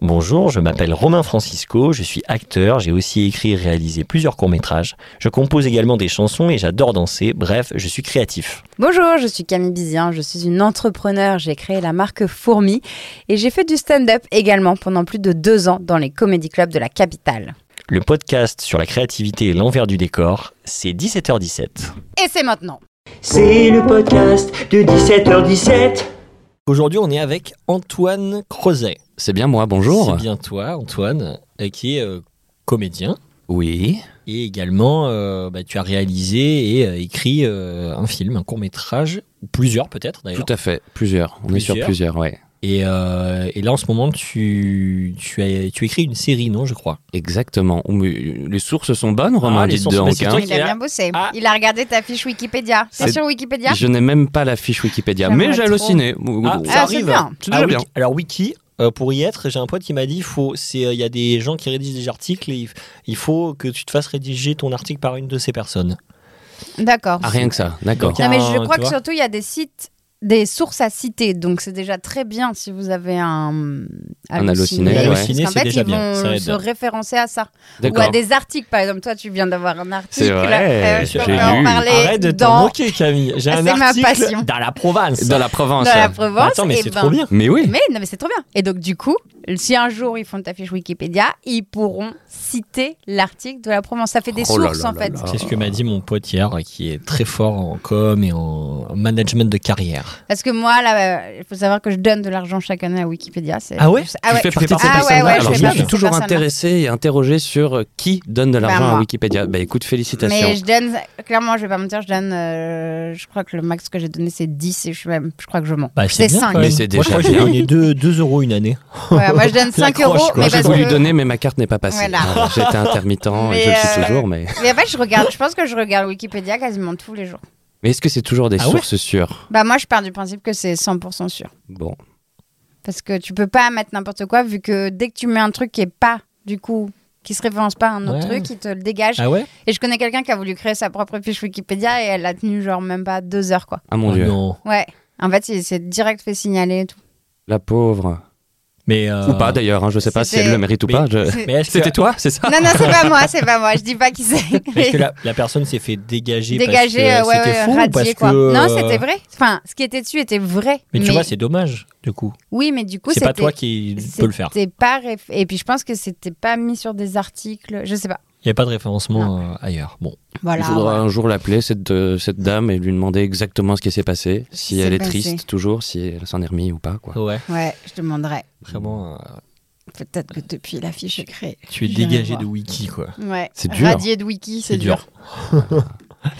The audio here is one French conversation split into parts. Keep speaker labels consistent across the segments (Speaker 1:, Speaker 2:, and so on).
Speaker 1: Bonjour, je m'appelle Romain Francisco, je suis acteur, j'ai aussi écrit et réalisé plusieurs courts-métrages. Je compose également des chansons et j'adore danser, bref, je suis créatif.
Speaker 2: Bonjour, je suis Camille Bizien, je suis une entrepreneur, j'ai créé la marque Fourmi et j'ai fait du stand-up également pendant plus de deux ans dans les comédie clubs de la capitale.
Speaker 1: Le podcast sur la créativité et l'envers du décor, c'est 17h17.
Speaker 2: Et c'est maintenant
Speaker 3: C'est le podcast de 17h17.
Speaker 1: Aujourd'hui, on est avec Antoine Crozet.
Speaker 4: C'est bien moi, bonjour.
Speaker 1: C'est bien toi, Antoine, euh, qui est euh, comédien.
Speaker 4: Oui,
Speaker 1: Et également, euh, bah, tu as réalisé et euh, écrit euh, un film, un court-métrage, ou plusieurs peut-être
Speaker 4: tout
Speaker 1: d'ailleurs.
Speaker 4: à fait, plusieurs. On est sur
Speaker 1: Plusieurs.
Speaker 4: plusieurs, ouais.
Speaker 1: Et, euh, et là, en ce moment, tu, tu, as, tu écris une série, non, je crois
Speaker 4: Exactement. Ou- Les sources sont bonnes, Romain,
Speaker 1: Ah, les
Speaker 4: dites
Speaker 1: sources,
Speaker 4: donc,
Speaker 1: mais c'est
Speaker 4: hein.
Speaker 1: toi
Speaker 2: Il a bien bossé.
Speaker 1: Ah.
Speaker 2: Il a regardé ta fiche Wikipédia. C'est
Speaker 4: C'est-
Speaker 2: sur Wikipédia
Speaker 4: Je n'ai même pas la fiche Wikipédia,
Speaker 2: J'aimerais
Speaker 4: mais j'ai
Speaker 2: trop.
Speaker 4: halluciné.
Speaker 1: Ah,
Speaker 2: Ah, c'est bien.
Speaker 4: C'est déjà
Speaker 1: Ah,
Speaker 4: bien.
Speaker 1: Wiki- alors, Wiki, euh, pour y être, j'ai un pote qui m'a dit il faut- c'est, euh, il y a des gens qui rédigent des articles et il, f- il faut que tu te fasses rédiger ton article par une de ces personnes.
Speaker 2: D'accord.
Speaker 4: Ah, rien que ça, d'accord.
Speaker 1: Donc,
Speaker 2: Non, mais je
Speaker 1: Aucun,
Speaker 2: crois
Speaker 1: tu
Speaker 2: que
Speaker 1: vois.
Speaker 2: surtout, il y a des sites, des sources à citer. Donc, c'est déjà très bien si vous avez un. hum,
Speaker 4: Un halluciné, ouais.
Speaker 2: Parce
Speaker 1: Halluciné,
Speaker 2: qu'en
Speaker 1: c'est
Speaker 2: fait,
Speaker 1: déjà
Speaker 2: ils
Speaker 1: bien,
Speaker 2: vont
Speaker 1: ça aide.
Speaker 2: se référencer à ça. Ou à
Speaker 4: D'accord.
Speaker 2: des articles, par exemple. Toi, tu viens d'avoir un article.
Speaker 4: C'est vrai,
Speaker 2: Euh, je
Speaker 4: j'ai
Speaker 2: peux en
Speaker 4: lu.
Speaker 2: parler
Speaker 1: Arrête de t'en
Speaker 2: dans,
Speaker 1: moquer, Camille. J'ai
Speaker 2: C'est
Speaker 1: un
Speaker 2: ma passion.
Speaker 1: article dans la Provence.
Speaker 4: Dans la province.
Speaker 2: dans la Provence.
Speaker 1: Attends, mais
Speaker 2: et
Speaker 1: c'est
Speaker 2: ben-
Speaker 1: trop bien.
Speaker 4: Mais oui.
Speaker 2: Mais, non, mais c'est trop bien. Et donc, du coup, si un jour ils font ta fiche Wikipédia, ils pourront citer l'article de la Provence. Ça fait des
Speaker 4: Oh là
Speaker 2: sources,
Speaker 4: là
Speaker 2: en
Speaker 4: là
Speaker 2: fait.
Speaker 4: là.
Speaker 1: C'est ce que m'a dit mon pote hier, qui est très fort en com et en management de carrière.
Speaker 2: Parce que moi, là, euh, il faut savoir que je donne de l'argent chaque année à Wikipédia. c'est-
Speaker 1: Ah ouais
Speaker 2: Ah
Speaker 4: tu
Speaker 2: ouais.
Speaker 4: fais partie de
Speaker 2: Ah
Speaker 4: ces
Speaker 2: ouais,
Speaker 4: personnes-là.
Speaker 2: ouais, je
Speaker 4: Alors,
Speaker 2: fais
Speaker 4: je
Speaker 2: partie
Speaker 4: suis
Speaker 2: de ces
Speaker 4: toujours
Speaker 2: personnes-là.
Speaker 4: intéressé et interrogé sur euh, qui donne de l'argent
Speaker 2: moi.
Speaker 4: à Wikipédia. Bah écoute, félicitations.
Speaker 2: Mais je donne, clairement, je vais pas mentir, je donne, euh, je crois que le max que j'ai donné c'est 10 et je, suis même, je crois que je mens.
Speaker 1: Bah,
Speaker 2: c'est
Speaker 1: bien,
Speaker 2: 5.
Speaker 1: quand même.
Speaker 4: Mais c'est
Speaker 1: Moi, je
Speaker 4: déjà
Speaker 1: crois que j'ai
Speaker 4: bien.
Speaker 1: gagné 2, euros une année.
Speaker 2: moi je donne 5
Speaker 1: L'accroche,
Speaker 2: euros,
Speaker 1: quoi.
Speaker 2: mais
Speaker 4: J'ai
Speaker 2: parce
Speaker 4: voulu
Speaker 2: que.
Speaker 4: donner, mais ma carte n'est pas passée.
Speaker 2: Voilà.
Speaker 4: Alors, J'étais intermittent, et je
Speaker 2: Mais,
Speaker 4: le suis
Speaker 2: euh,
Speaker 4: toujours, mais.
Speaker 2: Mais en fait, je regarde, je pense que je regarde Wikipédia quasiment tous les jours.
Speaker 4: Mais est-ce que c'est toujours des
Speaker 1: Ah ouais
Speaker 4: sources sûres
Speaker 2: Bah, moi je pars du principe que c'est 100% sûr.
Speaker 4: Bon.
Speaker 2: Parce que tu peux pas mettre n'importe quoi, vu que dès que tu mets un truc qui est pas, du coup, qui se référence pas à un autre
Speaker 1: Ouais.
Speaker 2: truc, il te le dégage.
Speaker 1: Ah ouais
Speaker 2: Et je connais quelqu'un qui a voulu créer sa propre fiche Wikipédia et elle a tenu genre même pas deux heures, quoi.
Speaker 4: Ah mon dieu.
Speaker 1: Bah, Non.
Speaker 2: Ouais. En fait, il s'est direct fait signaler et tout.
Speaker 4: La pauvre.
Speaker 1: Mais, euh,
Speaker 4: Ou pas d'ailleurs, hein, je sais pas si
Speaker 2: c'était-
Speaker 4: elle le mérite ou
Speaker 1: Mais-
Speaker 4: pas. je-
Speaker 2: C'est-
Speaker 1: Euh, Mais est-ce que,
Speaker 4: C'était toi, c'est ça
Speaker 2: Non, non, c'est pas moi, c'est pas moi. Je dis pas qui c'est.
Speaker 1: est-ce que la, la personne s'est fait dégager, parce
Speaker 2: Dégagé, euh,
Speaker 1: que
Speaker 2: ouais,
Speaker 1: c'était
Speaker 2: ouais,
Speaker 1: faux ou
Speaker 2: radié,
Speaker 1: parce
Speaker 2: quoi.
Speaker 1: que... euh,
Speaker 2: Non, c'était vrai. Enfin, ce qui était dessus était vrai.
Speaker 1: Mais tu vois, c'est dommage, du coup.
Speaker 2: Oui, mais du coup,
Speaker 1: c'est
Speaker 2: c'était.
Speaker 1: pas toi qui peux le faire.
Speaker 2: c'était pas réf- Et puis, je pense que c'était pas mis sur des articles. Je sais pas.
Speaker 1: Il n'y a pas de référencement euh, ailleurs. Bon.
Speaker 2: Voilà.
Speaker 4: Il faudra
Speaker 2: ouais.
Speaker 4: un jour l'appeler, cette, euh, cette dame, et lui demander exactement ce qui s'est passé. Si
Speaker 2: s'est
Speaker 4: elle est
Speaker 2: passé.
Speaker 4: triste toujours, si elle s'en est remise ou pas. Quoi.
Speaker 1: Ouais.
Speaker 2: Ouais, je demanderai.
Speaker 1: Vraiment, euh,
Speaker 2: Peut-être que depuis la fiche est créée.
Speaker 1: tu es
Speaker 2: J'irai
Speaker 1: dégagé
Speaker 2: voir.
Speaker 1: de Wiki, quoi.
Speaker 2: Ouais.
Speaker 4: C'est dur.
Speaker 2: Radié de Wiki, c'est dur.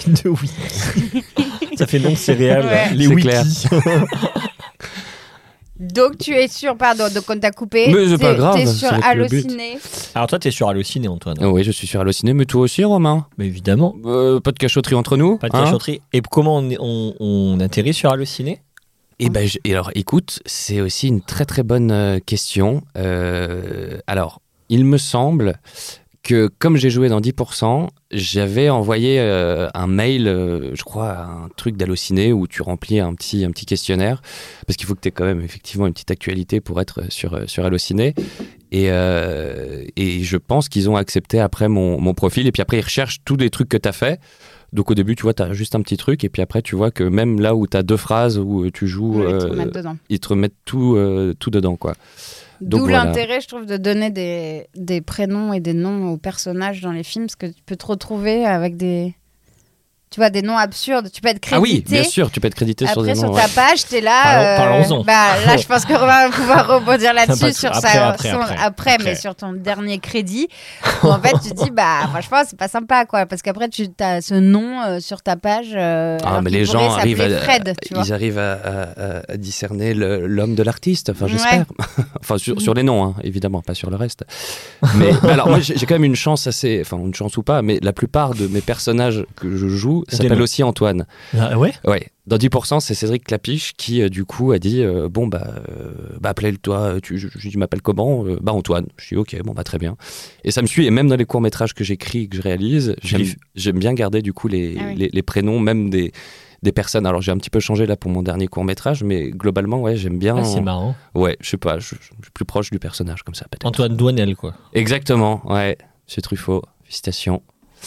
Speaker 1: de Wiki. Ça fait long céréales,
Speaker 2: Ouais.
Speaker 1: les
Speaker 4: C'est
Speaker 1: Wiki.
Speaker 4: clair.
Speaker 2: Donc, tu es sûr, pardon, donc on t'a coupé.
Speaker 4: Mais c'est pas
Speaker 2: T'es-
Speaker 4: grave,
Speaker 2: T'es
Speaker 4: ça
Speaker 2: sur
Speaker 4: va être le but.
Speaker 2: Allociné.
Speaker 1: Alors toi, t'es sur Allociné, Antoine.
Speaker 4: Ah oui, je suis sur Allociné, mais toi aussi, Romain.
Speaker 1: Mais évidemment.
Speaker 4: Euh, pas de cachotterie entre nous.
Speaker 1: Pas de
Speaker 4: hein
Speaker 1: cachotterie. Et comment on, est- on- on atterrit sur Allociné
Speaker 4: Eh ben, je- et alors, écoute, c'est aussi une très très bonne euh, question. Euh, alors, il me semble que comme j'ai joué dans 10%, j'avais envoyé euh, un mail, euh, je crois, à un truc d'halluciné où tu remplis un petit, un petit questionnaire, parce qu'il faut que tu aies quand même effectivement une petite actualité pour être sur, euh, sur halluciné. Et, euh, et je pense qu'ils ont accepté après mon, mon profil, et puis après ils recherchent tous les trucs que tu as fait. Donc au début, tu vois, tu as juste un petit truc, et puis après, tu vois que même là où tu as deux phrases, où euh, tu joues,
Speaker 2: Je vais te
Speaker 4: euh,
Speaker 2: remettre dedans.
Speaker 4: ils te remettent tout, euh, tout dedans, quoi. donc
Speaker 2: D'où
Speaker 4: voilà.
Speaker 2: l'intérêt, je trouve, de donner des, des prénoms et des noms aux personnages dans les films, parce que tu peux te retrouver avec des. Tu vois, des noms absurdes. Tu peux être crédité.
Speaker 4: Ah oui, bien sûr, tu peux être crédité sur
Speaker 2: Après,
Speaker 4: des
Speaker 2: sur,
Speaker 4: noms. ouais.
Speaker 2: ta page, t'es là.
Speaker 1: Parlons-
Speaker 2: euh,
Speaker 1: parlons-en.
Speaker 2: bah, là, je pense qu'on va pouvoir rebondir
Speaker 1: Pas
Speaker 2: là-dessus
Speaker 1: tout-
Speaker 2: sur
Speaker 1: après,
Speaker 2: sa-
Speaker 1: après,
Speaker 2: son-
Speaker 1: après.
Speaker 2: mais
Speaker 1: Après.
Speaker 2: sur ton dernier crédit. où en fait, tu te dis, bah, franchement, c'est pas sympa, quoi. Parce qu'après, tu as ce nom euh, sur ta page. euh,
Speaker 4: Ah,
Speaker 2: alors
Speaker 4: mais
Speaker 2: qu'il
Speaker 4: les
Speaker 2: pourrait
Speaker 4: gens arrivent
Speaker 2: s'appeler
Speaker 4: à,
Speaker 2: Fred, tu vois.
Speaker 4: ils arrivent à, à- à- à discerner le- l'homme de l'artiste, enfin
Speaker 2: Ouais.
Speaker 4: j'espère. enfin sur, sur les noms, hein, évidemment, pas sur le reste. Mais mais alors moi j'ai j'ai quand même une chance assez, enfin une chance ou pas, mais la plupart de mes personnages que je joue
Speaker 1: Des
Speaker 4: s'appellent
Speaker 1: noms.
Speaker 4: aussi Antoine.
Speaker 1: Ah ouais
Speaker 4: Ouais. Dans 10%, c'est Cédric Clapiche qui euh, du coup a dit euh, bon bah, euh, bah appelle-toi, tu, je, je dis, m'appelle comment Euh, Bah Antoine. Je dis ok, bon bah très bien. Et ça me suit et même dans les courts métrages que j'écris, et que je réalise,
Speaker 1: Tu les
Speaker 4: j'aime j'aime bien garder du coup les,
Speaker 2: Ah oui.
Speaker 4: les, les prénoms, même des des personnes. Alors j'ai un petit peu changé là pour mon dernier court métrage, mais globalement, ouais, j'aime bien.
Speaker 1: Ah, c'est marrant.
Speaker 4: ouais, je sais pas, je, je suis plus proche du personnage comme ça peut-être.
Speaker 1: Antoine Douanel, quoi.
Speaker 4: Exactement, ouais, c'est Truffaut, félicitations.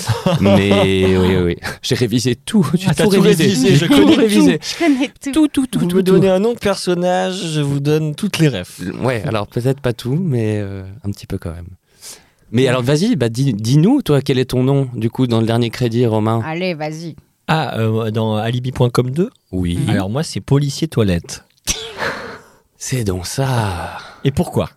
Speaker 4: mais oui, oui, oui. J'ai révisé tout, j'ai
Speaker 1: Ah, t'as
Speaker 4: tout
Speaker 1: tout
Speaker 4: révisé,
Speaker 1: révisé, je
Speaker 4: j'ai tout
Speaker 1: connais tout.
Speaker 4: révisé.
Speaker 2: Je connais tout.
Speaker 4: Tout, tout, tout,
Speaker 1: Vous
Speaker 4: tout,
Speaker 1: me
Speaker 4: tout.
Speaker 1: donnez un nom de personnage, je vous donne toutes les refs.
Speaker 4: Ouais, alors peut-être pas tout, mais euh, un petit peu quand même. Mais alors vas-y, bah, dis- dis-nous, toi, quel est ton nom, du coup, dans le dernier crédit, Romain
Speaker 2: Allez, vas-y.
Speaker 1: Ah, euh, dans alibi.com 2
Speaker 4: Oui.
Speaker 1: Mm-hmm. Alors moi, c'est policier toilette.
Speaker 4: C'est donc ça.
Speaker 1: Et pourquoi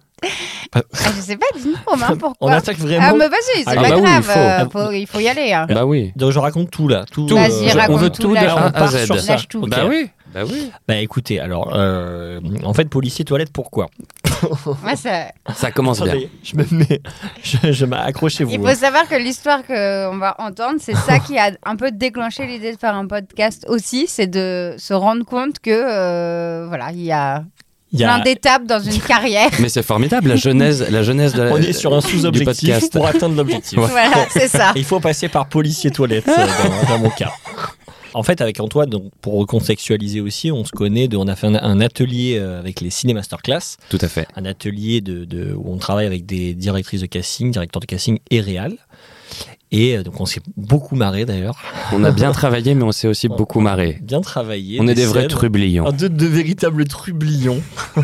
Speaker 2: Ah, je sais pas, dis-nous, Romain,
Speaker 1: On
Speaker 2: pourquoi
Speaker 1: attaque
Speaker 2: Ah,
Speaker 1: vraiment.
Speaker 2: mais vas-y, c'est
Speaker 1: Allez,
Speaker 2: pas
Speaker 4: bah oui,
Speaker 2: grave.
Speaker 4: il faut.
Speaker 2: euh, faut- il faut y aller.
Speaker 1: Ah.
Speaker 2: hein.
Speaker 4: Bah oui.
Speaker 1: Donc je raconte tout là. Tout, euh,
Speaker 4: Tout.
Speaker 2: Vas-y,
Speaker 1: je-
Speaker 2: raconte
Speaker 1: on veut
Speaker 2: tout,
Speaker 1: tout, là,
Speaker 4: lâche-
Speaker 1: on part
Speaker 4: lâche
Speaker 1: sur
Speaker 4: tout.
Speaker 1: ça.
Speaker 2: Lâche tout.
Speaker 1: Ok.
Speaker 4: Bah oui. Bah oui.
Speaker 1: Bah écoutez, alors, euh, en fait, policier toilette, pourquoi
Speaker 2: Moi, ça-
Speaker 4: Ça commence bien.
Speaker 1: Attendez, je me mets, je, je m'accrochez vous. hein.
Speaker 2: Il faut savoir que l'histoire qu'on va entendre, c'est ça qui a un peu déclenché l'idée de faire un podcast aussi, c'est de se rendre compte que euh, voilà, il y a
Speaker 1: Il y a-
Speaker 2: plein d'étapes dans une carrière.
Speaker 4: Mais c'est formidable, la genèse, la genèse de la,
Speaker 1: Euh, on est sur un
Speaker 4: Euh, du
Speaker 1: sous-objectif
Speaker 4: podcast.
Speaker 1: pour atteindre l'objectif.
Speaker 2: Voilà, c'est ça.
Speaker 1: Il faut passer par policier toilette euh, dans, dans mon cas. En fait, avec Antoine, donc, pour recontextualiser aussi, on se connaît, de- on a fait un, un atelier euh, avec les Ciné Masterclass,
Speaker 4: Tout à fait.
Speaker 1: un atelier de, de- où on travaille avec des directrices de casting, directeurs de casting et réal. Et euh, donc on s'est beaucoup marré d'ailleurs,
Speaker 4: On a bien travaillé, mais on s'est aussi beaucoup marré.
Speaker 1: bien travaillé.
Speaker 4: On est des vrais
Speaker 1: scènes.
Speaker 4: trublions.
Speaker 1: Ah, De, de véritables trublions. Ah.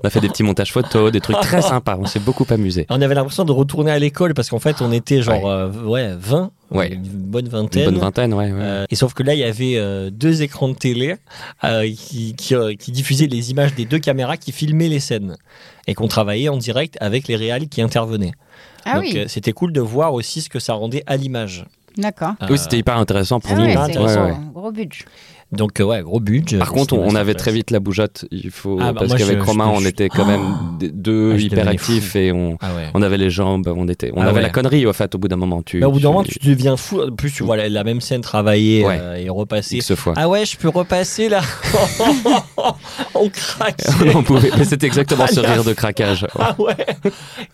Speaker 4: On a fait des petits montages photos, des trucs très sympas. On s'est beaucoup amusé.
Speaker 1: On avait l'impression de retourner à l'école parce qu'en fait on était genre euh, ouais. 20,
Speaker 4: Ouais.
Speaker 1: une bonne
Speaker 4: Une
Speaker 1: vingtaine.
Speaker 4: bonne vingtaine, ouais. ouais.
Speaker 1: Euh, et sauf que là, il y avait euh, deux écrans de télé euh, qui, qui, euh, qui diffusaient les images des deux caméras qui filmaient les scènes et qu'on travaillait en direct avec les réals qui intervenaient.
Speaker 2: Ah
Speaker 1: Donc
Speaker 2: oui,
Speaker 1: euh, c'était cool de voir aussi ce que ça rendait à l'image.
Speaker 2: d'accord.
Speaker 1: Euh,
Speaker 4: oui, c'était hyper intéressant
Speaker 2: Ah
Speaker 4: pour nous.
Speaker 2: ouais,
Speaker 1: pas
Speaker 2: c'est
Speaker 1: intéressant.
Speaker 4: Ouais, ouais.
Speaker 2: gros budget.
Speaker 1: Donc euh, ouais, gros budget.
Speaker 4: Par
Speaker 1: Le
Speaker 4: contre, on, on
Speaker 1: cinéma,
Speaker 4: avait
Speaker 1: ça
Speaker 4: très
Speaker 1: passe.
Speaker 4: vite la bougeotte. Il faut
Speaker 1: Ah, bah,
Speaker 4: parce
Speaker 1: moi,
Speaker 4: qu'avec
Speaker 1: je-
Speaker 4: Romain,
Speaker 1: je-
Speaker 4: on
Speaker 1: je-
Speaker 4: était quand même des- deux
Speaker 1: Ah, je devenais
Speaker 4: hyperactifs et on,
Speaker 1: Ah ouais.
Speaker 4: on avait les jambes, on était, on
Speaker 1: Ah
Speaker 4: avait
Speaker 1: ouais.
Speaker 4: la connerie au fait. Au bout d'un moment, tu.
Speaker 1: Mais au bout d'un moment, tu
Speaker 4: tu-
Speaker 1: deviens fou. En plus, tu vois la, la même scène travailler
Speaker 4: Ouais.
Speaker 1: euh, et repasser.
Speaker 4: X fois.
Speaker 1: Ah ouais, je peux repasser là. on craque.
Speaker 4: on pouvait. Mais c'était exactement ce
Speaker 1: Ah, la-
Speaker 4: rire de craquage.
Speaker 1: Ah ouais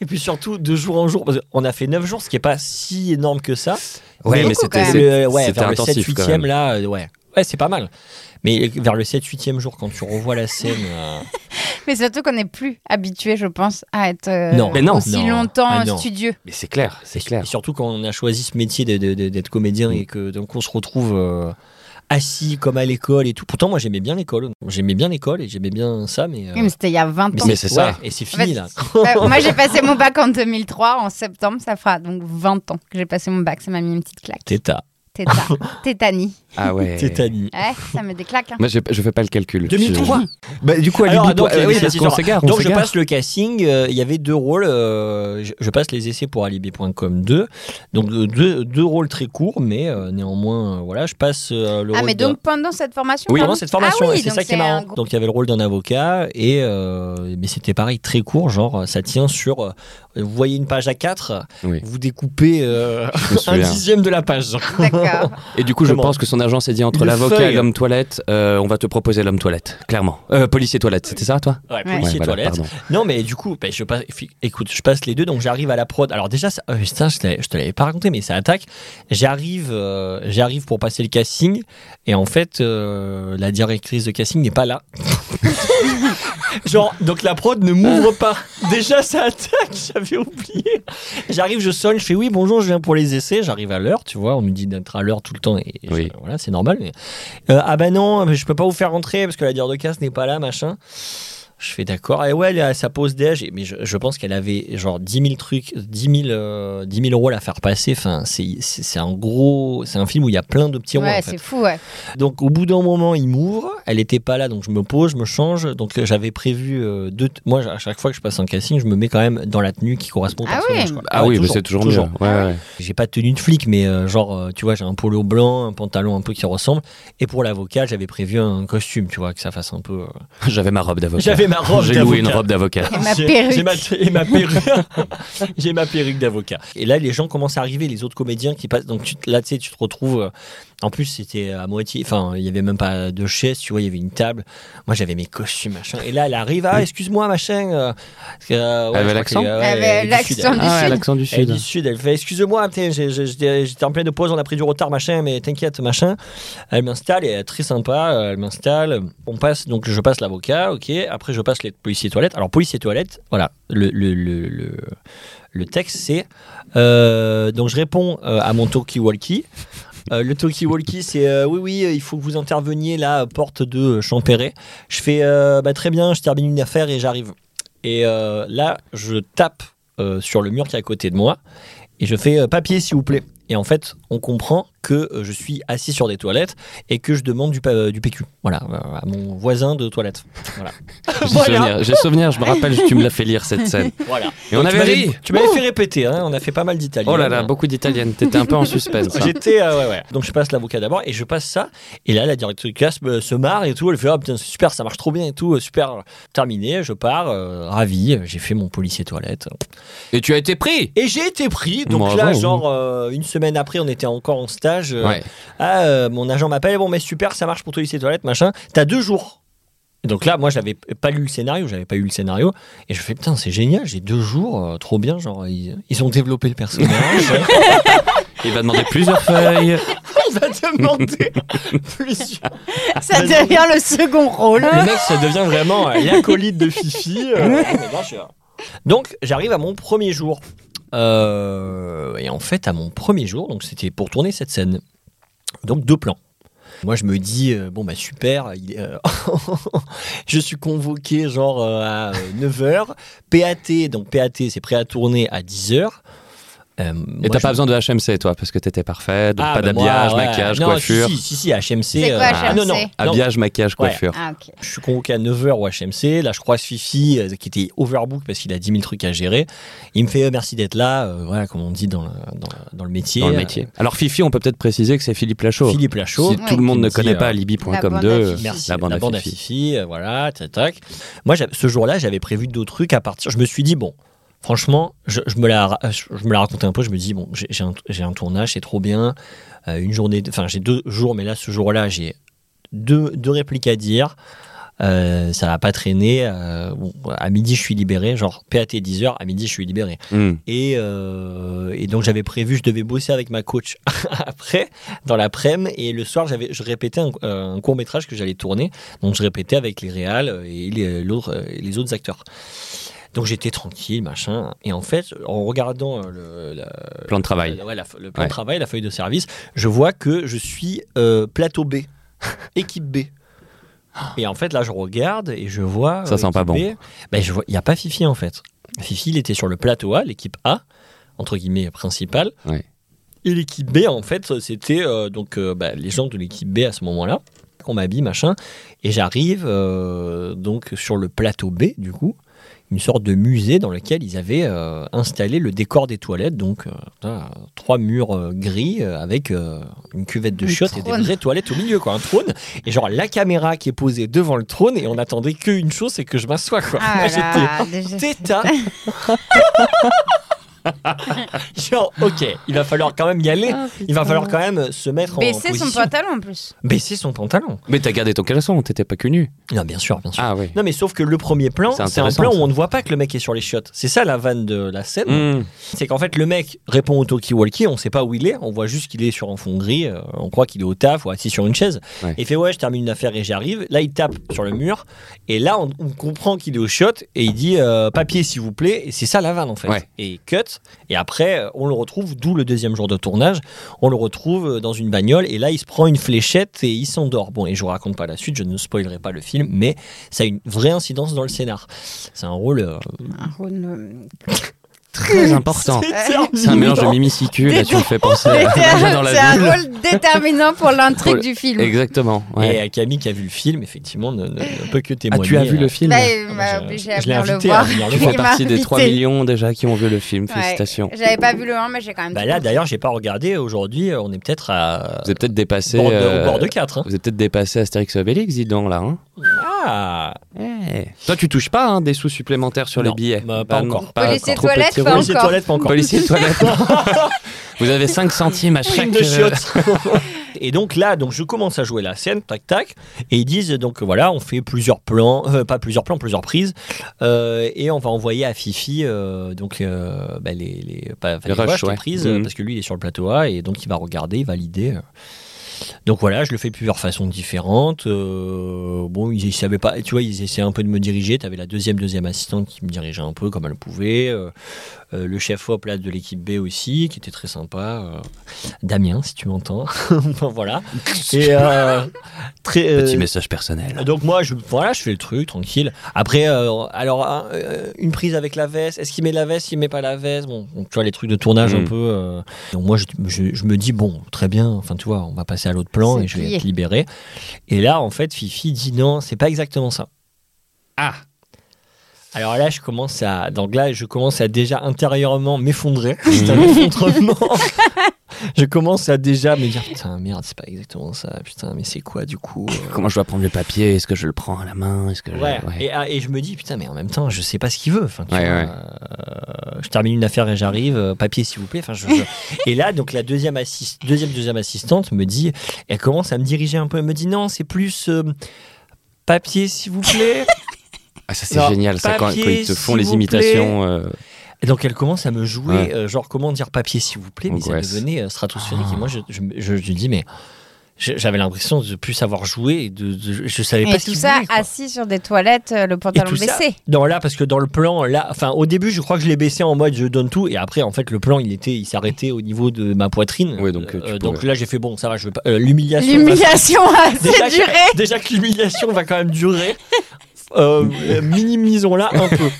Speaker 1: Et puis surtout, de jour en jour, parce qu'on a fait 9 jours, ce qui n'est pas si énorme que ça.
Speaker 4: Ouais,
Speaker 2: beaucoup,
Speaker 4: mais
Speaker 1: Mais
Speaker 4: c'était
Speaker 2: quand
Speaker 1: le-
Speaker 4: c'est-
Speaker 1: ouais,
Speaker 4: c'était
Speaker 1: vers le 7
Speaker 4: intensif.
Speaker 1: 8
Speaker 4: quand même.
Speaker 1: e là, euh, ouais. Ouais, c'est pas mal. Mais vers le 7 8 e jour, quand tu revois la scène. euh,
Speaker 2: Mais surtout qu'on n'est plus habitué, je pense, à être euh,
Speaker 1: Non.
Speaker 4: Mais non.
Speaker 2: aussi
Speaker 1: Non.
Speaker 2: longtemps
Speaker 1: Ah, non.
Speaker 2: studieux.
Speaker 4: Mais c'est clair, c'est clair.
Speaker 1: Et surtout quand on a choisi ce métier de- de- de- d'être comédien et que donc on se retrouve euh, assis comme à l'école et tout. Pourtant, moi j'aimais bien l'école. J'aimais bien l'école et j'aimais bien ça, mais. euh,
Speaker 2: Oui, mais c'était il y a 20 ans.
Speaker 4: Mais c'est ça.
Speaker 1: ouais, Et c'est
Speaker 2: En
Speaker 1: fini
Speaker 2: fait,
Speaker 1: là.
Speaker 2: Euh, moi, j'ai passé mon bac en 2003, en septembre, ça fera donc 20 ans que j'ai passé mon bac. Ça m'a mis une petite claque.
Speaker 1: Téta.
Speaker 2: Téta. Tétanie.
Speaker 4: Ah ouais.
Speaker 1: Tétanie.
Speaker 2: Ouais, ça me déclaque. Hein.
Speaker 4: Moi, je, je fais pas le calcul.
Speaker 1: 2003.
Speaker 4: Je- Bah, du coup,
Speaker 1: Alors,
Speaker 4: Alibi,
Speaker 1: donc,
Speaker 4: toi-
Speaker 1: il y avait
Speaker 4: oui,
Speaker 1: cette
Speaker 4: parce qu'on
Speaker 1: histoire.
Speaker 4: s'égare. on
Speaker 1: Donc je
Speaker 4: s'égare.
Speaker 1: passe le casting, euh, il y avait deux rôles, euh, je, je passe les essais pour alibi.com 2, donc euh, deux, deux rôles très courts, mais euh, néanmoins, euh, voilà, je passe euh, le
Speaker 2: Ah,
Speaker 1: rôle
Speaker 2: mais
Speaker 1: d'un-
Speaker 2: donc pendant cette formation
Speaker 1: Oui,
Speaker 2: pardon
Speaker 1: pendant cette formation,
Speaker 2: Ah oui,
Speaker 1: et c'est
Speaker 2: donc
Speaker 1: ça qui est
Speaker 2: c'est un
Speaker 1: marrant.
Speaker 2: gros-
Speaker 1: Donc il y avait le rôle d'un avocat, et, euh, mais c'était pareil, très court, genre euh, ça tient sur, euh, vous voyez une page à 4,
Speaker 4: Oui.
Speaker 1: vous découpez euh,
Speaker 4: Je me
Speaker 1: un
Speaker 4: souviens.
Speaker 1: dixième de la page.
Speaker 2: D'accord.
Speaker 4: Et du coup, je
Speaker 1: Comment
Speaker 4: pense que son agent s'est dit entre
Speaker 1: Une
Speaker 4: l'avocat et
Speaker 1: feuille.
Speaker 4: l'homme toilette, euh, on va te proposer l'homme toilette, clairement. Euh, policier toilette, c'était ça, toi
Speaker 1: Ouais,
Speaker 2: Ouais.
Speaker 1: policier
Speaker 4: Ouais, voilà,
Speaker 1: toilette.
Speaker 4: pardon.
Speaker 1: Non, mais du coup, ben, je passe, fi- écoute, je passe les deux, donc j'arrive à la prod. Alors déjà, ça, euh, putain, je, te l'avais- je te l'avais pas raconté, mais ça attaque. J'arrive, euh, j'arrive pour passer le casting, et en fait, euh, la directrice de casting n'est pas là. Genre, donc la prod ne m'ouvre pas. Déjà, ça attaque, j'avais oublié. J'arrive, je sonne, je fais oui, bonjour, je viens pour les essais. J'arrive à l'heure, tu vois, on me dit d'être à l'heure tout le temps, et je-
Speaker 4: Oui.
Speaker 1: voilà, c'est normal. mais- Euh, ah ben non, je peux pas vous faire rentrer parce que la dire de casse n'est pas là, machin. Je fais d'accord. Et ouais, elle a sa pause déj. Mais je, je pense qu'elle avait genre 10 000 trucs, 10 000, euh, 10 000 rôles à faire passer. Enfin, c'est- c'est c'est un gros. C'est un film où il y a plein de petits rôles.
Speaker 2: Ouais,
Speaker 1: en fait.
Speaker 2: c'est fou, ouais.
Speaker 1: Donc au bout d'un moment, il m'ouvre. Elle n'était pas là, donc je me pose, je me change. Donc euh, j'avais prévu euh, deux. t- Moi, à chaque fois que je passe un casting, je me mets quand même dans la tenue qui correspond au
Speaker 2: Ah
Speaker 1: personnage,
Speaker 2: oui.
Speaker 1: quoi.
Speaker 4: Ah,
Speaker 1: Ouais,
Speaker 4: oui, mais c'est toujours, Ah mieux. Ouais, ouais.
Speaker 1: J'ai pas de tenue de flic, mais euh, genre, euh, tu vois, j'ai un polo blanc, un pantalon un peu qui ressemble. Et pour l'avocat, j'avais prévu un costume, tu vois, que ça fasse un peu. euh,
Speaker 4: J'avais ma robe d'avocat.
Speaker 1: J'avais ma robe
Speaker 4: J'ai loué une
Speaker 1: d'avocat.
Speaker 4: robe d'avocat.
Speaker 2: Et ma
Speaker 1: J'ai-
Speaker 2: perruque.
Speaker 1: J'ai ma, et ma perruque. J'ai ma perruque d'avocat. Et là, les gens commencent à arriver, les autres comédiens qui passent. Donc tu, te- là, tu sais, tu te retrouves. euh, En plus, c'était à moitié. Enfin, il n'y avait même pas de chaise, tu vois, il y avait une table. Moi, j'avais mes costumes, machin. Et là, elle arrive. Ah, excuse-moi, machin. euh, parce que, euh, ouais, je
Speaker 4: Elle avait
Speaker 1: crois
Speaker 4: l'accent
Speaker 1: qu'elle- ouais,
Speaker 2: Elle avait
Speaker 1: elle est du
Speaker 2: l'accent
Speaker 1: Sud, elle.
Speaker 2: du
Speaker 4: Ah, ouais,
Speaker 2: Sud.
Speaker 4: l'accent du
Speaker 1: Elle est
Speaker 4: sud.
Speaker 1: du Sud, elle fait Excusez-moi, putain, j'ai- j'ai- j'étais j'étais en pleine pause, on a pris du retard, machin, mais t'inquiète, machin. Elle m'installe, et elle est très sympa, euh, elle m'installe. On passe, donc je passe l'avocat, ok. Après, je passe les policiers toilettes. Alors, policiers toilettes, voilà, le, le, le, le, le texte, c'est. euh, donc, je réponds euh, à mon talkie-walkie. Euh, le talkie-walkie, c'est euh, oui, oui, euh, il faut que vous interveniez là, à porte de euh, Champéret. Je fais euh, bah, très bien, je termine une affaire et j'arrive. Et euh, là, je tape euh, sur le mur qui est à côté de moi et je fais euh, papier, s'il vous plaît. Et en fait, on comprend que euh, je suis assis sur des toilettes et que je demande du, pa- euh, du PQ. Voilà, euh, à mon voisin de toilette. Voilà.
Speaker 4: J'ai
Speaker 1: Voilà.
Speaker 4: souvenir, j'ai souvenir, je me rappelle, tu me l'as fait lire cette scène.
Speaker 1: voilà.
Speaker 4: Et on
Speaker 1: Donc, tu
Speaker 4: avait
Speaker 1: m'avais-
Speaker 4: ri.
Speaker 1: Tu m'avais fait répéter, hein, on a fait pas mal d'Italie.
Speaker 4: Oh là là, beaucoup d'italiennes. T'étais un peu en suspense. hein.
Speaker 1: J'étais. euh, ouais, ouais. Donc je passe l'avocat d'abord et je passe ça. Et là, la directrice de classe me- se marre et tout. Elle fait Ah putain, c'est super, ça marche trop bien et tout. euh, Super. Terminé, je pars, euh, ravi. J'ai fait mon policier toilette.
Speaker 4: Et tu as été pris.
Speaker 1: Et j'ai été pris. Donc
Speaker 4: Bravo.
Speaker 1: là, genre, euh, une semaine après, on était encore en stage. euh,
Speaker 4: Ouais.
Speaker 1: Ah, euh, mon agent m'appelle, bon, mais super, ça marche pour toi, lycée toilette, machin. T'as deux jours. Donc là, moi, j'avais pas lu le scénario, j'avais pas eu le scénario, et je fais putain, c'est génial, j'ai deux jours, euh, trop bien, genre ils, ils ont développé le personnage,
Speaker 4: Il va demander plusieurs feuilles.
Speaker 1: il va demander plus.
Speaker 2: Ça devient le second rôle.
Speaker 1: Le mec, ça devient vraiment euh, l'acolyte de Fifi. euh, Ah. mais bien sûr. Donc, j'arrive à mon premier jour. Euh, et en fait, à mon premier jour, donc c'était pour tourner cette scène. Donc, deux plans. Moi, je me dis, euh, bon, bah super, il est, euh, je suis convoqué genre euh, à 9h. PAT, donc PAT, c'est prêt à tourner à 10h. Euh, moi,
Speaker 4: Et t'as
Speaker 1: je-
Speaker 4: pas besoin de HMC, toi, parce que t'étais parfait. donc
Speaker 1: Ah,
Speaker 4: pas
Speaker 1: bah, moi,
Speaker 4: d'habillage,
Speaker 1: ouais.
Speaker 4: maquillage,
Speaker 1: Non,
Speaker 4: coiffure.
Speaker 1: Si, si, si, HMC.
Speaker 2: C'est quoi,
Speaker 1: ah, non, non,
Speaker 2: HMC?
Speaker 1: non.
Speaker 4: Habillage, maquillage,
Speaker 1: Ouais.
Speaker 4: coiffure.
Speaker 2: Ah, ok.
Speaker 1: Je suis convoqué à 9h au HMC. Là, je croise Fifi, euh, qui était overbook parce qu'il a 10 000 trucs à gérer. Il me fait euh, merci d'être là, euh, voilà, comme on dit dans le, dans, dans le métier.
Speaker 4: Dans le métier. euh, Alors, Fifi, on peut peut-être préciser que c'est Philippe Lachaud.
Speaker 1: Philippe
Speaker 4: Si
Speaker 1: Lachaud.
Speaker 2: Ouais.
Speaker 4: tout le monde
Speaker 1: Qui
Speaker 4: ne
Speaker 1: dit,
Speaker 4: connaît
Speaker 1: euh,
Speaker 4: pas
Speaker 2: La bande
Speaker 4: Libi.com
Speaker 2: à
Speaker 4: 2,
Speaker 2: Fifi.
Speaker 1: Merci.
Speaker 4: la bande à Fifi.
Speaker 1: euh, voilà, tac, tac. Moi, j'avais- ce jour-là, j'avais prévu d'autres trucs à partir. Je me suis dit, bon, franchement, je, je me, la, ra- je, je me la racontais un peu. Je me dis, bon, j'ai j'ai un, j'ai un tournage, c'est trop bien. Euh, une journée, de- enfin, j'ai deux jours, mais là, ce jour-là, j'ai deux, deux répliques à dire. Euh, ça va pas traîner. Euh, bon, à midi, je suis libéré. Genre, PAT 10h, à midi, je suis libéré.
Speaker 4: Hmm.
Speaker 1: Et, euh, et donc j'avais prévu, je devais bosser avec ma coach après, dans l'après-midi. Et le soir, j'avais, je répétais un, euh, un court métrage que j'allais tourner. Donc je répétais avec les réals et les, l'autre- euh, les autres acteurs. Donc j'étais tranquille, machin. Et en fait, en regardant euh, le, la-
Speaker 4: Plan de travail.
Speaker 1: la- ouais, la- le plan
Speaker 4: Ouais.
Speaker 1: de travail, la feuille de service, je vois que je suis euh, plateau B, équipe B. Et en fait, là, je regarde et je vois.
Speaker 4: Ça
Speaker 1: euh,
Speaker 4: sent pas
Speaker 1: équipe
Speaker 4: bon.
Speaker 1: B. Ben, je vois, il n'y a pas Fifi en fait. Fifi, il était sur le plateau A, l'équipe A, entre guillemets principale.
Speaker 4: Ouais.
Speaker 1: Et l'équipe B, en fait, c'était euh, donc euh, ben, les gens de l'équipe B à ce moment-là. On m'habille, machin. Et j'arrive euh, donc sur le plateau B, du coup, une sorte de musée dans lequel ils avaient euh, installé le décor des toilettes. Donc, euh, putain, trois murs euh, gris euh, avec euh, une cuvette de
Speaker 2: Un
Speaker 1: chiottes et des
Speaker 2: trône.
Speaker 1: vraies toilettes au milieu, quoi. Un trône. Et genre, la caméra qui est posée devant le trône. Et on attendait qu'une chose, c'est que je m'assoie, quoi. Moi,
Speaker 2: Ah
Speaker 1: j'étais hein.
Speaker 2: là, déjà.
Speaker 1: téta. genre, ok, il va falloir quand même y aller. Il va falloir quand même se mettre en
Speaker 2: Oh, Baisser son
Speaker 1: position.
Speaker 2: pantalon en plus.
Speaker 1: Baisser son pantalon.
Speaker 4: Mais t'as gardé ton caleçon, t'étais pas que nu.
Speaker 1: Non, bien sûr, bien sûr.
Speaker 4: Ah oui.
Speaker 1: Non, mais sauf que le premier plan,
Speaker 4: C'est
Speaker 1: c'est un
Speaker 4: intéressant,
Speaker 1: plan
Speaker 4: ça.
Speaker 1: où on ne voit pas que le mec est sur les chiottes. C'est ça la vanne de la scène.
Speaker 4: Hmm.
Speaker 1: C'est qu'en fait, le mec répond au talkie-walkie, on sait pas où il est, on voit juste qu'il est sur un fond gris, euh, on croit qu'il est au taf ou assis sur une chaise.
Speaker 4: Ouais.
Speaker 1: Et il fait Ouais, je termine une affaire et j'arrive. Là, il tape sur le mur, et là, on, on comprend qu'il est au shot, et il dit euh, Papier, s'il vous plaît. Et c'est ça la vanne, en fait.
Speaker 4: Ouais.
Speaker 1: Et cut. Et après, euh, on le retrouve, d'où le deuxième jour de tournage, on le retrouve euh, dans une bagnole, et là, il se prend une fléchette et il s'endort. Bon, et je vous raconte pas la suite, je ne spoilerai pas le film, mais ça a une vraie incidence dans le scénar. C'est un rôle. euh,
Speaker 2: Un rôle, euh,
Speaker 4: Très important. C'est un mélange de mimicicule, là tu me fais penser
Speaker 2: euh,
Speaker 4: à Déjà dans
Speaker 2: C'est
Speaker 4: la
Speaker 2: un
Speaker 4: ville.
Speaker 2: rôle déterminant pour l'intrigue
Speaker 4: Rôle-
Speaker 2: du film.
Speaker 4: Exactement.
Speaker 1: Et
Speaker 4: ouais.
Speaker 1: euh, Camille qui a vu le film, effectivement ne, ne- ne peut que
Speaker 4: Ah,
Speaker 1: témoigner.
Speaker 4: tu as vu
Speaker 1: Euh,
Speaker 4: le film
Speaker 2: Là, il
Speaker 1: moi,
Speaker 2: m'a
Speaker 1: je-
Speaker 2: obligé à
Speaker 1: je l'ai
Speaker 2: venir le
Speaker 1: invité à
Speaker 2: voir.
Speaker 1: venir le
Speaker 4: Tu
Speaker 1: voir.
Speaker 4: fais
Speaker 2: Bah, Il m'a
Speaker 4: partie des 3
Speaker 2: invité.
Speaker 4: millions déjà qui ont vu le film,
Speaker 2: Ouais.
Speaker 4: félicitations.
Speaker 2: J'avais pas vu le 1, mais j'ai quand même.
Speaker 1: Bah là d'ailleurs j'ai pas regardé aujourd'hui euh, on est peut-être à
Speaker 4: Vous êtes peut-être dépassé.
Speaker 1: bord de-
Speaker 4: euh,
Speaker 1: au bord de 4
Speaker 4: Vous êtes peut-être dépassé Astérix et Obélix, dis donc là. hein.
Speaker 1: Ah
Speaker 4: Eh. Toi, tu touches pas hein, des sous supplémentaires sur les
Speaker 1: Non,
Speaker 4: billets
Speaker 1: bah, pas
Speaker 4: non,
Speaker 1: encore.
Speaker 2: Policier
Speaker 4: encore.
Speaker 2: toilette,
Speaker 4: Trop petit
Speaker 2: pas
Speaker 4: rouge.
Speaker 1: Policier
Speaker 2: encore.
Speaker 1: toilette, pas encore.
Speaker 4: Policier toilette. Vous avez 5 centimes à chaque.
Speaker 1: Prime de
Speaker 4: euh,
Speaker 1: chiottes. et donc là, donc je commence à jouer la scène, tac tac, et ils disent donc voilà, on fait plusieurs plans, euh, pas plusieurs plans, plusieurs prises, euh, et on va envoyer à Fifi euh, donc euh, bah, les les, pas, enfin,
Speaker 4: Les
Speaker 1: les
Speaker 4: rushs,
Speaker 1: rushs, les
Speaker 4: ouais.
Speaker 1: prises,
Speaker 4: Mhm.
Speaker 1: parce que lui il est sur le plateau A et donc il va regarder, il va valider. euh. Donc voilà, je le fais de plusieurs façons différentes. euh, bon, ils, ils savaient pas, tu vois, ils essayaient un peu de me diriger. T'avais la deuxième deuxième assistante qui me dirigeait un peu comme elle pouvait. euh, euh, le chef hop là de l'équipe B aussi, qui était très sympa. euh, Damien, si tu m'entends. Enfin, voilà. Et euh, très. euh,
Speaker 4: Petit message personnel.
Speaker 1: donc moi, je, voilà, je fais le truc tranquille. Après, euh, alors hein, euh, une prise avec la veste. Est-ce qu'il met la veste Il met pas la veste. Bon, donc, tu vois les trucs de tournage un
Speaker 4: Mm.
Speaker 1: peu. euh. Donc moi, je, je- je me dis bon, très bien. Enfin, tu vois, on va passer à l'autre plan
Speaker 2: C'est
Speaker 1: et je vais
Speaker 2: plié.
Speaker 1: être libéré. Et là, en fait, Fifi dit non, c'est pas exactement ça.
Speaker 4: Ah
Speaker 1: Alors là, je commence à donc là, je commence à déjà intérieurement m'effondrer. C'est un effondrement. je commence à déjà me dire putain merde, c'est pas exactement ça. Putain, mais c'est quoi du coup euh,
Speaker 4: Comment je dois prendre le papier Est-ce que je le prends à la main Est-ce que je-
Speaker 1: Ouais.
Speaker 4: ouais.
Speaker 1: Et, ah, et je me dis putain mais en même temps je sais pas ce qu'il veut. Enfin, tu
Speaker 4: Ouais,
Speaker 1: vois,
Speaker 4: ouais.
Speaker 1: euh, je termine une affaire et j'arrive euh, papier s'il vous plaît. Enfin je- je- et là donc la deuxième assist- deuxième deuxième assistante me dit elle commence à me diriger un peu. Elle me dit non c'est plus euh, papier s'il vous plaît.
Speaker 4: Ah, ça c'est
Speaker 1: Non,
Speaker 4: génial, ça quand,
Speaker 1: papier,
Speaker 4: quand ils te font
Speaker 1: s'il
Speaker 4: les
Speaker 1: vous
Speaker 4: imitations. euh,
Speaker 1: Et donc elle commence à me jouer,
Speaker 4: Ouais.
Speaker 1: euh, genre comment dire papier s'il vous plaît, mais
Speaker 4: Angoisse.
Speaker 1: ça devenait euh, stratosphérique.
Speaker 4: Ah.
Speaker 1: Et moi je, je, je- je dis mais je- j'avais l'impression de plus savoir jouer, et de, de- je savais
Speaker 2: Et
Speaker 1: pas ce
Speaker 2: tout
Speaker 1: qu'il
Speaker 2: ça
Speaker 1: voulait, quoi.
Speaker 2: assis sur des toilettes, euh, le pantalon
Speaker 1: tout ça-
Speaker 2: baissé.
Speaker 1: Non là parce que dans le plan là, enfin au début je crois que je l'ai baissé en mode je donne tout et après en fait le plan il était, il s'arrêtait au niveau de ma poitrine.
Speaker 4: Ouais, donc, euh, tu
Speaker 1: donc
Speaker 4: pourrais.
Speaker 1: là j'ai fait bon ça va je vais pas euh, l'humiliation.
Speaker 2: L'humiliation a assez
Speaker 1: Déjà que-
Speaker 2: duré.
Speaker 1: Déjà que l'humiliation va quand même durer. Euh, minimisons la un peu.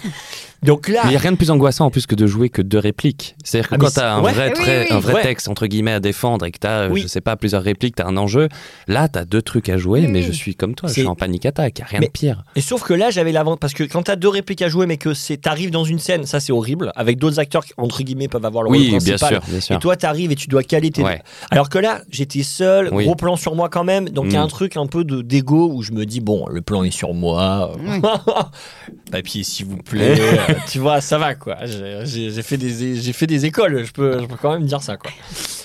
Speaker 1: Donc là
Speaker 4: Mais il n'y a rien de plus angoissant en plus que de jouer que deux répliques. C'est-à-dire que
Speaker 1: Ah, mais
Speaker 4: quand
Speaker 1: c'est-
Speaker 4: t'as un,
Speaker 1: ouais.
Speaker 4: vrai
Speaker 2: Oui,
Speaker 4: trait-
Speaker 2: oui,
Speaker 4: un
Speaker 2: oui.
Speaker 4: vrai
Speaker 1: Ouais.
Speaker 4: texte entre guillemets à défendre et que t'as, euh,
Speaker 1: Oui.
Speaker 4: je sais pas, plusieurs répliques, t'as un enjeu, là t'as deux trucs à jouer,
Speaker 2: Oui,
Speaker 4: mais
Speaker 2: oui.
Speaker 4: je suis comme toi, je
Speaker 1: C'est-
Speaker 4: suis en panique attaque, y a rien
Speaker 1: Mais-
Speaker 4: de pire.
Speaker 1: Et sauf que là, j'avais l'avance parce que quand t'as deux répliques à jouer, mais que c'est t'arrives dans une scène, ça c'est horrible. Avec d'autres acteurs qui entre guillemets peuvent avoir le rôle
Speaker 4: Oui, bien
Speaker 1: principal.
Speaker 4: sûr, bien sûr.
Speaker 1: Et toi, t'arrives et tu dois caler tes.
Speaker 4: Ouais.
Speaker 1: Alors que là, j'étais seul,
Speaker 4: Oui.
Speaker 1: gros plan sur moi quand même. Donc il y a
Speaker 4: Mm.
Speaker 1: un truc un peu de d'ego où je me dis bon, le plan est sur moi. euh, Papier, s'il vous plaît. Euh, tu vois, ça va quoi. J'ai- J'ai j'ai fait des j'ai fait des écoles. Je peux je peux quand même dire ça quoi.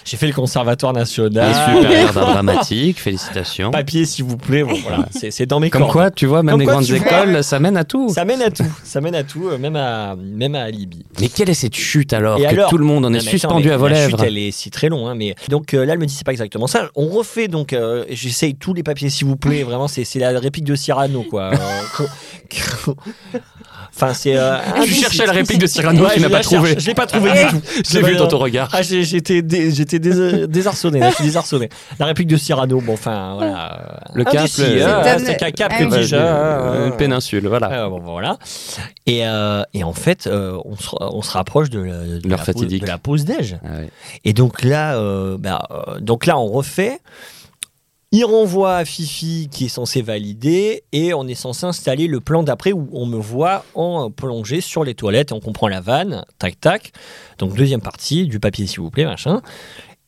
Speaker 1: J'ai fait le conservatoire national.
Speaker 4: Les supérieurs d'un dramatique, félicitations.
Speaker 1: Papier, s'il vous plaît. Bon, voilà, c'est c'est dans mes
Speaker 4: Comme
Speaker 1: cordes.
Speaker 4: quoi, tu vois, même
Speaker 1: Comme
Speaker 4: les
Speaker 1: quoi,
Speaker 4: grandes
Speaker 1: tu vois.
Speaker 4: écoles, ça mène à tout.
Speaker 1: Ça mène à tout, ça mène à tout, euh, même à même à Alibi.
Speaker 4: Mais quelle est cette chute alors
Speaker 1: Et
Speaker 4: que
Speaker 1: alors
Speaker 4: tout le monde en
Speaker 1: Non,
Speaker 4: est
Speaker 1: mais attends,
Speaker 4: suspendu
Speaker 1: mais
Speaker 4: à vos
Speaker 1: La
Speaker 4: lèvres
Speaker 1: chute, elle est si très long, hein, mais donc euh, là, elle me dit c'est pas exactement ça. On refait donc, euh, j'essaye tous les papiers s'il vous plaît. Vraiment, c'est c'est la réplique de Cyrano quoi. Euh, enfin, c'est. euh,
Speaker 4: Tu cherchais la réplique de Cyrano,
Speaker 1: Ouais,
Speaker 4: tu
Speaker 1: je
Speaker 4: l'as
Speaker 1: la
Speaker 4: pas trouvée.
Speaker 1: cherche, Je l'ai pas trouvé du tout.
Speaker 4: J'ai vu dans ton regard.
Speaker 1: Ah, j'ai- j'étais dé- j'étais dés- désarçonné, là, je suis désarçonné. La réplique de Cyrano, bon, enfin voilà.
Speaker 4: Le
Speaker 1: Un
Speaker 4: cap, euh,
Speaker 1: des si,
Speaker 4: le-
Speaker 1: hein,
Speaker 2: Ah, C'est un-
Speaker 1: c'est qu'un cap
Speaker 2: Ah
Speaker 1: que
Speaker 2: oui.
Speaker 4: Ouais,
Speaker 1: déjà.
Speaker 4: euh,
Speaker 1: hein,
Speaker 4: Une péninsule, voilà.
Speaker 1: euh, bon, voilà. Et, euh, et en fait, euh, on, se, on se rapproche de la, de
Speaker 4: L'heure
Speaker 1: la pause,
Speaker 4: fatidique.
Speaker 1: de la pause déj.
Speaker 4: Ah ouais.
Speaker 1: Et donc là, euh, bah, euh, donc là, on refait. Il renvoie à Fifi qui est censée valider et on est censé installer le plan d'après où on me voit en euh, plongée sur les toilettes et on comprend la vanne, tac tac. Donc deuxième partie, du papier s'il vous plaît, machin.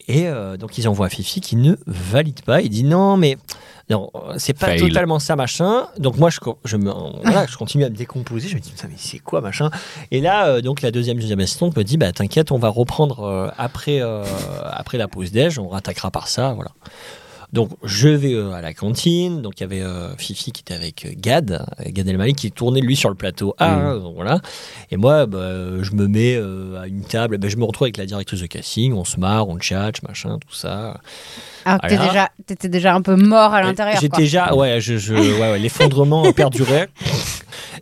Speaker 1: Et euh, donc ils envoient à Fifi qui ne valide pas. Il dit non mais non, euh, c'est pas
Speaker 4: Fail.
Speaker 1: totalement ça machin. Donc moi je, co- je, me, voilà, je continue à me décomposer. Je me dis putain mais c'est quoi machin Et là euh, donc la deuxième deuxième assistante me dit bah t'inquiète on va reprendre euh, après euh, après la pause déj on rattaquera par ça voilà. Donc je vais euh, à la cantine. Donc il y avait euh, Fifi qui était avec euh, Gad, euh, Gad Elmaleh qui tournait lui sur le plateau A.
Speaker 4: Mhm.
Speaker 1: hein, donc voilà. Et moi, bah, euh, je me mets euh, à une table. Ben, je me retrouve avec la directrice de casting. On se marre, on chat, machin, tout ça.
Speaker 2: Alors que
Speaker 1: Ah,
Speaker 2: t'es
Speaker 1: Voilà.
Speaker 2: déjà, t'étais déjà un peu mort à l'intérieur.
Speaker 1: J'étais
Speaker 2: quoi.
Speaker 1: déjà, ouais, je, je- ouais, ouais, l'effondrement perdurait.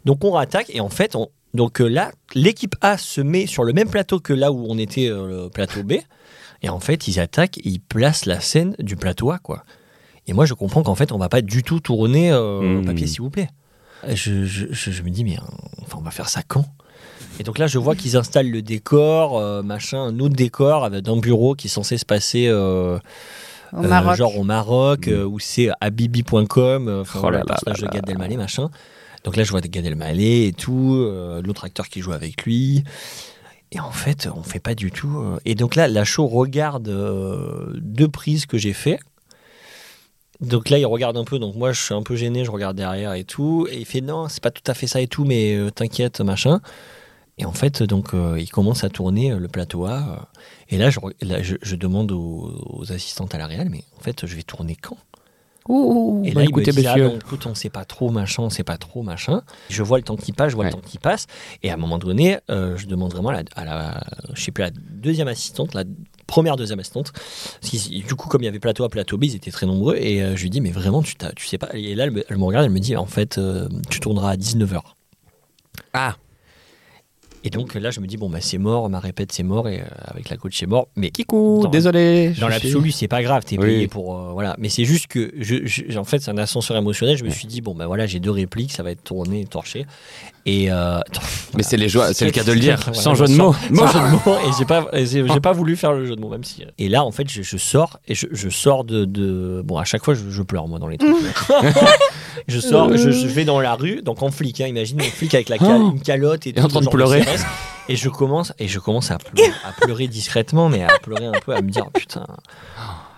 Speaker 1: Donc on rattaque et en fait, on, donc euh, là, l'équipe A se met sur le même plateau que là où on était euh, le plateau B. Et en fait, ils attaquent et ils placent la scène du plateau A, quoi. Et moi, je comprends qu'en fait, on va pas du tout tourner euh,
Speaker 4: Mhm.
Speaker 1: papier, s'il vous plaît. Je, je, je- je me dis, mais euh, enfin, on va faire ça quand Et donc là, je vois qu'ils installent le décor, euh, machin, un autre décor avec- d'un bureau qui est censé se passer euh,
Speaker 2: Au
Speaker 1: euh,
Speaker 2: Maroc.
Speaker 1: genre au Maroc, euh, où c'est habibi.com, euh, enfin,
Speaker 4: Oh
Speaker 1: voilà,
Speaker 4: là
Speaker 1: le
Speaker 4: là
Speaker 1: personnage
Speaker 4: là
Speaker 1: de Gad Elmaleh, machin. Donc là, je vois Gad Elmaleh et tout, euh, l'autre acteur qui joue avec lui. Et en fait, on fait pas du tout. euh. Et donc là, la show regarde euh, deux prises que j'ai fait. Donc là, il regarde un peu. Donc moi, je suis un peu gêné, je regarde derrière et tout. Et il fait non, c'est pas tout à fait ça et tout, mais euh, t'inquiète, machin. Et en fait, donc, euh, il commence à tourner euh, le plateau A. euh, et là, je, re- là, je, je demande aux, aux assistantes à la réal, mais en fait, je vais tourner quand
Speaker 4: Ouh,
Speaker 1: Et
Speaker 4: bah,
Speaker 1: là, ils me
Speaker 4: écoutez,
Speaker 1: disent, ah,
Speaker 4: monsieur.
Speaker 1: non, écoute, on sait pas trop, machin, on sait pas trop, machin. Je vois le temps qui passe, je vois
Speaker 4: Ouais.
Speaker 1: le temps qui passe. Et à un moment donné, euh, je demande vraiment à la, à la- je sais plus, la deuxième assistante, la première deuxième assistante. Parce qu'ils- du coup, comme il y avait plateau à plateau B, ils étaient très nombreux. Et euh, je lui dis, mais vraiment, tu, t'as- tu sais pas. Et là, elle me, elle me regarde, elle me dit, en fait, euh, tu tourneras à 19h.
Speaker 4: Ah,
Speaker 1: Et donc là, je me dis, bon, bah, c'est mort, ma répète, c'est mort, et euh, avec la coach, c'est mort. Mais
Speaker 4: Kikou,
Speaker 1: Dans-
Speaker 4: désolé. je
Speaker 1: dans
Speaker 4: suis-
Speaker 1: l'absolu, c'est pas grave, t'es
Speaker 4: Oui.
Speaker 1: payé pour. euh, voilà. Mais c'est juste que, je, je- en fait, c'est un ascenseur émotionnel. Je me
Speaker 4: Ouais.
Speaker 1: suis dit, bon, ben voilà, j'ai deux répliques, ça va être tourné, torché. Et. euh, attends,
Speaker 4: Mais c'est les joies- c'est le cas de le
Speaker 1: Voilà,
Speaker 4: dire, sans jeu de
Speaker 1: sans-
Speaker 4: mots.
Speaker 1: sans jeu de mots, et j'ai pas, et j'ai j'ai pas voulu faire le jeu de mots, même si. Et là, en fait, je, je sors, et je, je sors de, de- Bon, à chaque fois, je, je pleure, moi, dans les trucs. je sors, je, je vais dans la rue, donc en flic, hein, imagine, en flic avec la cale-
Speaker 4: Oh.
Speaker 1: une calotte et
Speaker 4: Et en train de
Speaker 1: genre
Speaker 4: pleurer.
Speaker 1: CRS. Et je commence, et je commence à pleurer, à pleurer discrètement, mais à pleurer un peu, à me dire, oh, putain.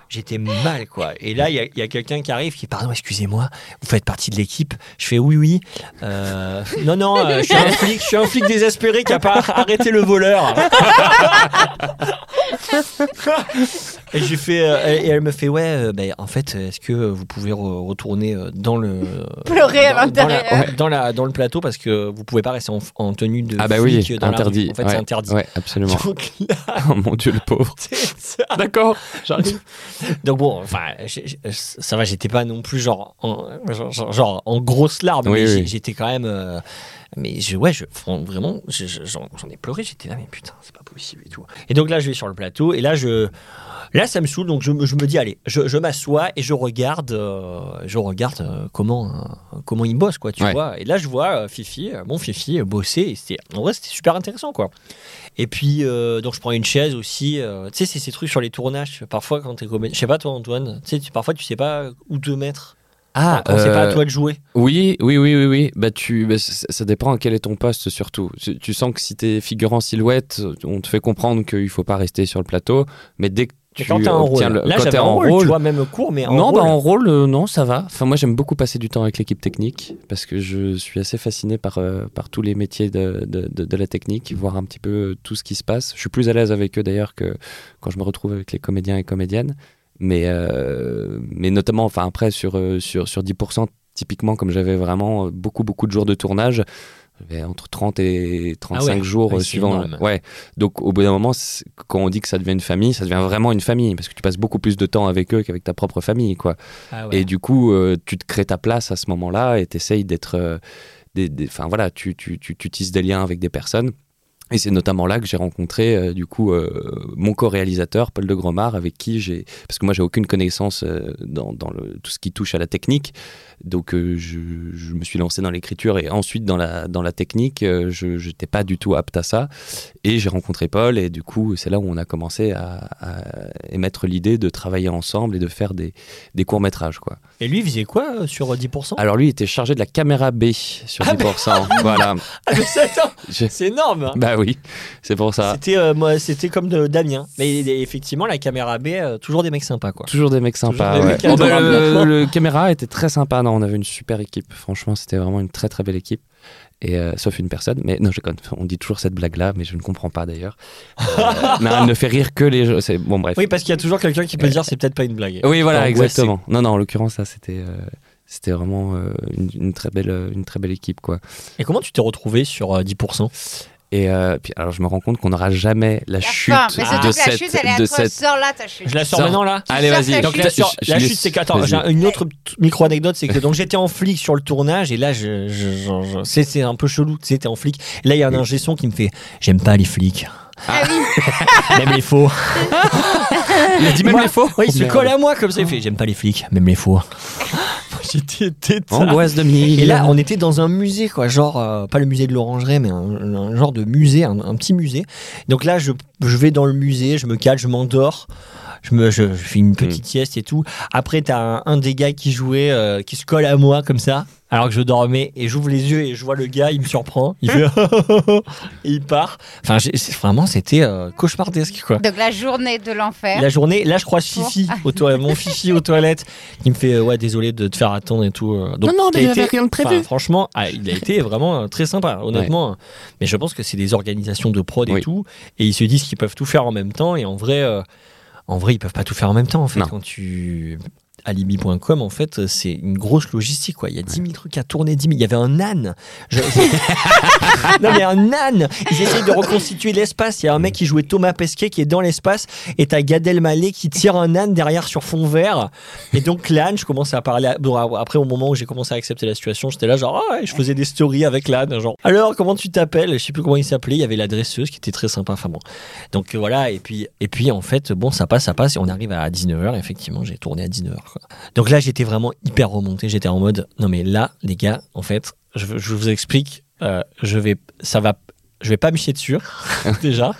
Speaker 1: J'étais mal, quoi. Et là, il y a, il y a quelqu'un qui arrive qui dit Pardon, excusez-moi, vous faites partie de l'équipe Je fais Oui, oui. Euh, non, non, euh, je, suis un flic, je suis un flic désespéré qui a pas arrêté le voleur. et, j'ai fait, euh, et et elle me fait Ouais, euh, ben, en fait, est-ce que vous pouvez re- retourner euh, dans le.
Speaker 2: Pleurer à
Speaker 1: dans- dans la-
Speaker 2: l'intérieur.
Speaker 1: dans, la, dans le plateau parce que vous pouvez pas rester en, en tenue de
Speaker 4: Ah bah
Speaker 1: flic
Speaker 4: oui,
Speaker 1: dans la rue.
Speaker 4: interdit.
Speaker 1: En fait,
Speaker 4: Ouais,
Speaker 1: c'est interdit.
Speaker 4: Ouais, absolument.
Speaker 1: Donc, là,
Speaker 4: Oh mon dieu, le pauvre.
Speaker 1: c'est ça.
Speaker 4: D'accord.
Speaker 1: Donc bon, enfin, j'ai- j'ai- euh, ça va, j'étais pas non plus genre en, genre, genre- genre en grosse larme,
Speaker 4: Oui,
Speaker 1: mais j'ai-
Speaker 4: oui.
Speaker 1: j'étais quand même. euh, mais je, ouais, je, fran- vraiment, je- je- j'en j'en ai pleuré, j'étais là, mais putain, c'est pas possible et tout. Et donc là, je vais sur le plateau, et là, je, là ça me saoule, donc je, me- je me dis, allez, je, je m'assois et je regarde, euh, je regarde euh, comment, euh, comment il bosse, quoi, tu
Speaker 4: Ouais.
Speaker 1: vois. Et là, je vois euh, Fifi, euh, mon Fifi, euh, bosser, et c'était- en vrai, c'était super intéressant, quoi. Et puis, euh, donc je prends une chaise aussi. euh, tu sais, c'est ces trucs sur les tournages. Parfois, quand t'es comédien. Je sais pas, toi, Antoine. Tu sais, tu- parfois, tu sais pas où te mettre.
Speaker 4: Ah,
Speaker 1: Quand c'est
Speaker 4: euh,
Speaker 1: pas à toi de jouer.
Speaker 4: Oui, oui, oui, oui, oui. Bah, tu, bah, c- ça dépend à quel est ton poste surtout. Tu tu sens que si t'es figurant silhouette, on te fait comprendre qu'il faut pas rester sur le plateau. Mais dès que tu
Speaker 1: Mais quand t'es en rôle.
Speaker 4: obtiens le-
Speaker 1: Là,
Speaker 4: quand
Speaker 1: j'avais
Speaker 4: t'es
Speaker 1: un
Speaker 4: en
Speaker 1: rôle,
Speaker 4: rôle,
Speaker 1: Tu vois, même court, mais en
Speaker 4: non,
Speaker 1: rôle.
Speaker 4: bah, en rôle, euh, non, ça va. Enfin, moi, j'aime beaucoup passer du temps avec l'équipe technique parce que je suis assez fasciné par, euh, par tous les métiers de, de- de- de la technique, voir un petit peu euh, tout ce qui se passe. Je suis plus à l'aise avec eux d'ailleurs que quand je me retrouve avec les comédiens et comédiennes. Mais, euh, mais notamment, enfin, après, sur, euh, sur, sur 10%, typiquement, comme j'avais vraiment euh, beaucoup, beaucoup de jours de tournage, j'avais entre 30 et 35
Speaker 1: Ah ouais.
Speaker 4: jours
Speaker 1: Ouais,
Speaker 4: euh,
Speaker 1: c'est
Speaker 4: suivant.
Speaker 1: énorme.
Speaker 4: Ouais. Donc, au bout d'un moment, c'est- quand on dit que ça devient une famille, ça devient vraiment une famille parce que tu passes beaucoup plus de temps avec eux qu'avec ta propre famille, quoi.
Speaker 1: Ah ouais.
Speaker 4: Et du coup, euh, tu te crées ta place à ce moment-là et t'essayes d'être. euh, des- des- Enfin voilà, tu, tu, tu, tu tisses des liens avec des personnes. Et c'est notamment là que j'ai rencontré euh, du coup euh, mon co-réalisateur Paul de Gromard avec qui j'ai parce que moi j'ai aucune connaissance euh, dans, dans le, tout ce qui touche à la technique donc euh, je, je me suis lancé dans l'écriture et ensuite dans la dans la technique euh, je n'étais pas du tout apte à ça et j'ai rencontré Paul et du coup c'est là où on a commencé à, à émettre l'idée de travailler ensemble et de faire des, des courts métrages quoi
Speaker 1: Et lui, il faisait quoi euh, sur euh, 10%
Speaker 4: alors lui, il était chargé de la caméra B sur
Speaker 1: Ah,
Speaker 4: 10%. voilà.
Speaker 1: Ah, mais c'est- attends,
Speaker 4: Je-
Speaker 1: C'est énorme. hein.
Speaker 4: Bah oui, c'est pour ça.
Speaker 1: C'était euh, moi, c'était comme de Damien. Mais il- effectivement, la caméra B, euh, toujours des mecs sympas, quoi.
Speaker 4: Toujours des mecs sympas.
Speaker 1: des
Speaker 4: ouais.
Speaker 1: mecs adorables.
Speaker 4: le, le caméra était très sympa. Non, on avait une super équipe. Franchement, c'était vraiment une très très belle équipe. Et euh, sauf une personne, mais non, je déconne. On dit toujours cette blague-là, mais je ne comprends pas d'ailleurs. Euh, non, elle ne fait rire que les gens. c'est- Bon, bref.
Speaker 1: Oui, parce qu'il y a toujours quelqu'un qui peut dire c'est peut-être pas une blague.
Speaker 4: Oui, voilà,
Speaker 1: Angoissé.
Speaker 4: exactement. Non, non, en l'occurrence, ça, c'était. euh, C'était vraiment euh, une, une très belle, euh, une très belle équipe, quoi.
Speaker 1: Et comment tu t'es retrouvé sur euh, 10%
Speaker 4: Et euh, puis, alors, je me rends compte qu'on n'aura jamais la chute
Speaker 2: Enfin, mais surtout
Speaker 4: de
Speaker 2: que la
Speaker 4: cette,
Speaker 2: chute, elle est
Speaker 4: de
Speaker 2: atroce.
Speaker 4: cette
Speaker 2: Sors là, ta chute.
Speaker 1: Je la sors
Speaker 4: Sors.
Speaker 1: maintenant là.
Speaker 4: Allez,
Speaker 2: Sors
Speaker 4: vas-y.
Speaker 2: ta
Speaker 1: Donc
Speaker 2: chute.
Speaker 1: la, sur-
Speaker 4: Je- je
Speaker 1: la
Speaker 4: laisse-
Speaker 1: chute, c'est que attends,
Speaker 4: vas-y.
Speaker 1: j'ai une autre petite micro-anecdote, c'est que donc j'étais en flic sur le tournage et là, je, je- je- je- c'est c'est un peu chelou, tu sais, t'es en flic. Là, il y a un ingé son qui me fait J'aime pas les flics. même les faux.
Speaker 4: Il a dit même
Speaker 1: Moi-
Speaker 4: les faux euh,
Speaker 1: Ouais, il se
Speaker 4: Merde.
Speaker 1: colle à moi comme ça, il fait J'aime pas les flics, même les faux. Moi, J'étais tétard.
Speaker 4: Angoisse de mille.
Speaker 1: Et là, on était dans un musée, quoi, genre, euh, pas le musée de l'Orangerie, mais un, un genre de musée, un, un petit musée. Donc là, je, je vais dans le musée, je me cale, je m'endors, je, me, je, je fais une petite sieste et tout. Après, t'as un, un des gars qui jouait, euh, qui se colle à moi, comme ça. alors que je dormais et j'ouvre les yeux et je vois le gars, il me surprend, il fait et il part. Enfin, j'ai- c'est- vraiment, c'était euh, cauchemardesque quoi.
Speaker 2: Donc la journée de l'enfer.
Speaker 1: La journée, là je croise Fifi, aux toilettes- mon Fifi aux toilettes, il me fait euh, ouais désolé de te faire attendre et tout. euh. Donc,
Speaker 4: Non, non, mais
Speaker 1: il a
Speaker 4: j'avais
Speaker 1: été-
Speaker 4: rien de prévu.
Speaker 1: enfin, Franchement, ah, il a été vraiment euh, très sympa, honnêtement. Mais je pense que c'est des organisations de prod et
Speaker 4: Oui.
Speaker 1: tout, et ils se disent qu'ils peuvent tout faire en même temps. Et en vrai, euh, en vrai, ils peuvent pas tout faire en même temps. En fait,
Speaker 4: Non.
Speaker 1: quand tu Alibi.com, en fait, c'est une grosse logistique. Quoi. Il y a 10 000 trucs à tourner. 10 000. Il y avait un âne. Je- je- non, mais un âne. Ils essayent de reconstituer l'espace. Il y a un mec qui jouait Thomas Pesquet qui est dans l'espace. Et t'as Gad Elmaleh qui tire un âne derrière sur fond vert. Et donc, l'âne, je commence à parler. à- bon, après, au moment où j'ai commencé à accepter la situation, j'étais là, genre, ah ouais, je faisais des stories avec l'âne. Genre, alors, comment tu t'appelles Je sais plus comment il s'appelait. Il y avait la dresseuse qui était très sympa. Enfin bon. Donc euh, voilà, et puis, et puis en fait, bon, ça passe, ça passe, et on arrive à 19h, effectivement, j'ai tourné à 19h. quoi. Donc là, j'étais vraiment hyper remonté, j'étais en mode, non mais là, les gars, en fait, je, je vous explique, euh, je vais, ça va, je vais pas me chier dessus, déjà,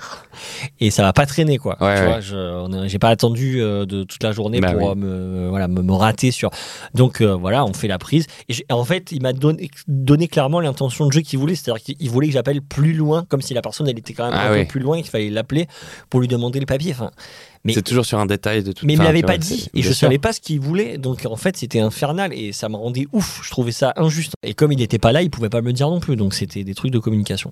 Speaker 1: et ça va pas traîner, quoi.
Speaker 4: Ouais,
Speaker 1: tu
Speaker 4: ouais.
Speaker 1: vois, je- on a- j'ai pas attendu euh, de toute la journée
Speaker 4: Bah
Speaker 1: pour
Speaker 4: oui.
Speaker 1: euh, me, voilà, me, me rater sur. Donc euh, voilà, on fait la prise, et, j'ai- en fait, il m'a donné, donné clairement l'intention de jeu qu'il voulait, c'est-à-dire qu'il voulait que j'appelle plus loin, comme si la personne, elle était quand même
Speaker 4: Ah
Speaker 1: un
Speaker 4: oui.
Speaker 1: peu plus loin et qu'il fallait l'appeler pour lui demander le papier. Enfin, mais
Speaker 4: C'est toujours sur un détail de tout.
Speaker 1: mais il me
Speaker 4: enfin,
Speaker 1: l'avait
Speaker 4: tu
Speaker 1: pas
Speaker 4: vois, c'est-
Speaker 1: dit et
Speaker 4: bien
Speaker 1: je
Speaker 4: sûr.
Speaker 1: savais pas ce qu'il voulait. Donc en fait, c'était infernal et ça me rendait ouf. Je trouvais ça injuste. Et comme il n'était pas là, il pouvait pas me le dire non plus. Donc c'était des trucs de communication.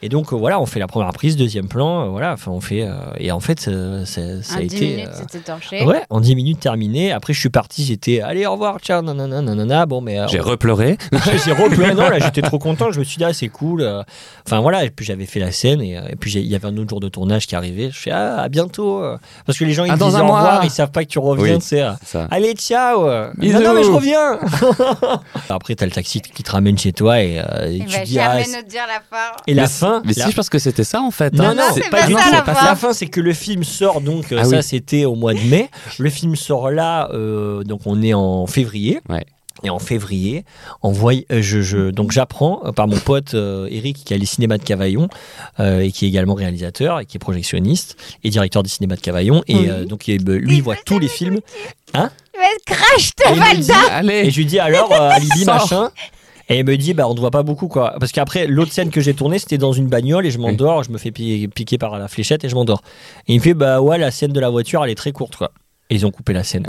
Speaker 1: Et donc euh, voilà, on fait la première prise, deuxième plan. euh, voilà, enfin on fait. euh, et en fait, euh, ça, ça
Speaker 2: en
Speaker 1: a
Speaker 2: 10
Speaker 1: été.
Speaker 2: minutes,
Speaker 1: euh,
Speaker 2: c'était torché.
Speaker 1: Ouais, en 10 minutes terminé. Après, je suis parti, j'étais allez, au revoir, ciao, nanana, nanana. Bon, mais euh,
Speaker 4: J'ai repleuré.
Speaker 1: j'ai repleuré. Non, là, j'étais trop content. Je me suis dit, ah, c'est cool. Euh, Enfin, voilà. Et puis, j'avais fait la scène. Et, euh, et puis, j'ai- il y avait un autre jour de tournage qui arrivait. Je fais, ah, à bientôt. euh. Parce que les gens, ils
Speaker 4: Ah,
Speaker 1: me
Speaker 4: dans
Speaker 1: disent
Speaker 4: un
Speaker 1: au
Speaker 4: mois.
Speaker 1: revoir. Ils savent pas que tu reviens.
Speaker 4: Oui.
Speaker 1: tu sais, euh,
Speaker 4: C'est ça.
Speaker 1: Allez, ciao. euh.
Speaker 4: Bisous.
Speaker 1: Non, non, mais je reviens. Après, t'as le taxi qui te ramène chez toi. Et, euh, et
Speaker 2: Il
Speaker 1: tu
Speaker 2: va
Speaker 1: dis, ah,
Speaker 2: jamais
Speaker 1: c'est-
Speaker 2: nous dire la fin.
Speaker 1: et la
Speaker 4: Mais-
Speaker 1: fin.
Speaker 4: Mais
Speaker 1: la-
Speaker 4: si, je pense que c'était ça en fait.
Speaker 1: non,
Speaker 4: hein.
Speaker 1: non,
Speaker 2: c'est
Speaker 1: c'est pas
Speaker 2: pas
Speaker 1: du tout.
Speaker 2: ça, la fin.
Speaker 1: La fin, c'est que le film sort, donc euh,
Speaker 4: Ah
Speaker 1: ça,
Speaker 4: oui.
Speaker 1: c'était au mois de mai. Le film sort là, euh, donc on est en février.
Speaker 4: Ouais.
Speaker 1: Et en février, on voit, euh, je, je- donc j'apprends euh, par mon pote euh, Eric qui a les cinémas de Cavaillon euh, et qui est également réalisateur et qui est projectionniste et directeur des cinémas de Cavaillon et
Speaker 2: Oui.
Speaker 1: euh, donc il, bah, lui il voit tous les films
Speaker 2: Il va être crash de
Speaker 1: Et il me
Speaker 2: Valda.
Speaker 1: et
Speaker 4: Allez.
Speaker 1: je lui dis alors euh, Alibi
Speaker 4: Sors.
Speaker 1: machin et il me dit bah on ne voit pas beaucoup quoi parce qu'après l'autre scène que j'ai tournée c'était dans une bagnole et je m'endors je me fais pi- piquer par la fléchette et je m'endors et il me fait bah ouais la scène de la voiture elle est très courte quoi et ils ont coupé la scène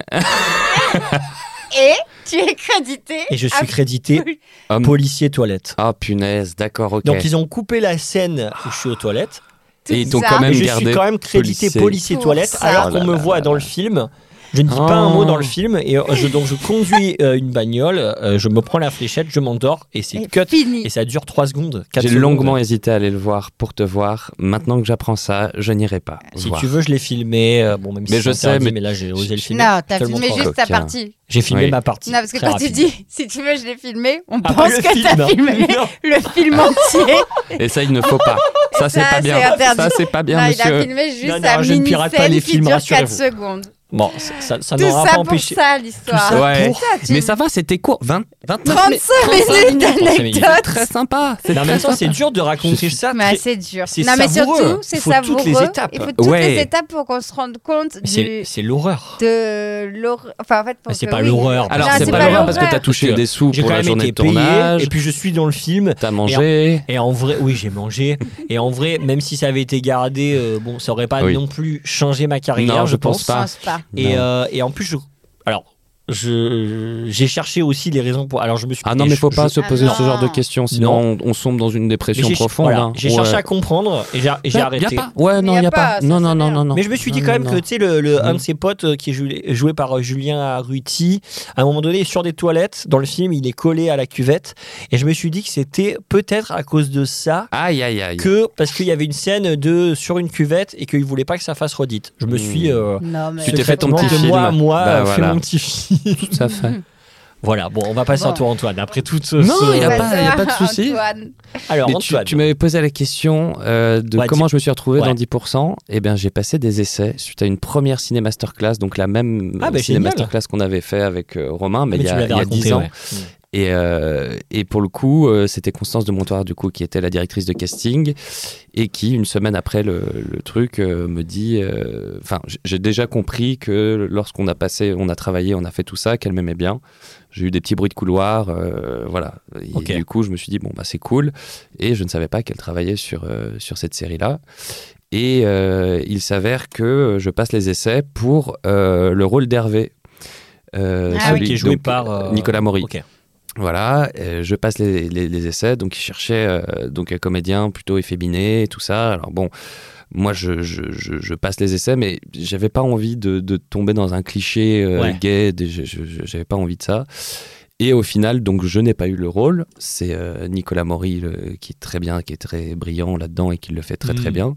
Speaker 2: Et tu es crédité.
Speaker 1: et je suis
Speaker 2: à-
Speaker 1: crédité
Speaker 4: Homme.
Speaker 1: policier toilette
Speaker 4: Ah punaise, d'accord, ok.
Speaker 1: donc ils ont coupé la scène où je suis aux toilettes
Speaker 4: Et ils t'ont
Speaker 2: ça.
Speaker 4: quand
Speaker 1: mais
Speaker 4: Ah. même
Speaker 1: je suis
Speaker 4: gardé.
Speaker 1: quand même crédité
Speaker 4: policier.
Speaker 1: policier
Speaker 2: Pour
Speaker 1: toilette
Speaker 2: ça.
Speaker 1: alors
Speaker 4: Oh là
Speaker 1: qu'on me
Speaker 4: là
Speaker 1: voit
Speaker 4: là
Speaker 1: dans le film je ne dis pas un
Speaker 4: Oh.
Speaker 1: mot dans le film et euh, je, donc je conduis euh, une bagnole euh, je me prends la fléchette je m'endors et c'est
Speaker 2: Et
Speaker 1: cut
Speaker 2: fini.
Speaker 1: et ça dure 3 secondes 4
Speaker 4: J'ai
Speaker 1: secondes.
Speaker 4: longuement hésité à aller le voir pour te voir. Maintenant que j'apprends ça, je n'irai pas.
Speaker 1: Si
Speaker 4: voir.
Speaker 1: tu veux, je l'ai filmé. euh, Bon, même si
Speaker 4: Mais je
Speaker 1: c'est
Speaker 4: sais,
Speaker 1: interdit,
Speaker 4: mais-
Speaker 1: là, j'ai osé le filmer.
Speaker 2: Non,
Speaker 1: Je
Speaker 2: t'as
Speaker 1: te le
Speaker 2: filmé
Speaker 1: montre
Speaker 2: juste
Speaker 1: encore.
Speaker 2: ta
Speaker 4: Coquin.
Speaker 2: partie.
Speaker 1: J'ai filmé
Speaker 4: Oui. Ah,
Speaker 1: ma partie.
Speaker 2: Non, parce que
Speaker 1: très
Speaker 2: quand
Speaker 1: rapide.
Speaker 2: tu dis, si tu veux, je l'ai filmé, on
Speaker 1: Après
Speaker 2: pense
Speaker 1: Ah, le
Speaker 2: que
Speaker 1: film. hein.
Speaker 2: t'as
Speaker 4: hein.
Speaker 2: filmé
Speaker 1: Non.
Speaker 2: le film entier.
Speaker 4: Et ça, il ne faut pas. Ça, c'est
Speaker 2: Ça,
Speaker 4: pas
Speaker 2: c'est
Speaker 4: bien.
Speaker 2: interdit.
Speaker 4: Ça, c'est pas bien,
Speaker 2: non, il a
Speaker 4: monsieur.
Speaker 2: filmé juste
Speaker 1: Non, non,
Speaker 2: sa
Speaker 1: je ne pirate pas
Speaker 2: mini-scène
Speaker 1: les
Speaker 2: qui
Speaker 1: films,
Speaker 2: dure 4
Speaker 1: rassurez-vous.
Speaker 2: secondes.
Speaker 1: Bon, ça- ça, ça
Speaker 2: Tout
Speaker 1: n'aura
Speaker 2: ça
Speaker 1: pas
Speaker 2: pour
Speaker 1: empêché.
Speaker 2: ça,
Speaker 1: Tout
Speaker 2: l'histoire.
Speaker 4: Ouais.
Speaker 1: pour-
Speaker 2: Ça, tu-
Speaker 4: Mais ça va, c'était court. 20, 29
Speaker 2: 35 minutes
Speaker 4: Très
Speaker 2: d'anecdotes.
Speaker 4: sympa. C'est
Speaker 1: Mais en
Speaker 4: très
Speaker 1: même temps,
Speaker 4: sympa.
Speaker 1: c'est dur de raconter
Speaker 4: Je
Speaker 1: ça.
Speaker 2: Mais
Speaker 1: très-
Speaker 2: c'est dur.
Speaker 1: c'est
Speaker 2: non, mais
Speaker 1: savoureux.
Speaker 2: surtout, c'est
Speaker 1: Il faut toutes
Speaker 2: savoureux.
Speaker 1: les étapes.
Speaker 2: Il faut toutes
Speaker 4: Ouais.
Speaker 2: les étapes pour qu'on se rende compte
Speaker 1: Mais C'est
Speaker 2: du,
Speaker 1: c'est l'horreur.
Speaker 2: de l'horreur. Enfin, en fait, pour
Speaker 1: C'est
Speaker 2: que-
Speaker 1: pas
Speaker 2: oui.
Speaker 1: l'horreur.
Speaker 4: Alors,
Speaker 2: Non,
Speaker 4: c'est
Speaker 2: c'est
Speaker 4: pas
Speaker 2: pas
Speaker 4: grave parce que
Speaker 2: l'horreur.
Speaker 4: t'as touché
Speaker 1: Parce que
Speaker 4: des sous
Speaker 1: J'ai
Speaker 4: pour
Speaker 1: quand
Speaker 4: la
Speaker 1: même
Speaker 4: journée
Speaker 1: été
Speaker 4: de
Speaker 1: payé.
Speaker 4: tournage.
Speaker 1: Et puis, je suis dans le film.
Speaker 4: T'as mangé.
Speaker 1: Et en vrai, oui, j'ai mangé. Et en vrai, même si ça avait été gardé, euh, bon, ça aurait pas
Speaker 4: Oui.
Speaker 1: non plus changé ma carrière,
Speaker 4: Non,
Speaker 1: je
Speaker 4: je
Speaker 1: pense.
Speaker 4: pense
Speaker 2: Je
Speaker 4: pas.
Speaker 2: pense pas.
Speaker 1: Et,
Speaker 4: Non.
Speaker 1: euh, et en plus, je, alors, je, j'ai cherché aussi les raisons pour. Alors, je me suis.
Speaker 4: Ah non,
Speaker 1: et
Speaker 4: mais
Speaker 1: je-
Speaker 4: faut pas
Speaker 1: je-
Speaker 4: se
Speaker 2: Ah
Speaker 4: poser ce
Speaker 2: non.
Speaker 4: genre de questions, sinon on, on sombre dans une
Speaker 1: mais
Speaker 4: dépression
Speaker 1: j'ai-
Speaker 4: profonde.
Speaker 1: voilà,
Speaker 4: hein.
Speaker 1: J'ai
Speaker 4: Ouais.
Speaker 1: cherché à comprendre et j'ai, et j'ai
Speaker 4: Y a-
Speaker 1: arrêté.
Speaker 4: Y a pas. Ouais,
Speaker 2: Mais
Speaker 4: non,
Speaker 2: y a
Speaker 4: y a
Speaker 2: pas,
Speaker 4: pas.
Speaker 2: ça,
Speaker 4: Non,
Speaker 2: c'est
Speaker 4: non, non,
Speaker 2: bien.
Speaker 4: non, non.
Speaker 1: Mais je me suis dit
Speaker 4: Non,
Speaker 1: quand
Speaker 4: non,
Speaker 1: même que
Speaker 4: non.
Speaker 1: tu sais le, le- un
Speaker 4: Mm.
Speaker 1: de ses potes euh, qui est jou- joué par euh, Julien Ruti à un moment donné sur des toilettes dans le film il est collé à la cuvette et je me suis dit que c'était peut-être à cause de ça
Speaker 4: Aïe, aïe, aïe.
Speaker 1: que parce qu'il y avait une scène de sur une cuvette et qu'il voulait pas que ça fasse redite. Je me suis
Speaker 4: Mm.
Speaker 1: euh,
Speaker 2: Non, mais
Speaker 4: Tu t'es fait ton
Speaker 1: secrètement,
Speaker 4: petit
Speaker 1: de
Speaker 4: film.
Speaker 1: moi à moi
Speaker 4: Bah,
Speaker 1: euh, fait
Speaker 4: voilà.
Speaker 1: mon petit film.
Speaker 4: Tout à fait.
Speaker 1: voilà, bon, on va passer à
Speaker 2: Bon.
Speaker 1: toi Antoine après tout ce
Speaker 4: Non,
Speaker 1: ce-
Speaker 4: il y a
Speaker 2: Ça
Speaker 4: pas- il y a
Speaker 2: va,
Speaker 4: pas de souci.
Speaker 2: Antoine.
Speaker 1: Alors
Speaker 4: Mais tu
Speaker 1: Antoine,
Speaker 4: tu m'avais posé la question euh, de
Speaker 1: Ouais,
Speaker 4: comment je me suis retrouvé
Speaker 1: Ouais.
Speaker 4: dans 10%. Eh bien, j'ai passé des essais suite à une première ciné masterclass, donc la même
Speaker 1: Ah, bah,
Speaker 4: ciné
Speaker 1: génial. Ah,
Speaker 4: masterclass qu'on avait fait avec euh, Romain, mais,
Speaker 1: Mais
Speaker 4: il y
Speaker 1: tu
Speaker 4: a,
Speaker 1: me l'avais
Speaker 4: il y a
Speaker 1: raconté,
Speaker 4: 10 ans.
Speaker 1: ouais.
Speaker 4: Et, euh, et pour le coup, euh, c'était Constance de Montoire, du coup, qui était la directrice de casting et qui, une semaine après le, le truc, euh, me dit. euh, Enfin, j- j'ai déjà compris que lorsqu'on a passé, on a travaillé, on a fait tout ça, qu'elle m'aimait bien. J'ai eu des petits bruits de couloir, euh, voilà. Et
Speaker 1: Ok.
Speaker 4: du coup, je me suis dit, bon, bah, c'est cool. Et je ne savais pas qu'elle travaillait sur, euh, sur cette série-là. Et euh, il s'avère que je passe les essais pour euh, le rôle d'Hervé. Euh,
Speaker 2: Ah oui.
Speaker 4: celui
Speaker 1: qui est joué
Speaker 4: donc,
Speaker 1: par euh,
Speaker 4: Nicolas Maury.
Speaker 1: ok.
Speaker 4: Voilà, euh, je passe les, les- les essais, donc il cherchait euh, donc un comédien plutôt efféminé et tout ça. Alors bon, moi je, je- je- je passe les essais, mais j'avais pas envie de, de tomber dans un cliché euh,
Speaker 1: Ouais.
Speaker 4: gay, des- je- je- je- j'avais pas envie de ça. Et au final, donc je n'ai pas eu le rôle. C'est euh, Nicolas Maury le- qui est très bien, qui est très brillant là-dedans et qui le fait très très
Speaker 1: Mhm.
Speaker 4: bien.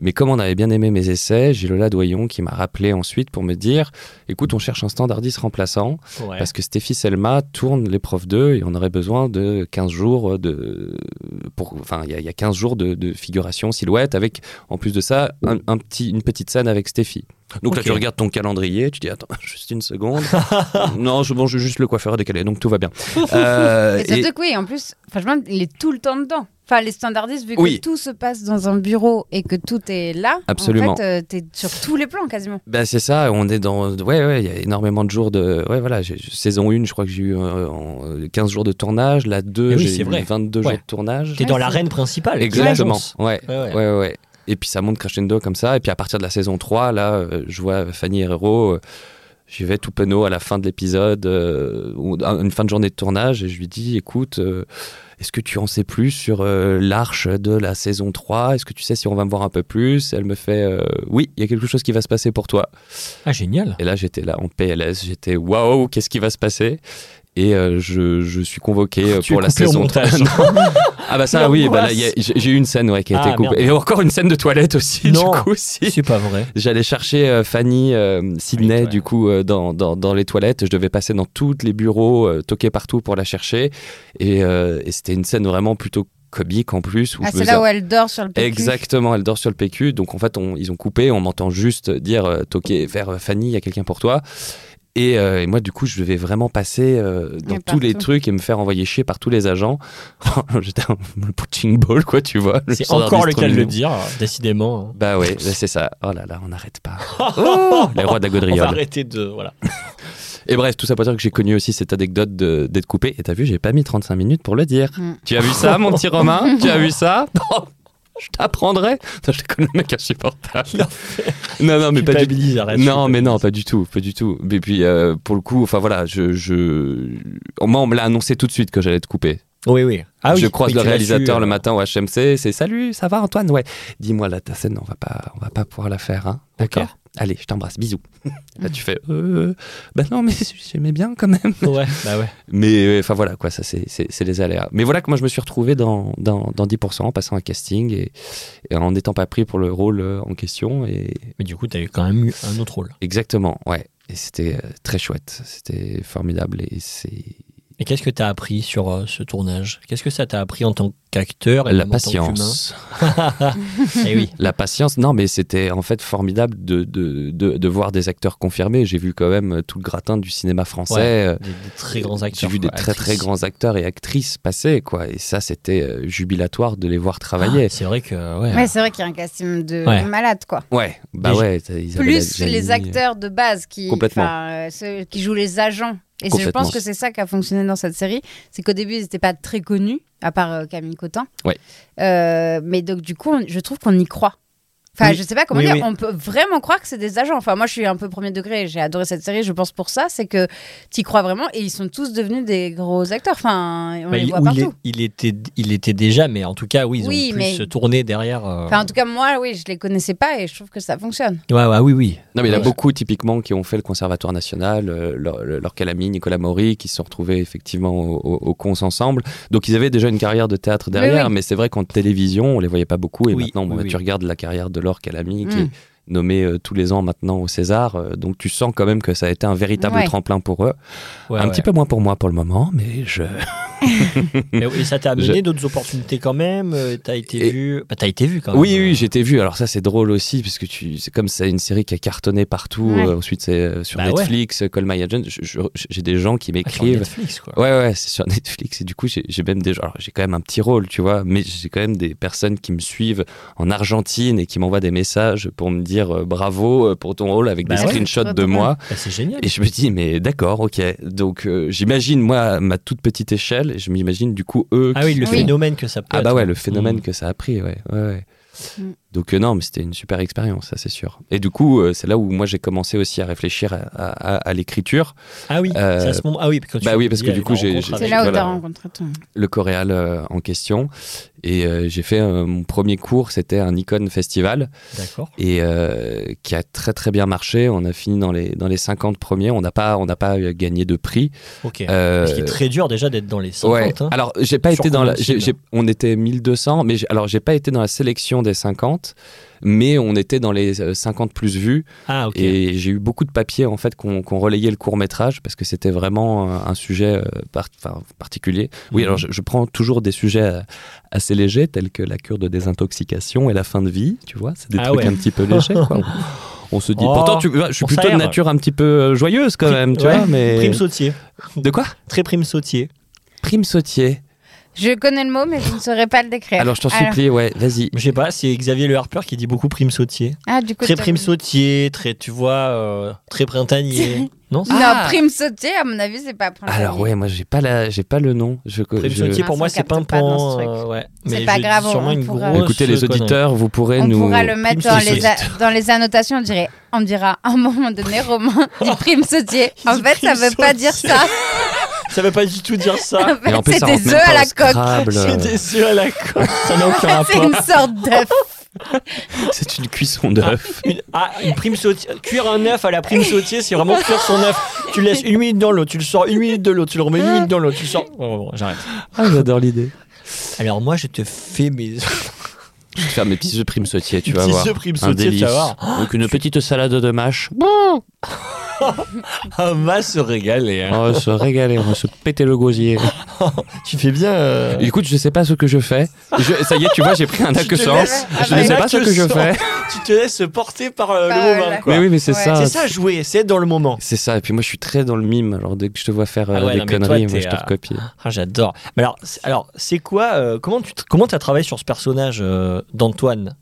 Speaker 4: Mais comme on avait bien aimé mes essais, j'ai Lola Doyon qui m'a rappelé ensuite pour me dire, écoute, on cherche un standardiste remplaçant.
Speaker 1: Ouais.
Speaker 4: Parce que Stéphie Selma tourne l'épreuve 2 et on aurait besoin de 15 jours euh, de. Pour, enfin, il y, a- il y a 15 jours de, de figuration, silhouette, avec, en plus de ça, un, un petit, une petite scène avec Stéphie. Donc là,
Speaker 1: Ok.
Speaker 4: tu regardes ton calendrier, tu dis, attends, juste une seconde. non, je, bon, j'ai juste le coiffeur à décaler, donc tout va bien. Euh,
Speaker 2: Et surtout que oui, en plus, enfin, je me demande, il est tout le temps dedans. Enfin, les standardistes, vu que
Speaker 4: Oui.
Speaker 2: tout se passe dans un bureau et que tout est là,
Speaker 4: Absolument.
Speaker 2: en fait, euh, t'es sur tous les plans quasiment.
Speaker 4: Bah c'est ça, on est dans... Ouais, ouais, il y a énormément de jours de... Ouais, voilà, j'ai- saison 1, je crois que j'ai eu euh, en, euh, 15 jours de tournage, la 2,
Speaker 1: Eh oui,
Speaker 4: j'ai
Speaker 1: c'est
Speaker 4: eu
Speaker 1: vrai.
Speaker 4: 22
Speaker 1: Ouais.
Speaker 4: jours de tournage.
Speaker 1: T'es
Speaker 2: Ouais,
Speaker 1: dans
Speaker 2: c'est-
Speaker 1: l'arène principale. de
Speaker 4: Exactement,
Speaker 1: l'agence.
Speaker 4: ouais.
Speaker 1: Ouais, ouais.
Speaker 4: Ouais, ouais, ouais. Et puis ça monte crescendo comme ça. Et puis à partir de la saison 3, là, euh, je vois Fanny Herrero. euh, J'y vais tout penaud à la fin de l'épisode, euh, ou à une fin de journée de tournage, et je lui dis Écoute, euh, est-ce que tu en sais plus sur euh, l'arche de la saison 3 Est-ce que tu sais si on va me voir un peu plus Elle me fait euh, Oui, il y a quelque chose qui va se passer pour toi.
Speaker 1: Ah génial.
Speaker 4: Et là, j'étais là en PLS, j'étais Waouh, qu'est-ce qui va se passer Et euh, je, je suis convoqué euh,
Speaker 1: Tu es
Speaker 4: pour la
Speaker 1: coupé au
Speaker 4: saison 3.
Speaker 1: montage.
Speaker 4: Ah bah ça oui, bah là,
Speaker 1: L'angoisse.
Speaker 4: il y a- j'ai j'ai eu une scène ouais, qui a
Speaker 1: Ah,
Speaker 4: été coupée. Et encore une scène de toilette aussi,
Speaker 1: Non.
Speaker 4: du coup. Si.
Speaker 1: C'est pas vrai.
Speaker 4: J'allais chercher euh, Fanny euh, Sydney,
Speaker 1: Oui, toi.
Speaker 4: du coup, euh, dans, dans, dans les toilettes. Je devais passer dans tous les bureaux, euh, toquer partout pour la chercher. Et, euh, et c'était une scène vraiment plutôt comique en plus. où
Speaker 2: Ah,
Speaker 4: je
Speaker 2: c'est
Speaker 4: me
Speaker 2: là où elle dort sur le PQ.
Speaker 4: Exactement, elle dort sur le PQ. Donc en fait, on- ils ont coupé, on m'entend juste dire euh, toquer, faire euh, Fanny, il y a quelqu'un pour toi. Et, euh, et moi, du coup, je devais vraiment passer euh, dans
Speaker 2: Mais
Speaker 4: tous les
Speaker 2: partout.
Speaker 4: trucs et me faire envoyer chier par tous les agents. Oh, J'étais un- le punching ball, quoi, tu vois. le
Speaker 1: C'est
Speaker 4: standard
Speaker 1: encore le cas de le
Speaker 4: distribué.
Speaker 1: dire, décidément.
Speaker 4: Bah ouais, là, c'est ça. Oh là là, on n'arrête pas. Oh, les rois de la
Speaker 1: On va
Speaker 4: gaudriole.
Speaker 1: arrêter de voilà.
Speaker 4: Et bref, tout ça pour dire que j'ai connu aussi cette anecdote de- d'être coupé. Et t'as vu, j'ai pas mis 35 minutes pour le dire.
Speaker 2: Mm.
Speaker 4: Tu as vu ça, mon petit Romain Tu as vu ça Oh, Je t'apprendrai. Non, Je déconne, le mec insupportable. Non, non, mais pas du
Speaker 1: Culpabilise, arrête.
Speaker 4: non, mais non, pas du tout, pas du tout. Mais puis, euh, pour le coup, enfin voilà, je, je... moi, on me l'a annoncé tout de suite que j'allais être coupé.
Speaker 1: Oui, oui. Ah oui.
Speaker 4: je croise
Speaker 1: oui,
Speaker 4: le
Speaker 1: tu l'as
Speaker 4: réalisateur
Speaker 1: su,
Speaker 4: le
Speaker 1: euh,
Speaker 4: matin au HMC, c'est salut, ça va Antoine Ouais. Dis-moi là, ta scène, on va pas, on va pas pouvoir la faire, hein D'accord.
Speaker 1: Ok.
Speaker 4: Allez, je t'embrasse, bisous. là, tu fais, euh, bah non, mais j'aimais bien quand même.
Speaker 1: Ouais, bah ouais.
Speaker 4: Mais euh, enfin voilà, quoi, ça c'est- c'est c'est les aléas. Mais voilà que moi je me suis retrouvé dans, dans, dans 10% en passant un casting et, et en n'étant pas pris pour le rôle euh, en question. Et,
Speaker 1: Mais du coup, t'as eu quand même eu un autre rôle.
Speaker 4: Exactement, ouais. Et c'était euh, très chouette, c'était formidable et c'est
Speaker 1: Et qu'est-ce que t'as appris sur euh, ce tournage Qu'est-ce que ça t'a appris en tant qu'acteur et
Speaker 4: la
Speaker 1: même en tant qu'humain
Speaker 4: patience.
Speaker 1: Eh oui.
Speaker 4: La patience, non mais c'était en fait formidable de, de, de, de voir des acteurs confirmés. J'ai vu quand même euh, tout le gratin du cinéma français.
Speaker 1: Ouais.
Speaker 4: Euh,
Speaker 1: Des, des très grands acteurs.
Speaker 4: J'ai vu des
Speaker 1: quoi,
Speaker 4: très très
Speaker 1: actrices.
Speaker 4: grands acteurs et actrices passer quoi. Et ça c'était euh, jubilatoire de les voir
Speaker 1: Ah,
Speaker 4: travailler.
Speaker 1: c'est vrai que ouais.
Speaker 2: Ouais, c'est vrai qu'il y a un casting de
Speaker 1: Ouais.
Speaker 2: malade, quoi.
Speaker 4: ouais, bah
Speaker 1: Ah. Des-
Speaker 4: ouais. t'as euh, Isabella
Speaker 2: Plus
Speaker 4: Gianni,
Speaker 1: euh,
Speaker 2: les acteurs de base qui,
Speaker 4: Complètement.
Speaker 2: enfin, euh, ceux qui jouent les agents. Et je
Speaker 4: Complètement.
Speaker 2: pense que c'est ça qui a fonctionné dans cette série. C'est qu'au début, ils n'étaient pas très connus, à part euh, Camille Cotin.
Speaker 4: Ouais.
Speaker 2: Euh, mais donc, du coup, on- je trouve qu'on y croit. Enfin,
Speaker 1: Oui.
Speaker 2: je sais pas comment
Speaker 1: Oui,
Speaker 2: dire,
Speaker 1: oui.
Speaker 2: on peut vraiment croire que c'est des agents. Enfin, moi, je suis un peu premier degré, j'ai adoré cette série, je pense pour ça, c'est que tu y crois vraiment et ils sont tous devenus des gros acteurs. Enfin, on
Speaker 1: Bah,
Speaker 2: les
Speaker 1: il,
Speaker 2: voit
Speaker 1: ou il est-
Speaker 2: partout.
Speaker 1: il était, il était déjà, mais en tout cas, oui, ils
Speaker 2: Oui,
Speaker 1: ont
Speaker 2: mais-
Speaker 1: plus tourné derrière. euh,
Speaker 2: Enfin, en tout cas, moi, oui, je les connaissais pas et je trouve que ça fonctionne.
Speaker 1: ouais,
Speaker 4: ah
Speaker 1: ouais, oui, oui.
Speaker 4: Non, mais il y en a
Speaker 1: Ouais.
Speaker 4: beaucoup typiquement qui ont fait le Conservatoire national, euh, leur, leur calami Nicolas Maury, qui se sont retrouvés effectivement au, au, au Cons ensemble. Donc ils avaient déjà une carrière de théâtre derrière, mais,
Speaker 2: oui.
Speaker 4: c'est vrai qu'en télévision, on les voyait pas beaucoup. Et
Speaker 1: Oui,
Speaker 4: maintenant, bon,
Speaker 1: oui,
Speaker 4: bah,
Speaker 1: oui.
Speaker 4: tu regardes la carrière de leur calami, qui
Speaker 2: Mm.
Speaker 4: est nommés euh, tous les ans maintenant au César. Euh, donc tu sens quand même que ça a été un véritable
Speaker 2: Ouais.
Speaker 4: tremplin pour eux.
Speaker 1: Ouais,
Speaker 4: un
Speaker 1: ouais.
Speaker 4: petit peu moins pour moi pour le moment, mais je.
Speaker 1: Mais- et ça t'a amené d'autres opportunités quand même. euh, T'as été
Speaker 4: Et-
Speaker 1: vu. Bah, t'as été vu quand même.
Speaker 4: Oui, oui, j'étais vu. Alors ça, c'est drôle aussi, parce que tu, c'est comme c'est une série qui a cartonné partout.
Speaker 2: Ouais.
Speaker 4: euh, ensuite, c'est euh, sur
Speaker 1: Bah ouais.
Speaker 4: Netflix, euh, Call My Agent. Je- je- J'ai des gens qui
Speaker 1: Ah, sur
Speaker 4: m'écrivent.
Speaker 1: Netflix quoi.
Speaker 4: Ouais, ouais, c'est sur Netflix. Et du coup, j'ai j'ai même des gens. Alors, j'ai quand même un petit rôle, tu vois, mais j'ai quand même des personnes qui me suivent en Argentine et qui m'envoient des messages pour me dire euh, bravo euh, pour ton rôle avec
Speaker 1: Bah
Speaker 4: des
Speaker 1: ouais.
Speaker 4: screenshots
Speaker 2: Ouais,
Speaker 4: de
Speaker 2: trop
Speaker 4: moi.
Speaker 1: Bah, c'est génial.
Speaker 4: Et je me dis, mais d'accord, ok. Donc, euh, j'imagine, moi, à ma toute petite échelle, je m'imagine du coup eux.
Speaker 1: Ah oui,
Speaker 4: qui-
Speaker 1: le
Speaker 2: Oui.
Speaker 1: phénomène que ça peut.
Speaker 4: Ah
Speaker 1: être.
Speaker 4: bah ouais, le phénomène
Speaker 1: Mm.
Speaker 4: que ça a pris, ouais. ouais, ouais.
Speaker 2: Mm.
Speaker 4: Donc euh, non, mais c'était une super expérience, ça c'est sûr. Et du coup, euh, c'est là où moi j'ai commencé aussi à réfléchir à, à- à- à l'écriture.
Speaker 1: Ah oui.
Speaker 4: Euh,
Speaker 1: c'est à ce moment. Ah oui. Quand tu
Speaker 4: bah oui, parce que
Speaker 1: dis,
Speaker 4: du
Speaker 1: la
Speaker 4: coup, j'ai-
Speaker 1: rencontre
Speaker 4: j'ai-
Speaker 1: avec-
Speaker 2: C'est là où
Speaker 4: voilà.
Speaker 2: t'as rencontré ton.
Speaker 4: le coréal euh, en question. Et euh, j'ai fait euh, mon premier cours, c'était un Icon Festival,
Speaker 1: D'accord.
Speaker 4: et euh, qui a très très bien marché. On a fini dans les, dans les 50 premiers, on n'a pas, on n'a pas euh, gagné de prix.
Speaker 1: Ok.
Speaker 4: Euh,
Speaker 1: Ce qui est très dur déjà d'être dans les 50.
Speaker 4: ouais.
Speaker 1: hein.
Speaker 4: Alors, j'ai pas
Speaker 1: Sur
Speaker 4: été dans la.
Speaker 1: combien de
Speaker 4: j'ai- j'ai- on était 1200, mais j'ai- alors j'ai pas été dans la sélection des 50, mais on était dans les euh, 50 plus vus.
Speaker 1: Ah ok.
Speaker 4: Et j'ai eu beaucoup de papiers en fait qu'on qu'on relayait le court métrage parce que c'était vraiment euh, un sujet euh, par- enfin, particulier. Oui,
Speaker 1: Mhm.
Speaker 4: alors je, je prends toujours des sujets euh, assez légers tels que la cure de désintoxication et la fin de vie. Tu vois, c'est des
Speaker 1: Ah
Speaker 4: trucs
Speaker 1: ouais.
Speaker 4: un petit peu légers. quoi. On se dit.
Speaker 1: Oh,
Speaker 4: Pourtant, tu, euh, je suis
Speaker 1: on
Speaker 4: plutôt de
Speaker 1: s'aère.
Speaker 4: nature un petit peu euh, joyeuse quand
Speaker 1: Prime-
Speaker 4: même. Tu
Speaker 1: ouais,
Speaker 4: vois, mais
Speaker 1: Prime sautier.
Speaker 4: de quoi
Speaker 1: Très prime sautier.
Speaker 4: Prime sautier.
Speaker 2: Je connais le mot, mais je ne saurais pas le décrire.
Speaker 4: Alors je t'en supplie, ouais, vas-y.
Speaker 1: Je sais pas. C'est Xavier Le Harper qui dit beaucoup prime sautier.
Speaker 2: Ah, du coup.
Speaker 1: Très
Speaker 2: t'as-
Speaker 1: prime sautier. Très tu vois. euh, très printanier. Non. c'est-
Speaker 2: Non,
Speaker 4: Ah.
Speaker 2: prime sautier, à mon avis, c'est pas prime
Speaker 4: Alors
Speaker 2: sautier.
Speaker 4: ouais, moi j'ai pas la, j'ai pas le nom. Je,
Speaker 1: Prime
Speaker 4: je-
Speaker 1: sautier
Speaker 2: Ah,
Speaker 1: pour
Speaker 2: ça
Speaker 1: moi c'est
Speaker 2: capte pas dans
Speaker 1: pimpant.
Speaker 2: ce truc.
Speaker 1: euh, ouais.
Speaker 2: C'est
Speaker 1: Mais
Speaker 2: pas
Speaker 1: je dis
Speaker 2: grave, on-
Speaker 1: sûrement
Speaker 2: on
Speaker 1: une
Speaker 2: pourra-
Speaker 1: grosse
Speaker 4: Écoutez les
Speaker 1: connerie.
Speaker 4: auditeurs, vous pourrez
Speaker 2: On
Speaker 4: nous.
Speaker 2: pourra le mettre
Speaker 1: prime
Speaker 2: dans les, a-
Speaker 1: sautiste.
Speaker 2: dans les annotations, on dirait, on dira un moment donné, Romain dit prime sautier. En
Speaker 1: dit
Speaker 2: fait, ça
Speaker 1: prime
Speaker 2: veut pas dire
Speaker 1: sautier.
Speaker 2: ça.
Speaker 1: Ça veut pas du tout dire ça.
Speaker 2: En
Speaker 4: Et en
Speaker 2: fait, c'est
Speaker 4: plus, ça rentre
Speaker 2: des
Speaker 4: même
Speaker 2: œufs à
Speaker 4: pas au
Speaker 2: la coque.
Speaker 4: Scrabble. euh,
Speaker 1: C'est déçu à la con. Ça n'a aucun
Speaker 2: C'est
Speaker 1: rapport.
Speaker 2: une sorte d'œuf.
Speaker 4: C'est une cuisson d'œuf.
Speaker 1: Une, ah, une prime sautier. Cuire un œuf à la prime sautier, c'est vraiment cuire son œuf. Tu le laisses une minute dans l'eau, tu le sors une minute de l'eau, tu le remets une minute dans l'eau, tu le sors. Bon, bon, bon, j'arrête.
Speaker 4: Ah, j'adore l'idée.
Speaker 1: Alors moi, je te fais mes
Speaker 4: Je vais te faire mes petits œufs prime sautier, tu vas
Speaker 1: petits
Speaker 4: voir.
Speaker 1: œufs prime
Speaker 4: Un
Speaker 1: sautier, tu
Speaker 4: délice.
Speaker 1: vas voir.
Speaker 4: Donc une petite salade de mâche.
Speaker 1: Ah, on va se régaler. hein.
Speaker 4: Oh, On va se régaler, on va se péter le gosier.
Speaker 1: Ah. Tu fais bien. euh,
Speaker 4: Écoute, je sais pas ce que je fais. Je- ça y est, tu vois, j'ai pris un
Speaker 1: Tu te
Speaker 4: acquaintance.
Speaker 1: laisses- Ah,
Speaker 4: hein.
Speaker 1: bah,
Speaker 4: Je ne sais pas ce que je fais.
Speaker 1: Tu te laisses porter par euh,
Speaker 2: Par,
Speaker 1: le moment.
Speaker 2: euh,
Speaker 1: quoi.
Speaker 4: Mais oui, mais c'est
Speaker 2: Ouais.
Speaker 4: ça.
Speaker 1: C'est ça, jouer, c'est être dans le moment.
Speaker 4: C'est ça. Et puis moi, je suis très dans le mime. Alors dès que je te vois faire euh,
Speaker 1: Ah ouais,
Speaker 4: des
Speaker 1: non, mais toi,
Speaker 4: conneries,
Speaker 1: t'es,
Speaker 4: moi, je te
Speaker 1: euh,
Speaker 4: recopie.
Speaker 1: Ah, j'adore. Mais alors, c'est- alors, c'est quoi euh, Comment tu t- comment as travaillé sur ce personnage euh, d'Antoine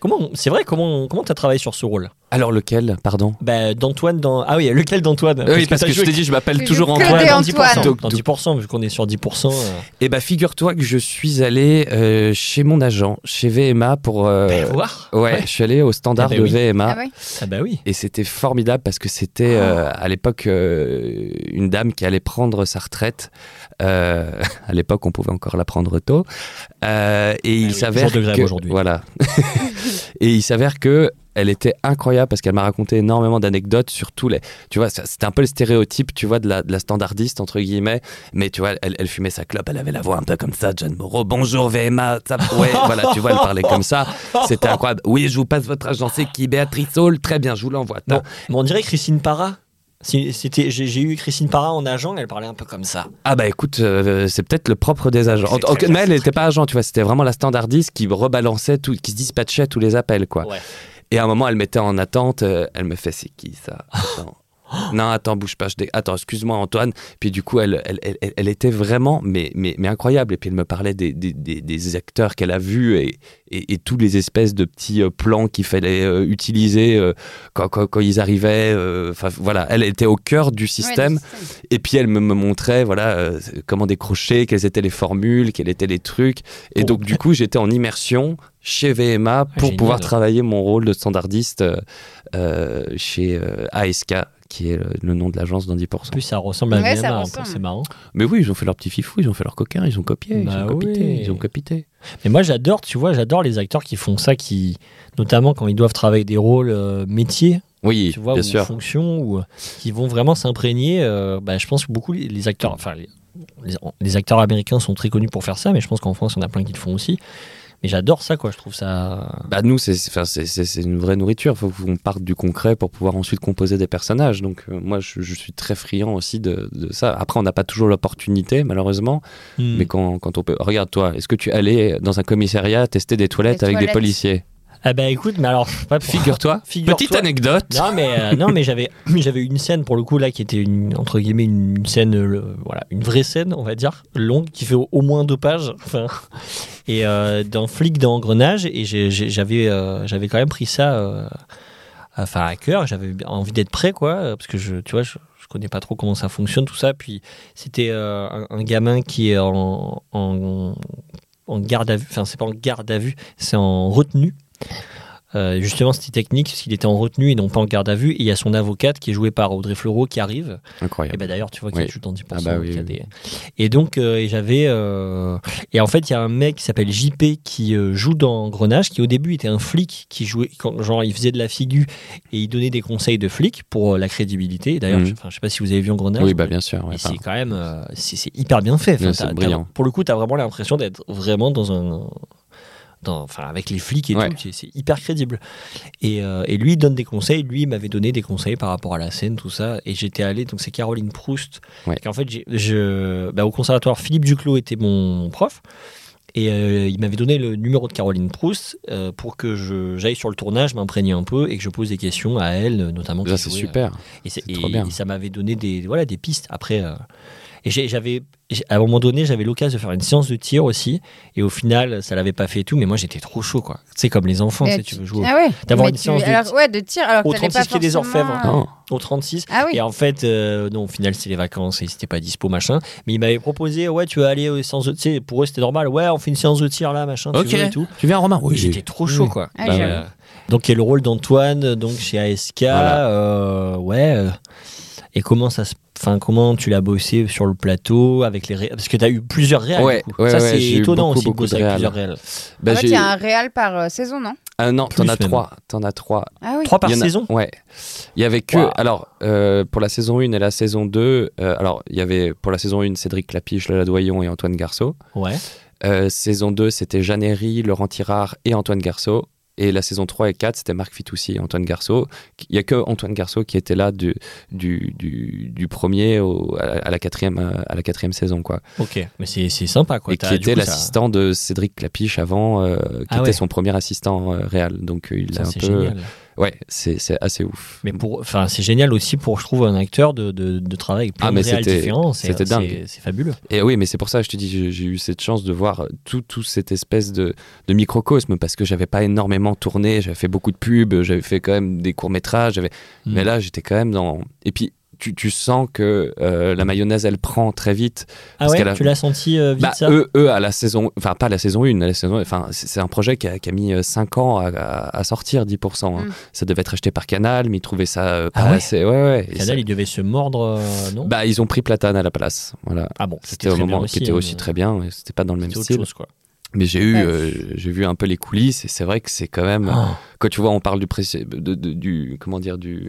Speaker 1: Comment C'est vrai. Comment comment t'as travaillé sur ce rôle
Speaker 4: Alors lequel Pardon.
Speaker 1: Bah, d'Antoine dans. Ah oui, lequel d'Antoine
Speaker 4: oui, parce
Speaker 1: t'as
Speaker 4: que je
Speaker 1: joué
Speaker 4: t'ai dit, je m'appelle
Speaker 2: Que
Speaker 4: toujours
Speaker 2: des
Speaker 4: Antoine.
Speaker 2: des
Speaker 1: dans
Speaker 2: Antoine.
Speaker 1: 10%,
Speaker 4: Donc,
Speaker 1: dans 10%, vu qu'on est sur 10%. euh,
Speaker 4: Eh ben, figure-toi que je suis allé euh, chez mon agent, chez VMA, pour. euh,
Speaker 1: Bah, faut voir.
Speaker 4: ouais, je suis allé au standard
Speaker 1: Eh ben
Speaker 4: de
Speaker 1: oui.
Speaker 4: VMA.
Speaker 2: Ah oui.
Speaker 1: Ah bah oui.
Speaker 4: Et c'était formidable parce que c'était euh, à l'époque euh, une dame qui allait prendre sa retraite. Euh, à l'époque, on pouvait encore la prendre tôt. Euh, et il
Speaker 1: Ah oui,
Speaker 4: s'avère
Speaker 1: jour de grève
Speaker 4: que
Speaker 1: aujourd'hui.
Speaker 4: voilà. et il s'avère que elle était incroyable parce qu'elle m'a raconté énormément d'anecdotes sur tous les. Tu vois, ça- c'était un peu le stéréotype, tu vois, de la, de la standardiste entre guillemets. Mais tu vois, elle, elle fumait sa clope, elle avait la voix un peu comme ça, John Moreau. Bonjour VMA. ça- ouais, voilà, tu vois, elle parlait comme ça. C'était incroyable. Oui, je vous passe votre agent, c'est qui Béatrice Hall. Très bien, je vous l'envoie.
Speaker 1: Bon, mais on dirait Christine Para. C'est- C'était, j'ai, j'ai eu Christine Para en agent, elle parlait un peu comme ça.
Speaker 4: Ah bah écoute, euh, c'est peut-être le propre des agents.
Speaker 1: C'est très
Speaker 4: En- en-
Speaker 1: bien,
Speaker 4: mais elle
Speaker 1: c'est
Speaker 4: n'était pas agent, tu vois, c'était vraiment la standardiste qui rebalançait, tout, qui se dispatchait tous les appels, quoi.
Speaker 1: Ouais.
Speaker 4: Et à un moment, elle mettait en attente, euh, elle me fait, c'est qui ça Attends. Non, attends, bouge pas, je dé- attends, excuse-moi Antoine. Puis du coup, elle, elle, elle, elle était vraiment, mais, mais, mais incroyable. Et puis elle me parlait des, des, des, des acteurs qu'elle a vus et, et, et tous les espèces de petits euh, plans qu'il fallait euh, utiliser euh, quand, quand, quand ils arrivaient. euh, Enfin voilà, elle était au cœur du système.
Speaker 2: Ouais, le système.
Speaker 4: Et puis elle me, me montrait voilà euh, comment décrocher, quelles étaient les formules, quels étaient les trucs. Et
Speaker 1: Bon.
Speaker 4: donc du coup j'étais en immersion chez VMA pour
Speaker 1: Oh. Ah, génial.
Speaker 4: pouvoir travailler mon rôle de standardiste euh, euh, chez euh, ASK qui est le, le nom de l'agence dans 10%.
Speaker 1: En plus, ça ressemble à
Speaker 2: Ouais,
Speaker 1: VMA,
Speaker 2: ça
Speaker 1: un peu,
Speaker 2: ressemble.
Speaker 1: c'est marrant.
Speaker 4: Mais oui, ils ont fait leur petit fifou, ils ont fait leur coquin, ils ont copié, ils
Speaker 1: Bah
Speaker 4: ont copité,
Speaker 1: oui.
Speaker 4: ils ont copité.
Speaker 1: Mais moi, j'adore, tu vois, j'adore les acteurs qui font ça, qui, notamment quand ils doivent travailler des rôles euh, métiers,
Speaker 4: Oui,
Speaker 1: tu vois,
Speaker 4: bien
Speaker 1: ou
Speaker 4: sûr.
Speaker 1: fonctions, ou euh, qui vont vraiment s'imprégner. euh, bah, je pense que beaucoup les- les acteurs, enfin les, les- les acteurs américains sont très connus pour faire ça, mais je pense qu'en France, on a plein qui le font aussi. Mais j'adore ça, quoi. Je trouve ça.
Speaker 4: Bah nous, c'est enfin, c'est- c'est- c'est une vraie nourriture. Il faut qu'on parte du concret pour pouvoir ensuite composer des personnages. Donc euh, moi, je, je suis très friand aussi de, de ça. Après, on n'a pas toujours l'opportunité, malheureusement. Mais quand, quand on peut... Regarde, toi, est-ce que tu allais dans un commissariat tester des toilettes
Speaker 2: Des
Speaker 4: avec des
Speaker 2: toilettes.
Speaker 4: policiers
Speaker 1: Ah bah écoute, mais alors, pas pour-
Speaker 4: Figure-toi. Ah.
Speaker 1: Figure-toi.
Speaker 4: Petite anecdote.
Speaker 1: Non mais euh, non mais j'avais j'avais une scène pour le coup là qui était une, entre guillemets une scène euh, le- voilà une vraie scène on va dire longue qui fait au, au moins deux pages enfin et euh, d'un flic dans engrenage et j'ai- j'ai- j'avais euh, j'avais quand même pris ça euh, enfin à cœur j'avais envie d'être prêt quoi euh, parce que je tu vois je, je connais pas trop comment ça fonctionne tout ça puis c'était euh, un, un gamin qui est en, en en garde à vue enfin c'est pas en garde à vue c'est en retenue euh, justement, c'était technique, parce qu'il était en retenue et non pas en garde à vue. Et il y a son avocate qui est jouée par Audrey Fleurot qui arrive. Et
Speaker 4: Incroyable.
Speaker 1: ben d'ailleurs, tu vois qu'il
Speaker 4: Ah Oui.
Speaker 1: joue dans 10%.
Speaker 4: Ah bah
Speaker 1: donc
Speaker 4: oui,
Speaker 1: il y a
Speaker 4: oui.
Speaker 1: des- Et donc, euh, et j'avais. euh, Et en fait, il y a un mec qui s'appelle JP qui euh, joue dans Grenage, qui au début était un flic qui jouait. Quand, genre, il faisait de la figure et il donnait des conseils de flic pour euh, la crédibilité. Et D'ailleurs,
Speaker 4: Mhm.
Speaker 1: je, enfin, je sais pas si vous avez vu en Grenage.
Speaker 4: Oui, bah
Speaker 1: mais-
Speaker 4: bien sûr. ouais,
Speaker 1: mais
Speaker 4: enfin,
Speaker 1: c'est quand même. euh, c'est c'est hyper bien fait. Enfin,
Speaker 4: Ouais, c'est
Speaker 1: t'as- t'as-
Speaker 4: brillant.
Speaker 1: pour le coup, t'as vraiment l'impression d'être vraiment dans un. dans- enfin, avec les flics et
Speaker 4: Ouais.
Speaker 1: tout, c'est- c'est hyper crédible. Et, euh, et lui, il donne des conseils. Lui, il m'avait donné des conseils par rapport à la scène, tout ça. Et j'étais allé, donc c'est Caroline Proust.
Speaker 4: Ouais.
Speaker 1: En fait, j'ai- je, bah, au conservatoire, Philippe Duclos était mon, mon prof. Et euh, il m'avait donné le numéro de Caroline Proust euh, pour que je- j'aille sur le tournage, m'imprégner un peu et que je pose des questions à elle, notamment.
Speaker 4: ça,
Speaker 1: qui
Speaker 4: c'est
Speaker 1: jouait, euh,
Speaker 4: super.
Speaker 1: et, c'est-
Speaker 4: C'est trop
Speaker 1: et-
Speaker 4: bien.
Speaker 1: et ça m'avait donné des, voilà, des pistes. Après, euh, et j'ai- j'avais, j'ai- à un moment donné, j'avais l'occasion de faire une séance de tir aussi. Et au final, ça l'avait pas fait et tout. Mais moi, j'étais trop chaud, quoi. Tu sais, comme les enfants, tu
Speaker 2: Mais
Speaker 1: sais, tu veux jouer
Speaker 2: Ah ouais.
Speaker 1: D'avoir
Speaker 2: Mais
Speaker 1: une
Speaker 2: tu-
Speaker 1: séance de
Speaker 2: alors, ouais, de tir. Alors que
Speaker 1: Au
Speaker 2: t'allais
Speaker 1: 36
Speaker 2: pas
Speaker 1: quai des
Speaker 2: forcément- euh,
Speaker 1: Orfèvres.
Speaker 4: Oh.
Speaker 1: au, au 36.
Speaker 2: Ah oui.
Speaker 1: Et en fait, euh, non, au final, c'était les vacances et c'était pas dispo, machin. Mais il m'avait proposé, ouais, tu veux aller aux séances de tir. Et Pour eux, c'était normal. Ouais, on fait une séance de tir là, machin. tu
Speaker 4: Ok.
Speaker 1: veux et tout.
Speaker 4: Tu viens, Romain
Speaker 1: Et J'étais trop chaud,
Speaker 4: Oui.
Speaker 1: quoi.
Speaker 2: Ah,
Speaker 1: Bah,
Speaker 2: j'avoue.
Speaker 1: euh, donc, il y a le rôle d'Antoine, donc chez ASK.
Speaker 4: Voilà.
Speaker 1: euh, ouais. euh, et comment ça se. Enfin, comment tu l'as bossé sur le plateau avec les ré- Parce que tu as eu plusieurs réels.
Speaker 4: Ouais,
Speaker 1: du coup.
Speaker 4: ouais,
Speaker 1: ça,
Speaker 4: ouais,
Speaker 1: c'est
Speaker 4: j'ai eu
Speaker 1: étonnant
Speaker 4: beaucoup,
Speaker 1: aussi de
Speaker 4: beaucoup de
Speaker 1: bosser avec
Speaker 4: réels.
Speaker 1: plusieurs réels.
Speaker 4: Bah,
Speaker 2: en fait,
Speaker 4: j'ai-
Speaker 2: il y a un réal par euh, saison, non
Speaker 4: Ah non, t'en
Speaker 1: Plus
Speaker 4: as
Speaker 1: même.
Speaker 4: trois. T'en as trois.
Speaker 2: Ah oui.
Speaker 1: Trois par
Speaker 4: Il y en a-
Speaker 1: saison
Speaker 4: Ouais. Il y avait que.
Speaker 1: Waouh.
Speaker 4: Alors, euh, pour la saison 1 et la saison 2, euh, alors, il y avait pour la saison 1 Cédric Clapiche, Lola Doyon et Antoine Garceau.
Speaker 1: Ouais.
Speaker 4: Euh, saison 2, c'était Jeanne Herry, Laurent Tirard et Antoine Garceau. Et la saison 3 et 4, c'était Marc Fitoussi et Antoine Garceau. Il n'y a que Antoine Garceau qui était là du, du, du, du premier au- à, la- à la quatrième, euh, à la quatrième saison. Quoi.
Speaker 1: Ok. Mais c'est c'est sympa, quoi.
Speaker 4: et
Speaker 1: T'as-
Speaker 4: qui
Speaker 1: du
Speaker 4: était
Speaker 1: coup, ça-
Speaker 4: l'assistant de Cédric Clapiche avant, euh, qui
Speaker 1: Ah
Speaker 4: était
Speaker 1: ouais.
Speaker 4: son premier assistant euh, réel. Donc euh, il
Speaker 1: ça,
Speaker 4: a un
Speaker 1: c'est
Speaker 4: peu.
Speaker 1: génial.
Speaker 4: Ouais, c'est c'est assez ouf.
Speaker 1: Mais pour, enfin, c'est génial aussi pour, je trouve, un acteur de, de, de travailler avec plein
Speaker 4: Ah,
Speaker 1: de
Speaker 4: mais
Speaker 1: réels
Speaker 4: c'était-
Speaker 1: différents. C'est-
Speaker 4: c'était dingue.
Speaker 1: c'est- C'est fabuleux.
Speaker 4: Et oui, mais c'est pour ça, je te dis, j'ai- j'ai eu cette chance de voir tout, tout cette espèce de, de microcosme parce que j'avais pas énormément tourné, j'avais fait beaucoup de pubs, j'avais fait quand même des courts métrages, j'avais-
Speaker 1: Mm.
Speaker 4: mais là j'étais quand même dans. Et puis tu, tu sens que euh, la mayonnaise elle prend très vite.
Speaker 1: Ah
Speaker 4: Parce qu'elle
Speaker 1: ouais,
Speaker 4: a-
Speaker 1: tu l'as senti euh, vite
Speaker 4: Bah,
Speaker 1: ça
Speaker 4: eux, eux, à la saison, enfin pas à la saison 1, à la saison, enfin c'est c'est un projet qui a, qui a mis 5 ans à, à- à sortir 10%. hein.
Speaker 2: Mm.
Speaker 4: Ça devait être acheté par Canal, mais ils trouvaient ça euh,
Speaker 1: Ah
Speaker 4: pas
Speaker 1: ouais
Speaker 4: assez. Ouais, ouais. Et ça-
Speaker 1: Canal, il devait se mordre, euh, non
Speaker 4: bah, ils ont pris Platane à la place. Voilà.
Speaker 1: Ah bon,
Speaker 4: C'était au
Speaker 1: très
Speaker 4: moment
Speaker 1: bien
Speaker 4: qui était
Speaker 1: hein,
Speaker 4: aussi
Speaker 1: mais
Speaker 4: très bien, mais c'était pas dans le même
Speaker 1: c'était autre
Speaker 4: style.
Speaker 1: chose, quoi.
Speaker 4: Mais j'ai eu,
Speaker 2: Ouais.
Speaker 4: euh, j'ai vu un peu les coulisses et c'est vrai que c'est quand même
Speaker 1: Oh.
Speaker 4: quand tu vois, on parle du, pré- de- de- du comment dire du,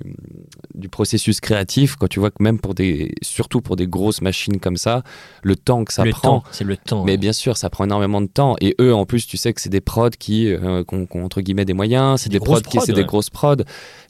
Speaker 4: du processus créatif. Quand tu vois que même pour des, surtout pour des grosses machines comme ça, le temps que ça
Speaker 1: le
Speaker 4: prend.
Speaker 1: temps, c'est le temps.
Speaker 4: Mais
Speaker 1: hein.
Speaker 4: bien sûr, ça prend énormément de temps. Et eux, en plus, tu sais que c'est des prods qui, euh, qui ont- qui ont, entre guillemets des moyens, c'est
Speaker 1: des
Speaker 4: des,
Speaker 1: grosses
Speaker 4: prods qui,
Speaker 1: prods,
Speaker 4: c'est des
Speaker 1: ouais.
Speaker 4: grosses prods.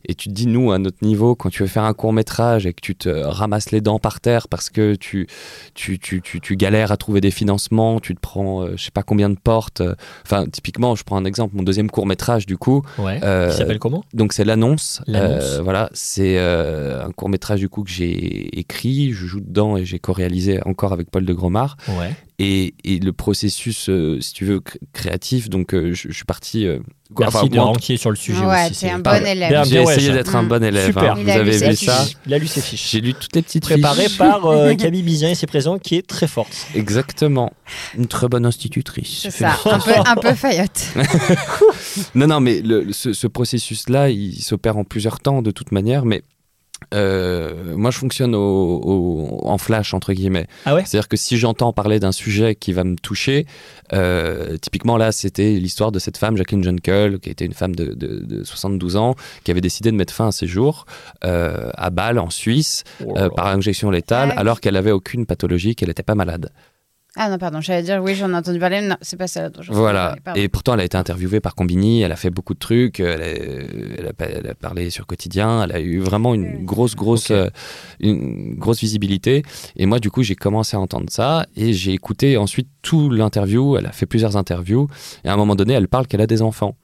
Speaker 4: Et tu te dis, nous, à notre niveau, quand tu veux faire un court métrage et que tu te ramasses les dents par terre parce que tu, tu, tu, tu, tu galères à trouver des financements, tu te prends, euh, je sais pas combien de portes. euh. Enfin, typiquement, je prends un exemple, mon deuxième court métrage, du coup.
Speaker 1: Ouais.
Speaker 4: euh,
Speaker 1: Qui s'appelle comment
Speaker 4: donc c'est l'annonce.
Speaker 1: L'annonce.
Speaker 4: Euh, voilà, c'est euh, un court métrage du coup que j'ai écrit, je joue dedans et j'ai co-réalisé encore avec Paul de Gromard
Speaker 1: Ouais.
Speaker 4: et, et le processus, euh, si tu veux, cr- créatif. Donc, euh, je, je suis parti. euh, quoi-
Speaker 1: Merci
Speaker 4: enfin,
Speaker 1: de
Speaker 4: moi,
Speaker 1: ranquier sur le sujet
Speaker 2: Ouais,
Speaker 1: aussi.
Speaker 2: t'es un
Speaker 1: pas-
Speaker 2: bon élève.
Speaker 1: Bien,
Speaker 4: j'ai
Speaker 1: bien, ouais,
Speaker 4: essayé
Speaker 1: ça.
Speaker 4: d'être un
Speaker 2: Mm.
Speaker 4: bon élève.
Speaker 1: Super.
Speaker 4: hein.
Speaker 2: Il
Speaker 4: Vous
Speaker 2: a lu
Speaker 4: avez
Speaker 2: ses
Speaker 4: vu
Speaker 2: fiches.
Speaker 4: ça
Speaker 1: Il a lu ses fiches.
Speaker 4: J'ai lu toutes les petites
Speaker 1: Préparé
Speaker 4: fiches.
Speaker 1: par euh, Camille Bizien et ses présents, qui est très forte.
Speaker 4: Exactement. Une très bonne institutrice.
Speaker 2: C'est ça. Un peu, un peu faillotte.
Speaker 4: Non, non, mais le- ce, ce processus-là, il s'opère en plusieurs temps de toute manière, mais euh, moi, je fonctionne au- au- en flash, entre guillemets.
Speaker 1: Ah ouais
Speaker 4: C'est-à-dire que si j'entends parler d'un sujet qui va me toucher, euh, typiquement là, c'était l'histoire de cette femme, Jacqueline Junkel, qui était une femme de, de- de 72 ans, qui avait décidé de mettre fin à ses jours euh, à
Speaker 1: Oh
Speaker 4: Bâle, en Suisse, euh, par injection létale,
Speaker 2: Ah oui.
Speaker 4: alors qu'elle avait aucune pathologie, qu'elle n'était pas malade.
Speaker 2: Ah non, pardon, j'allais dire oui, j'en ai entendu parler. Non, c'est pas ça. dont j'en ai
Speaker 4: Voilà.
Speaker 2: entendu parler,
Speaker 4: Et pourtant, elle a été interviewée par Combini, elle a fait beaucoup de trucs, euh, elle a, elle a pa- elle a parlé sur Quotidien, elle a eu vraiment une grosse, grosse,
Speaker 1: Ok.
Speaker 4: euh, une grosse visibilité. Et moi, du coup, j'ai commencé à entendre ça et j'ai écouté ensuite tout l'interview. Elle a fait plusieurs interviews et à un moment donné, elle parle qu'elle a des enfants.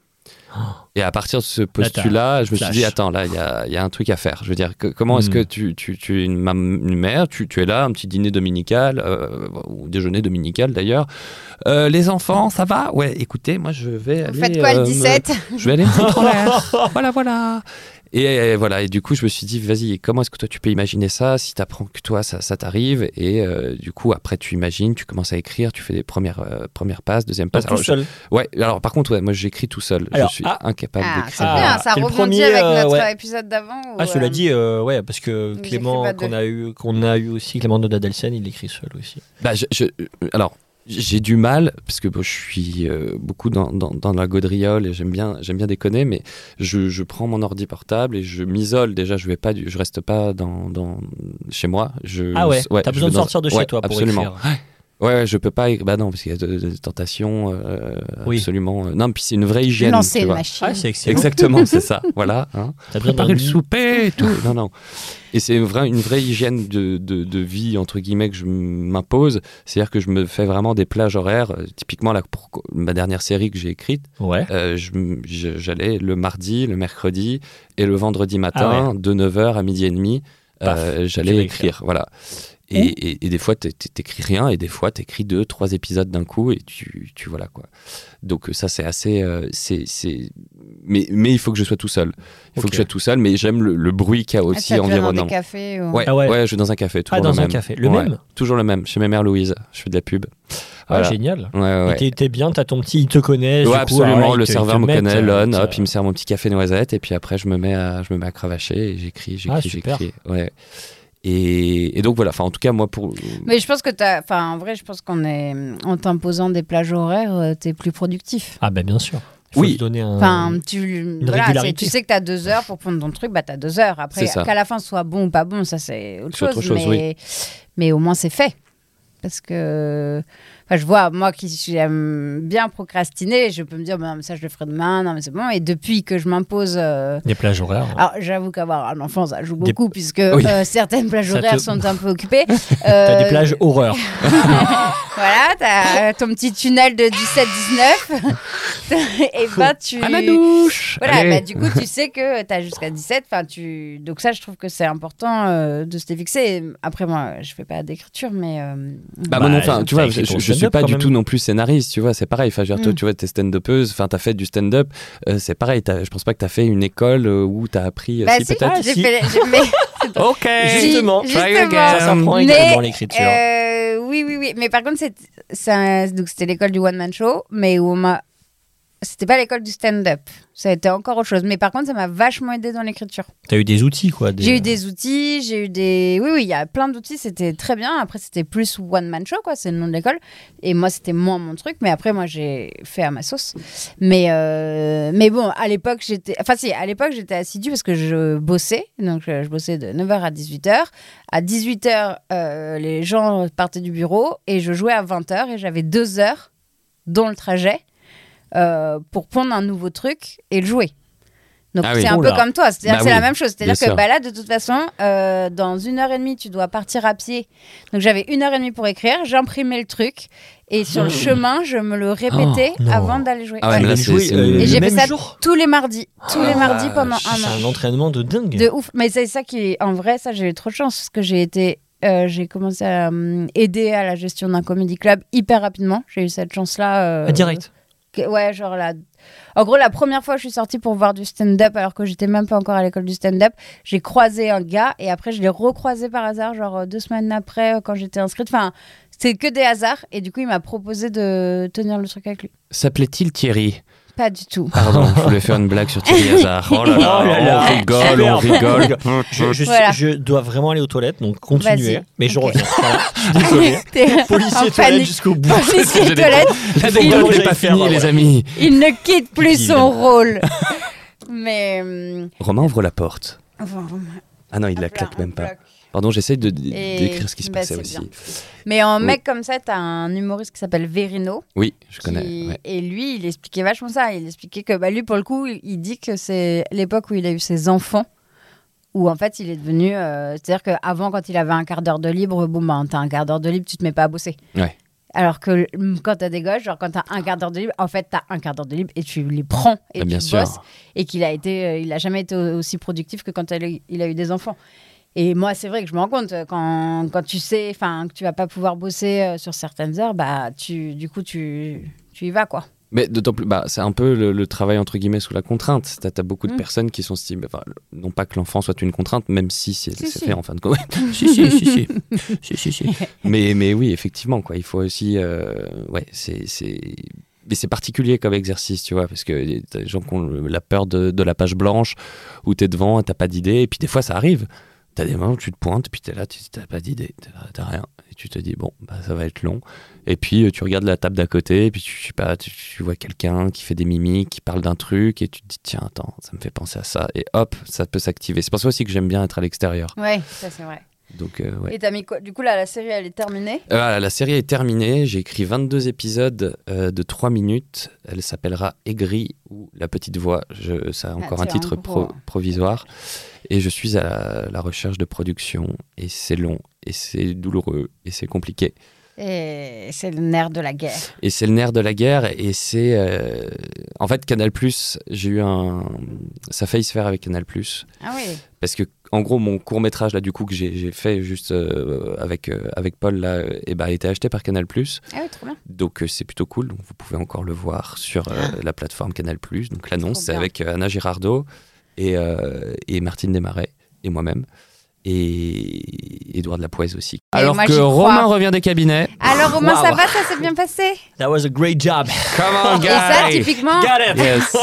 Speaker 4: Et à partir de ce postulat, je me suis
Speaker 1: flash.
Speaker 4: dit, attends, là, il y a, il y a un truc à faire. Je veux dire, que- comment est-ce
Speaker 1: Hmm.
Speaker 4: que tu, tu, tu es une, mam- une mère, tu, tu es là, un petit dîner dominical, euh, ou déjeuner dominical d'ailleurs. Euh, les enfants, ça va Ouais, écoutez, moi, je vais
Speaker 2: pardon.
Speaker 4: aller...
Speaker 2: Vous faites quoi
Speaker 4: euh,
Speaker 2: le
Speaker 4: me-
Speaker 2: 17
Speaker 4: Je vais aller me foutre en l'air. Voilà, voilà. Et euh, voilà, et du coup, je me suis dit, vas-y, comment est-ce que toi, tu peux imaginer ça Si t'apprends que toi, ça, ça t'arrive. Et euh, du coup, après, tu imagines, tu commences à écrire, tu fais des premières, euh, premières passes, deuxième
Speaker 1: Pas
Speaker 4: passe.
Speaker 1: tout
Speaker 4: Alors, je-
Speaker 1: seul.
Speaker 4: Ouais, alors par contre, ouais, moi j'écris tout seul.
Speaker 1: Alors,
Speaker 4: je suis
Speaker 1: ah.
Speaker 4: incapable
Speaker 2: Ah, c'est
Speaker 4: d'écrire.
Speaker 1: Ah,
Speaker 2: bien, ça
Speaker 1: c'est le
Speaker 2: rebondit
Speaker 1: premier,
Speaker 2: avec
Speaker 1: euh,
Speaker 2: notre
Speaker 1: ouais.
Speaker 2: épisode d'avant. où,
Speaker 1: Ah, cela
Speaker 2: euh,
Speaker 1: dit, euh, ouais, parce que
Speaker 2: Vous écrivez
Speaker 1: Clément,
Speaker 2: pas
Speaker 1: qu'on
Speaker 2: deux.
Speaker 1: a eu, qu'on a eu aussi, Clément Nodadelsen, il écrit seul aussi.
Speaker 4: Bah, je- je- alors, j'ai du mal, parce que bon, je suis euh, beaucoup dans, dans, dans la gaudriole et j'aime bien, j'aime bien déconner, mais je, je prends mon ordi portable et je m'isole déjà, je vais pas, du- je reste pas dans, dans, chez moi. Je,
Speaker 1: Ah ouais, t'as
Speaker 4: je
Speaker 1: besoin de
Speaker 4: vais dans-
Speaker 1: sortir de
Speaker 4: ouais,
Speaker 1: chez toi pour
Speaker 4: absolument.
Speaker 1: écrire.
Speaker 4: Ouais, ouais, je peux pas, écrire- bah non, parce qu'il y a des des tentations, euh,
Speaker 1: Oui.
Speaker 4: absolument. euh, Non, puis c'est une vraie hygiène.
Speaker 2: Lancer
Speaker 4: tu
Speaker 2: une
Speaker 4: vois.
Speaker 2: machine.
Speaker 1: Ah, c'est excellent.
Speaker 4: Exactement, c'est ça, voilà. hein.
Speaker 1: T'as besoin d'un-
Speaker 4: souper et tout. Non, non. Et c'est vrai, une vraie hygiène de, de, de vie, entre guillemets, que je m'impose. C'est-à-dire que je me fais vraiment des plages horaires. Euh, Typiquement, là, pour co- ma dernière série que j'ai écrite,
Speaker 1: Ouais.
Speaker 4: euh, je m- je- j'allais le mardi, le mercredi et le vendredi matin, de 9h à midi et demi.
Speaker 1: Ah Paf,
Speaker 4: euh,
Speaker 1: tu vas
Speaker 4: j'allais écrire, voilà. Et, et- et des fois, t'é- t'é- t'écris rien, et des fois, t'écris deux, trois épisodes d'un coup, et tu, tu voilà quoi. Donc ça, c'est assez, euh, c'est, c'est, mais, mais il faut que je sois tout seul. Il faut
Speaker 1: Ok.
Speaker 4: que je sois tout seul, mais j'aime le, le bruit qu'il y a
Speaker 2: Ah,
Speaker 4: aussi
Speaker 2: ça, tu vas dans
Speaker 4: environnant.
Speaker 2: des cafés. ou-
Speaker 4: Ouais,
Speaker 1: Ah ouais.
Speaker 4: ouais. je suis dans un café, toujours
Speaker 1: Ah, dans
Speaker 4: le
Speaker 1: un
Speaker 4: même.
Speaker 1: café. Le
Speaker 4: Ouais,
Speaker 1: même
Speaker 4: Toujours le même, chez ma mère Louise, je fais de la pub.
Speaker 1: Ah,
Speaker 4: Voilà.
Speaker 1: génial.
Speaker 4: Ouais, ouais,
Speaker 1: Et
Speaker 4: ouais.
Speaker 1: t'es- T'es bien, t'as ton petit, il te connaît.
Speaker 4: Ouais,
Speaker 1: du coup,
Speaker 4: absolument,
Speaker 1: alors là, il
Speaker 4: le
Speaker 1: te- il
Speaker 4: serveur
Speaker 1: te
Speaker 4: me
Speaker 1: met,
Speaker 4: connaît,
Speaker 1: euh,
Speaker 4: l'on,
Speaker 1: ça-
Speaker 4: hop, il me sert mon petit café noisette, et puis après, je me mets à, je me mets à cravacher, et j'écris, j'écris,
Speaker 1: Ah, super.
Speaker 4: j'écris. Ouais. Et, et donc voilà, enfin, en tout cas, moi, pour.
Speaker 2: Mais je pense que t'as. Enfin, en vrai, je pense qu'on est. En t'imposant des plages horaires, euh, t'es plus productif.
Speaker 1: Ah, ben bien sûr. Il faut
Speaker 4: Oui.
Speaker 1: lui donner un.
Speaker 2: Enfin, tu, voilà, c'est-
Speaker 1: régularité.
Speaker 2: tu sais que t'as deux heures pour prendre ton truc, bah t'as deux heures. Après,
Speaker 4: C'est ça.
Speaker 2: qu'à la fin ce soit bon ou pas bon, ça c'est autre
Speaker 4: C'est
Speaker 2: chose.
Speaker 4: autre chose,
Speaker 2: mais, mais au moins c'est fait. Parce que enfin, je vois, moi qui j'aime bien procrastiner, je peux me dire, bah, non, mais ça je le ferai demain, non mais c'est bon. Et depuis que je m'impose. euh,
Speaker 1: Des plages horaires.
Speaker 2: Alors, j'avoue qu'avoir un enfant, ça joue
Speaker 1: Des-
Speaker 2: beaucoup, puisque
Speaker 4: Oui.
Speaker 2: euh, certaines plages
Speaker 1: Ça te-
Speaker 2: horaires sont un peu occupées.
Speaker 1: T'as des
Speaker 2: Euh,
Speaker 1: plages horreurs.
Speaker 2: Voilà, t'as euh, ton petit tunnel de 17-19. et ben tu.
Speaker 4: douche
Speaker 2: Voilà, bah, du coup, tu sais que t'as jusqu'à 17. Enfin, tu... Donc, ça, je trouve que c'est important euh, de se les fixer. Et Après, moi, je fais pas d'écriture, mais. euh,
Speaker 4: Bah,
Speaker 1: Bah,
Speaker 4: moi, non, enfin, tu
Speaker 1: t'as
Speaker 4: vois, je,
Speaker 1: écrit ton
Speaker 4: je- je suis
Speaker 1: stand-up
Speaker 4: pas
Speaker 1: quand
Speaker 4: du
Speaker 1: même.
Speaker 4: tout non plus scénariste, tu vois, c'est pareil. Enfin, je veux dire, toi,
Speaker 2: Mm.
Speaker 4: tu vois, t'es stand-upeuse, enfin, t'as fait du stand-up, euh, c'est pareil. t'as- Je pense pas que t'as fait une école euh, où t'as appris. euh,
Speaker 2: bah,
Speaker 4: si,
Speaker 2: si,
Speaker 4: peut-être.
Speaker 2: j'ai
Speaker 1: Ah, si.
Speaker 2: fait. j'ai- mais,
Speaker 1: Ok.
Speaker 2: Si,
Speaker 1: Justement.
Speaker 2: justement.
Speaker 1: Ça s'apprend
Speaker 2: Mais,
Speaker 1: également l'écriture.
Speaker 2: euh, oui, oui, oui. Mais par contre, c'est- c'est un- donc, c'était l'école du one-man show, mais où on m'a. C'était pas l'école du stand-up. Ça a été encore autre chose. Mais par contre, ça m'a vachement aidé dans l'écriture.
Speaker 1: T'as eu des outils, quoi. des-
Speaker 2: J'ai eu des outils, j'ai eu des. Oui, oui, il y a plein d'outils, c'était très bien. Après, c'était plus One Man Show, quoi, c'est le nom de l'école. Et moi, c'était moins mon truc, mais après, moi, j'ai fait à ma sauce. Mais, euh, mais bon, à l'époque, j'étais. Enfin, si, à l'époque, j'étais assidue parce que je bossais. Donc, je, je bossais de 9h à 18h. À 18h, euh, les gens partaient du bureau et je jouais à 20h et j'avais deux heures dans le trajet euh, pour prendre un nouveau truc et le jouer. Donc
Speaker 4: Ah
Speaker 2: c'est
Speaker 4: oui.
Speaker 2: un
Speaker 1: Oula.
Speaker 2: peu comme toi, c'est-à-dire
Speaker 4: Bah
Speaker 2: que c'est
Speaker 4: oui,
Speaker 2: la même chose. C'est-à-dire
Speaker 4: bien
Speaker 2: que
Speaker 4: sûr.
Speaker 2: bah là, de toute façon, euh, dans une heure et demie, tu dois partir à pied. Donc j'avais une heure et demie pour écrire, j'imprimais le truc et sur le chemin, je me le répétais
Speaker 1: non.
Speaker 2: avant d'aller jouer.
Speaker 4: Ah ouais,
Speaker 2: Ouais.
Speaker 4: mais là,
Speaker 1: J'ai
Speaker 4: c'est-
Speaker 1: joué,
Speaker 4: c'est-
Speaker 1: euh,
Speaker 4: Et
Speaker 1: le
Speaker 2: j'ai fait
Speaker 1: même
Speaker 2: ça
Speaker 1: jour.
Speaker 2: Tous les mardis, tous les
Speaker 4: Ah,
Speaker 2: mardis pendant
Speaker 1: C'est
Speaker 2: un
Speaker 1: un
Speaker 2: an.
Speaker 1: entraînement de dingue.
Speaker 2: De ouf. Mais c'est ça qui est. En vrai, ça, j'ai eu trop de chance parce que j'ai été. euh, j'ai commencé à hum, aider à la gestion d'un comedy club hyper rapidement. J'ai eu cette chance-là. euh,
Speaker 1: Ah, direct.
Speaker 2: que- Ouais, genre là. En gros, la première fois, je suis sortie pour voir du stand-up alors que j'étais même pas encore à l'école du stand-up. J'ai croisé un gars et après, je l'ai recroisé par hasard, genre euh, deux semaines après, euh, quand j'étais inscrite. Enfin, c'est que des hasards. Et du coup, il m'a proposé de tenir le truc avec lui.
Speaker 4: S'appelait-il Thierry
Speaker 2: Pas du tout.
Speaker 4: Pardon, je voulais faire une blague sur Thierry Hazard. Oh là là,
Speaker 1: Oh là là.
Speaker 4: on rigole, on
Speaker 1: Super.
Speaker 4: rigole.
Speaker 1: Je, je-
Speaker 2: Voilà.
Speaker 1: je dois vraiment aller aux toilettes, donc continuez.
Speaker 2: Vas-y.
Speaker 1: Mais je
Speaker 2: Ok.
Speaker 1: reviens. Voilà. Je suis désolé.
Speaker 2: T'es en
Speaker 1: Policier toilette
Speaker 2: panique.
Speaker 1: jusqu'au bout.
Speaker 2: Policier
Speaker 4: J'ai des-
Speaker 2: toilette.
Speaker 4: L'anecdote n'est pas finie, les amis.
Speaker 2: Il ne quitte plus
Speaker 1: Il-
Speaker 2: son rôle. Mais. hum,
Speaker 4: Romain ouvre la porte.
Speaker 2: enfin,
Speaker 4: Ah non, il
Speaker 2: un
Speaker 4: la
Speaker 2: plat,
Speaker 4: claque
Speaker 2: un
Speaker 4: même pas.
Speaker 2: bloc.
Speaker 4: Pardon, j'essaie de
Speaker 2: Et-
Speaker 4: décrire ce qui se
Speaker 2: bah,
Speaker 4: passait
Speaker 2: c'est
Speaker 4: aussi.
Speaker 2: bien. Mais en
Speaker 4: Oui.
Speaker 2: mec comme ça, t'as un humoriste qui s'appelle Verino.
Speaker 4: Oui, je connais.
Speaker 2: qui-
Speaker 4: ouais.
Speaker 2: Et lui, il expliquait vachement ça. Il expliquait que bah, lui, pour le coup, il dit que c'est l'époque où il a eu ses enfants, où en fait, il est devenu. euh, C'est-à-dire qu'avant, quand il avait un quart d'heure de libre, bon, ben, t'as un quart d'heure de libre, tu te mets pas à bosser.
Speaker 4: Ouais.
Speaker 2: Alors que mm, quand t'as des gosses, genre quand t'as un quart d'heure de libre, en fait, t'as un quart d'heure de libre et tu les prends et
Speaker 4: Bah,
Speaker 2: tu
Speaker 4: bien sûr.
Speaker 2: bosses. Et qu'il a été, euh, il a jamais été au- aussi productif que quand elle a eu- il a eu des enfants. Et moi, c'est vrai que je me rends compte euh, quand, quand tu sais, enfin, que tu vas pas pouvoir bosser euh, sur certaines heures, bah, tu, du coup, tu, tu y vas quoi.
Speaker 4: Mais d'autant plus, bah, c'est un peu le, le travail entre guillemets sous la contrainte. T'as as beaucoup de
Speaker 2: Mm.
Speaker 4: personnes qui sont stimulées. Enfin, non pas que l'enfant soit une contrainte, même si c'est
Speaker 2: Si,
Speaker 4: c'est
Speaker 2: si.
Speaker 4: fait en fin de compte.
Speaker 1: si, si, si, si. si, si, si.
Speaker 4: mais, mais oui, effectivement, quoi. Il faut aussi. euh, ouais, c'est. c'est- Mais c'est particulier comme exercice, tu vois, parce que t'as des gens qui ont le- la peur de, de la page blanche où t'es devant, t'as pas d'idée, et puis des fois ça arrive. T'as des moments où tu te pointes, puis t'es là, tu- t'as pas d'idée, t'as- t'as rien. Et tu te dis, bon, bah, ça va être long. Et puis euh, tu regardes la table d'à côté, et puis tu, je sais pas, tu, tu vois quelqu'un qui fait des mimiques, qui parle d'un truc, et tu te dis, tiens, attends, ça me fait penser à ça. Et hop, ça peut s'activer. C'est pour ça aussi que j'aime bien être à l'extérieur.
Speaker 2: Ouais, ça c'est vrai.
Speaker 4: Donc, euh, ouais.
Speaker 2: Et t'as mis quoi Du coup, là, la série, elle est terminée.
Speaker 4: Euh, voilà, la série est terminée. J'ai écrit 22 épisodes euh, de 3 minutes. Elle s'appellera Aigri ou La Petite Voix. Je, ça a encore
Speaker 2: Ah, c'est
Speaker 4: un titre
Speaker 2: un
Speaker 4: pro-
Speaker 2: gros.
Speaker 4: provisoire. Et je suis à la, la recherche de production. Et c'est long. Et c'est douloureux. Et c'est compliqué.
Speaker 2: Et c'est le nerf de la guerre.
Speaker 4: Et c'est le nerf de la guerre. Et c'est. euh, En fait, Canal, j'ai eu un. Ça a failli se faire avec Canal.
Speaker 2: Ah oui.
Speaker 4: Parce que, en gros, mon court métrage, là, du coup, que j'ai j'ai fait juste euh, avec, euh, avec Paul, là, et ben, a été acheté par Canal.
Speaker 2: Ah oui, trop bien.
Speaker 4: Donc euh, c'est plutôt cool. Donc, vous pouvez encore le voir sur euh, la plateforme Canal+. Donc l'annonce
Speaker 2: Ah. Trop
Speaker 4: c'est
Speaker 2: bien.
Speaker 4: avec euh, Anna Girardot et, euh, et Martine Desmarais et moi-même et Édouard Lapoise aussi.
Speaker 2: Et
Speaker 4: Alors
Speaker 2: moi,
Speaker 4: que
Speaker 2: j'y crois.
Speaker 4: Romain revient des cabinets.
Speaker 2: Alors, Romain, ça
Speaker 1: Waouh.
Speaker 2: va Ça s'est bien passé
Speaker 1: That was a great job.
Speaker 4: Comment
Speaker 2: Et ça,
Speaker 4: Ah.
Speaker 2: typiquement,
Speaker 1: Got it.
Speaker 4: Yes.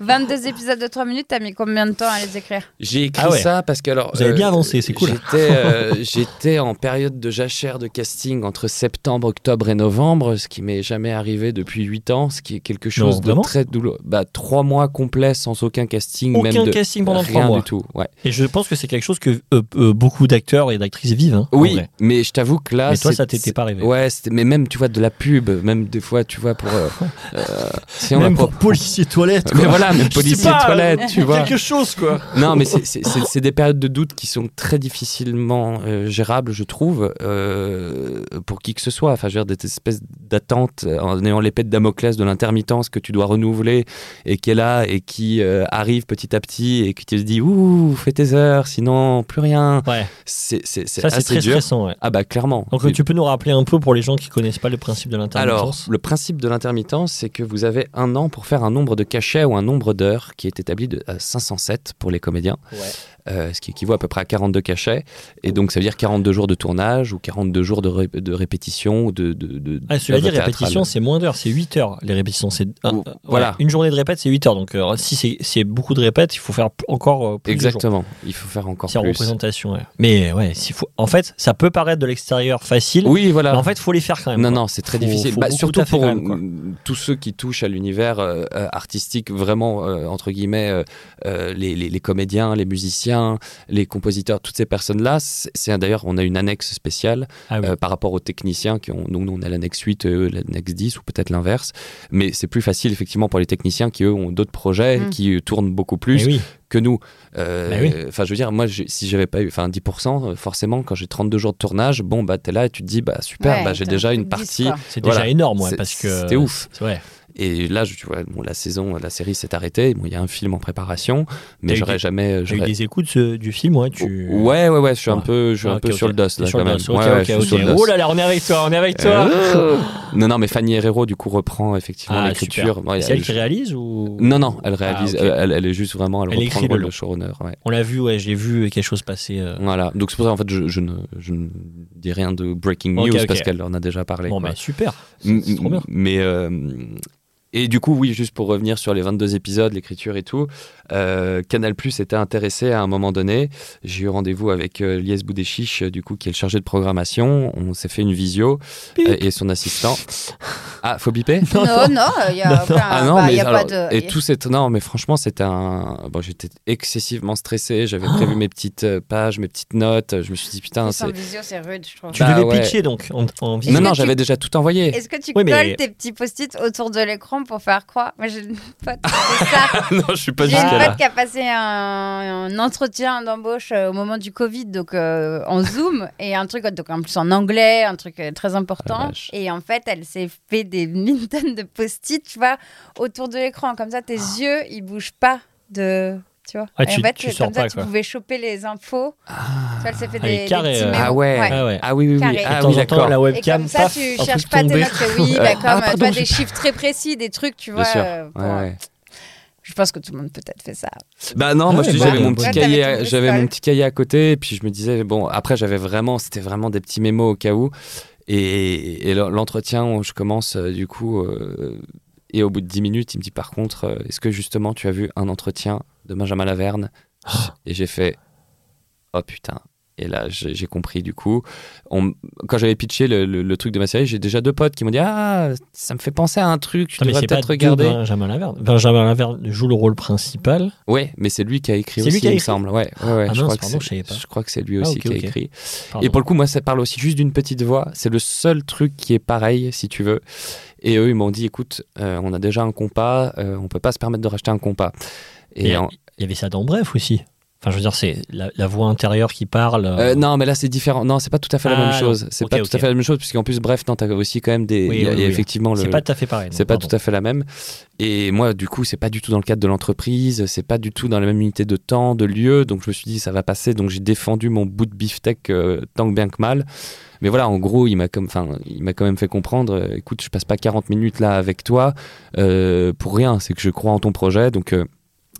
Speaker 2: 22 épisodes de 3 minutes, t'as mis combien de temps à les écrire
Speaker 4: J'ai écrit
Speaker 1: Ah ouais.
Speaker 4: ça parce que alors euh,
Speaker 1: Vous avez bien avancé, c'est cool.
Speaker 4: J'étais euh, j'étais en période de jachère de casting entre septembre, octobre et novembre, ce qui m'est jamais arrivé depuis 8 ans, ce qui est quelque chose de
Speaker 1: vraiment
Speaker 4: très douloureux. Bah trois mois complets sans aucun casting,
Speaker 1: Aucun
Speaker 4: même de
Speaker 1: casting pendant
Speaker 4: rien
Speaker 1: trois mois.
Speaker 4: du tout. Ouais.
Speaker 1: Et je pense que c'est quelque chose que euh, euh, beaucoup d'acteurs et d'actrices vivent. hein, en
Speaker 4: Oui,
Speaker 1: vrai.
Speaker 4: mais je t'avoue que là,
Speaker 1: Mais toi,
Speaker 4: c'est-
Speaker 1: ça t'était pas arrivé.
Speaker 4: Ouais, c'était- mais même tu vois de la pub, même des fois tu vois pour euh, euh, si on a
Speaker 1: Même
Speaker 4: pas-
Speaker 1: pour policier toilette.
Speaker 4: Mais
Speaker 1: quoi.
Speaker 4: voilà, même
Speaker 1: Je
Speaker 4: policier
Speaker 1: sais pas,
Speaker 4: toilette,
Speaker 1: euh,
Speaker 4: tu vois.
Speaker 1: Quelque chose, quoi.
Speaker 4: Non, mais c'est- c'est c'est- c'est des périodes de doute qui sont très difficilement euh, gérables, je trouve, euh, pour qui que ce soit. Enfin, je veux dire, des espèces d'attentes euh, en ayant l'épée de Damoclès de l'intermittence que tu dois renouveler et qui est là et qui euh, arrive petit à petit et qui te dit Ouh, fais tes heures, sinon plus rien.
Speaker 1: Ouais,
Speaker 4: C'est c'est- c'est
Speaker 1: ça, c'est
Speaker 4: assez
Speaker 1: très
Speaker 4: dur.
Speaker 1: stressant. ouais.
Speaker 4: Ah, bah, clairement.
Speaker 1: Donc,
Speaker 4: Et-
Speaker 1: tu peux nous rappeler un peu pour les gens qui connaissent pas le principe de
Speaker 4: alors,
Speaker 1: l'intermittence
Speaker 4: le principe de l'intermittence, c'est que vous avez un an pour faire un nombre de cachets ou un nombre d'heures qui est établi de à 507 pour les comédiens,
Speaker 1: Ouais.
Speaker 4: Euh, ce qui équivaut à peu près à 42 cachets. Et donc, ça veut dire 42 jours de tournage ou 42 jours de, ré- de répétition ou de. de, de
Speaker 1: Ah, cela
Speaker 4: d'œuvre
Speaker 1: dit,
Speaker 4: théâtrale.
Speaker 1: répétition, c'est moins d'heures, c'est 8 heures. Les répétitions, c'est. ah,
Speaker 4: Ou-
Speaker 1: euh, ouais.
Speaker 4: voilà.
Speaker 1: Une journée de répète, c'est 8 heures. Donc, euh, si c'est- c'est beaucoup de répètes, il faut faire p- encore euh, plus. de jours.
Speaker 4: Exactement, il faut faire encore
Speaker 1: C'est en
Speaker 4: plus.
Speaker 1: représentation, ouais. Mais ouais, s'il faut... en fait, ça peut paraître de l'extérieur facile,
Speaker 4: Oui, voilà.
Speaker 1: mais en fait, faut les faire quand même.
Speaker 4: Non,
Speaker 1: quoi.
Speaker 4: non, c'est très
Speaker 1: Faut-
Speaker 4: difficile.
Speaker 1: faut
Speaker 4: Bah,
Speaker 1: beaucoup
Speaker 4: surtout
Speaker 1: taffer
Speaker 4: pour
Speaker 1: quand même, quoi.
Speaker 4: mm, tous ceux qui touchent à l'univers euh, euh, artistique, vraiment, euh, entre guillemets, euh, euh, les, les- les comédiens, les musiciens, les compositeurs, toutes ces personnes-là. C'est c'est- D'ailleurs, on a une annexe spéciale
Speaker 1: Ah oui.
Speaker 4: euh, par rapport aux techniciens. Qui ont, donc, nous, on a l'annexe 8, eux, l'annexe 10, ou peut-être l'inverse. Mais c'est plus facile, effectivement, pour les techniciens qui, eux, ont d'autres projets,
Speaker 2: Mm.
Speaker 4: qui euh, tournent beaucoup plus
Speaker 1: Eh oui.
Speaker 4: que nous.
Speaker 1: Bah oui.
Speaker 4: Euh, Enfin, je veux dire, moi, j'ai- si j'avais pas eu, enfin, 10%, euh, forcément, quand j'ai 32 jours de tournage, bon, bah, t'es là et tu te dis, bah, super,
Speaker 2: Ouais,
Speaker 4: bah, j'ai
Speaker 2: t'as
Speaker 4: déjà
Speaker 2: plus de
Speaker 4: une
Speaker 2: 10,
Speaker 4: partie.
Speaker 2: quoi.
Speaker 1: C'est
Speaker 4: Voilà.
Speaker 1: déjà énorme, ouais,
Speaker 4: C'est-
Speaker 1: Oh, parce que.
Speaker 4: C'était ouf.
Speaker 1: C'est- Ouais.
Speaker 4: Et là, je, tu vois, bon, la saison, la série s'est arrêtée. Bon, il y a un film en préparation, mais
Speaker 1: T'as eu
Speaker 4: j'aurais
Speaker 1: des-
Speaker 4: jamais.
Speaker 1: J'ai eu
Speaker 4: j'aurais- Oh,
Speaker 1: des écoutes euh, du film, ouais. Tu...
Speaker 4: Ouais, ouais, ouais, je suis un
Speaker 1: Ouais.
Speaker 4: peu, je suis
Speaker 1: Ah,
Speaker 4: un
Speaker 1: ok,
Speaker 4: peu
Speaker 1: ok.
Speaker 4: sur le dos
Speaker 1: T'es
Speaker 4: là
Speaker 1: sur
Speaker 4: quand
Speaker 1: le
Speaker 4: même.
Speaker 1: dos, ok,
Speaker 4: Ouais, ouais,
Speaker 1: ok,
Speaker 4: je suis
Speaker 1: ok.
Speaker 4: sur le dos.
Speaker 1: Oh là là, on est avec toi, on est avec toi.
Speaker 4: Euh, non, non, mais Fanny Herrero du coup reprend effectivement
Speaker 1: Ah,
Speaker 4: l'écriture. Ouais,
Speaker 1: c'est elle
Speaker 4: elle-
Speaker 1: qui réalise ou
Speaker 4: Non, non, elle réalise,
Speaker 1: Ah, ok.
Speaker 4: elle, elle est juste vraiment, elle,
Speaker 1: Elle
Speaker 4: reprend
Speaker 1: écrit
Speaker 4: le rôle
Speaker 1: le
Speaker 4: de
Speaker 1: long.
Speaker 4: showrunner. ouais.
Speaker 1: On l'a vu, ouais, j'ai vu quelque chose passer. euh,
Speaker 4: Voilà, donc c'est pour ça en fait, je, je ne, je ne dis rien de breaking news
Speaker 1: Ok, ok.
Speaker 4: parce qu'elle en a déjà parlé.
Speaker 1: Bon,
Speaker 4: quoi.
Speaker 1: bah super.
Speaker 4: M-
Speaker 1: c'est trop bien.
Speaker 4: Mais euh, Et du coup, oui, juste pour revenir sur les 22 épisodes, l'écriture et tout, euh, Canal Plus était intéressé à un moment donné. J'ai eu rendez-vous avec euh, Lies Boudéchiche, euh, du coup, qui est le chargé de programmation. On s'est fait une visio euh, et son assistant. Ah, faut biper
Speaker 2: Non, non, il n'y a, aucun-
Speaker 4: Ah non,
Speaker 2: bah,
Speaker 4: mais
Speaker 2: y a
Speaker 4: alors,
Speaker 2: pas de.
Speaker 4: et tout c'est non, mais franchement, c'était un. Bon, j'étais excessivement stressé. J'avais prévu mes petites euh, pages, mes petites notes. Je me suis dit putain,
Speaker 2: Sans
Speaker 4: hein, c'est.
Speaker 2: visio, Oh. c'est rude, je trouve.
Speaker 5: Tu
Speaker 4: Bah
Speaker 5: devais
Speaker 4: ouais.
Speaker 5: pitcher donc en, en visio.
Speaker 2: Est-ce
Speaker 4: Non,
Speaker 2: que
Speaker 4: non,
Speaker 2: tu-
Speaker 4: j'avais déjà tout envoyé.
Speaker 2: Est-ce que tu
Speaker 5: Oui, mais-
Speaker 2: colles tes petits post-it autour de l'écran pour faire croire Moi, j'ai une pote qui fait ça.
Speaker 4: non, je suis pas
Speaker 2: J'ai une
Speaker 4: jusqu'à là.
Speaker 2: pote qui a passé un, un entretien d'embauche euh, au moment du Covid, donc euh, en Zoom, et un truc donc, en plus en anglais, un truc euh, très
Speaker 4: Ah la
Speaker 2: important.
Speaker 4: vache.
Speaker 2: et en fait, elle s'est fait des mille tonnes de post-it, tu vois, autour de l'écran. Comme ça, tes yeux, ils bougent pas de. Tu vois
Speaker 1: Ah,
Speaker 2: et
Speaker 1: tu-
Speaker 2: en fait,
Speaker 1: tu
Speaker 2: comme
Speaker 1: sors
Speaker 2: ça,
Speaker 1: pas,
Speaker 2: tu
Speaker 1: quoi.
Speaker 2: pouvais choper les infos. Tu vois, elle s'est fait
Speaker 1: Ah, les
Speaker 2: des, des
Speaker 1: carrés,
Speaker 2: petits
Speaker 1: euh,
Speaker 2: mémos.
Speaker 4: ah ouais.
Speaker 1: Ah ouais.
Speaker 4: Ah oui, oui,
Speaker 2: Carré.
Speaker 4: oui.
Speaker 2: Et
Speaker 4: Ah
Speaker 1: de temps
Speaker 4: oui,
Speaker 1: en temps,
Speaker 4: d'accord.
Speaker 1: la
Speaker 2: Et
Speaker 1: webcam,
Speaker 2: comme ça,
Speaker 1: paf,
Speaker 2: tu
Speaker 1: un
Speaker 2: cherches
Speaker 1: truc
Speaker 2: pas tes
Speaker 1: tombé.
Speaker 2: notes. Oui, bah,
Speaker 4: Ah,
Speaker 2: comme
Speaker 4: pardon,
Speaker 2: euh, toi,
Speaker 4: j'ai-
Speaker 2: des chiffres très précis, des trucs, tu vois.
Speaker 4: Bien sûr.
Speaker 2: euh, pour-
Speaker 4: Ouais, ouais.
Speaker 2: Je pense que tout le monde peut-être fait ça.
Speaker 4: Bah non, moi
Speaker 1: Ouais,
Speaker 4: je te dis,
Speaker 1: bah,
Speaker 4: j'avais
Speaker 1: ouais,
Speaker 4: mon
Speaker 1: ouais.
Speaker 4: petit
Speaker 2: Ouais,
Speaker 4: cahier,
Speaker 2: t'avais ton
Speaker 4: à-
Speaker 2: truc
Speaker 4: j'avais
Speaker 2: seul.
Speaker 4: mon petit cahier à côté, et puis je me disais bon, après j'avais vraiment, c'était vraiment des petits mémos au cas où, et, et l'en- l'entretien où je commence euh, du coup, euh, et au bout de 10 minutes, il me dit par contre, euh, est-ce que justement tu as vu un entretien de Benjamin Laverne Et j'ai fait oh putain. Et là, j'ai j'ai compris du coup. On m- quand j'avais pitché le, le- le truc de ma série, j'ai déjà deux potes qui m'ont dit Ah, ça me fait penser à un truc, tu
Speaker 1: Putain, mais
Speaker 4: devrais
Speaker 1: c'est pas
Speaker 4: peut-être
Speaker 1: du
Speaker 4: regarder.
Speaker 1: Benjamin Laverne. Benjamin Laverne joue le rôle principal.
Speaker 4: Ouais, mais c'est lui qui a écrit
Speaker 1: C'est lui
Speaker 4: aussi,
Speaker 1: qui a
Speaker 4: il me
Speaker 1: écrit
Speaker 4: semble. Ouais, ouais, ouais,
Speaker 1: Ah mince,
Speaker 4: je, crois que
Speaker 1: pardon,
Speaker 4: c'est-
Speaker 1: je savais pas.
Speaker 4: je crois que c'est lui
Speaker 1: Ah,
Speaker 4: aussi
Speaker 1: ok,
Speaker 4: qui a
Speaker 1: ok.
Speaker 4: écrit.
Speaker 1: Pardon.
Speaker 4: Et pour le coup, moi, ça parle aussi juste d'une petite voix. C'est le seul truc qui est pareil, si tu veux. Et eux, ils m'ont dit, écoute, euh, on a déjà un compas, euh, on peut pas se permettre de racheter un compas. Et
Speaker 1: Et-
Speaker 4: en-
Speaker 1: Il y avait ça dans Bref aussi. Enfin, je veux dire, c'est la, la voix intérieure qui parle.
Speaker 4: euh, non, mais là, c'est différent. Non, c'est pas tout à fait la
Speaker 1: Oh. Ah,
Speaker 4: même chose. C'est
Speaker 1: Ok,
Speaker 4: pas
Speaker 1: ok.
Speaker 4: tout à fait la même chose, puisqu'en plus, bref, non, t'as aussi quand même des.
Speaker 1: Oui,
Speaker 4: il y a-
Speaker 1: oui,
Speaker 4: il y a
Speaker 1: oui.
Speaker 4: effectivement
Speaker 1: c'est
Speaker 4: le.
Speaker 1: pas tout à fait pareil.
Speaker 4: C'est pas tout à fait la même. Et moi, du coup, c'est pas du tout dans le cadre de l'entreprise, c'est pas du tout dans la même unité de temps, de lieu. Donc, je me suis dit, ça va passer. Donc, j'ai défendu mon bout de beefsteak euh, tant que bien que mal. Mais voilà, en gros, il m'a comme, enfin, il m'a quand même fait comprendre. euh, écoute, je passe pas 40 minutes là avec toi euh, pour rien. C'est que je crois en ton projet. Donc euh,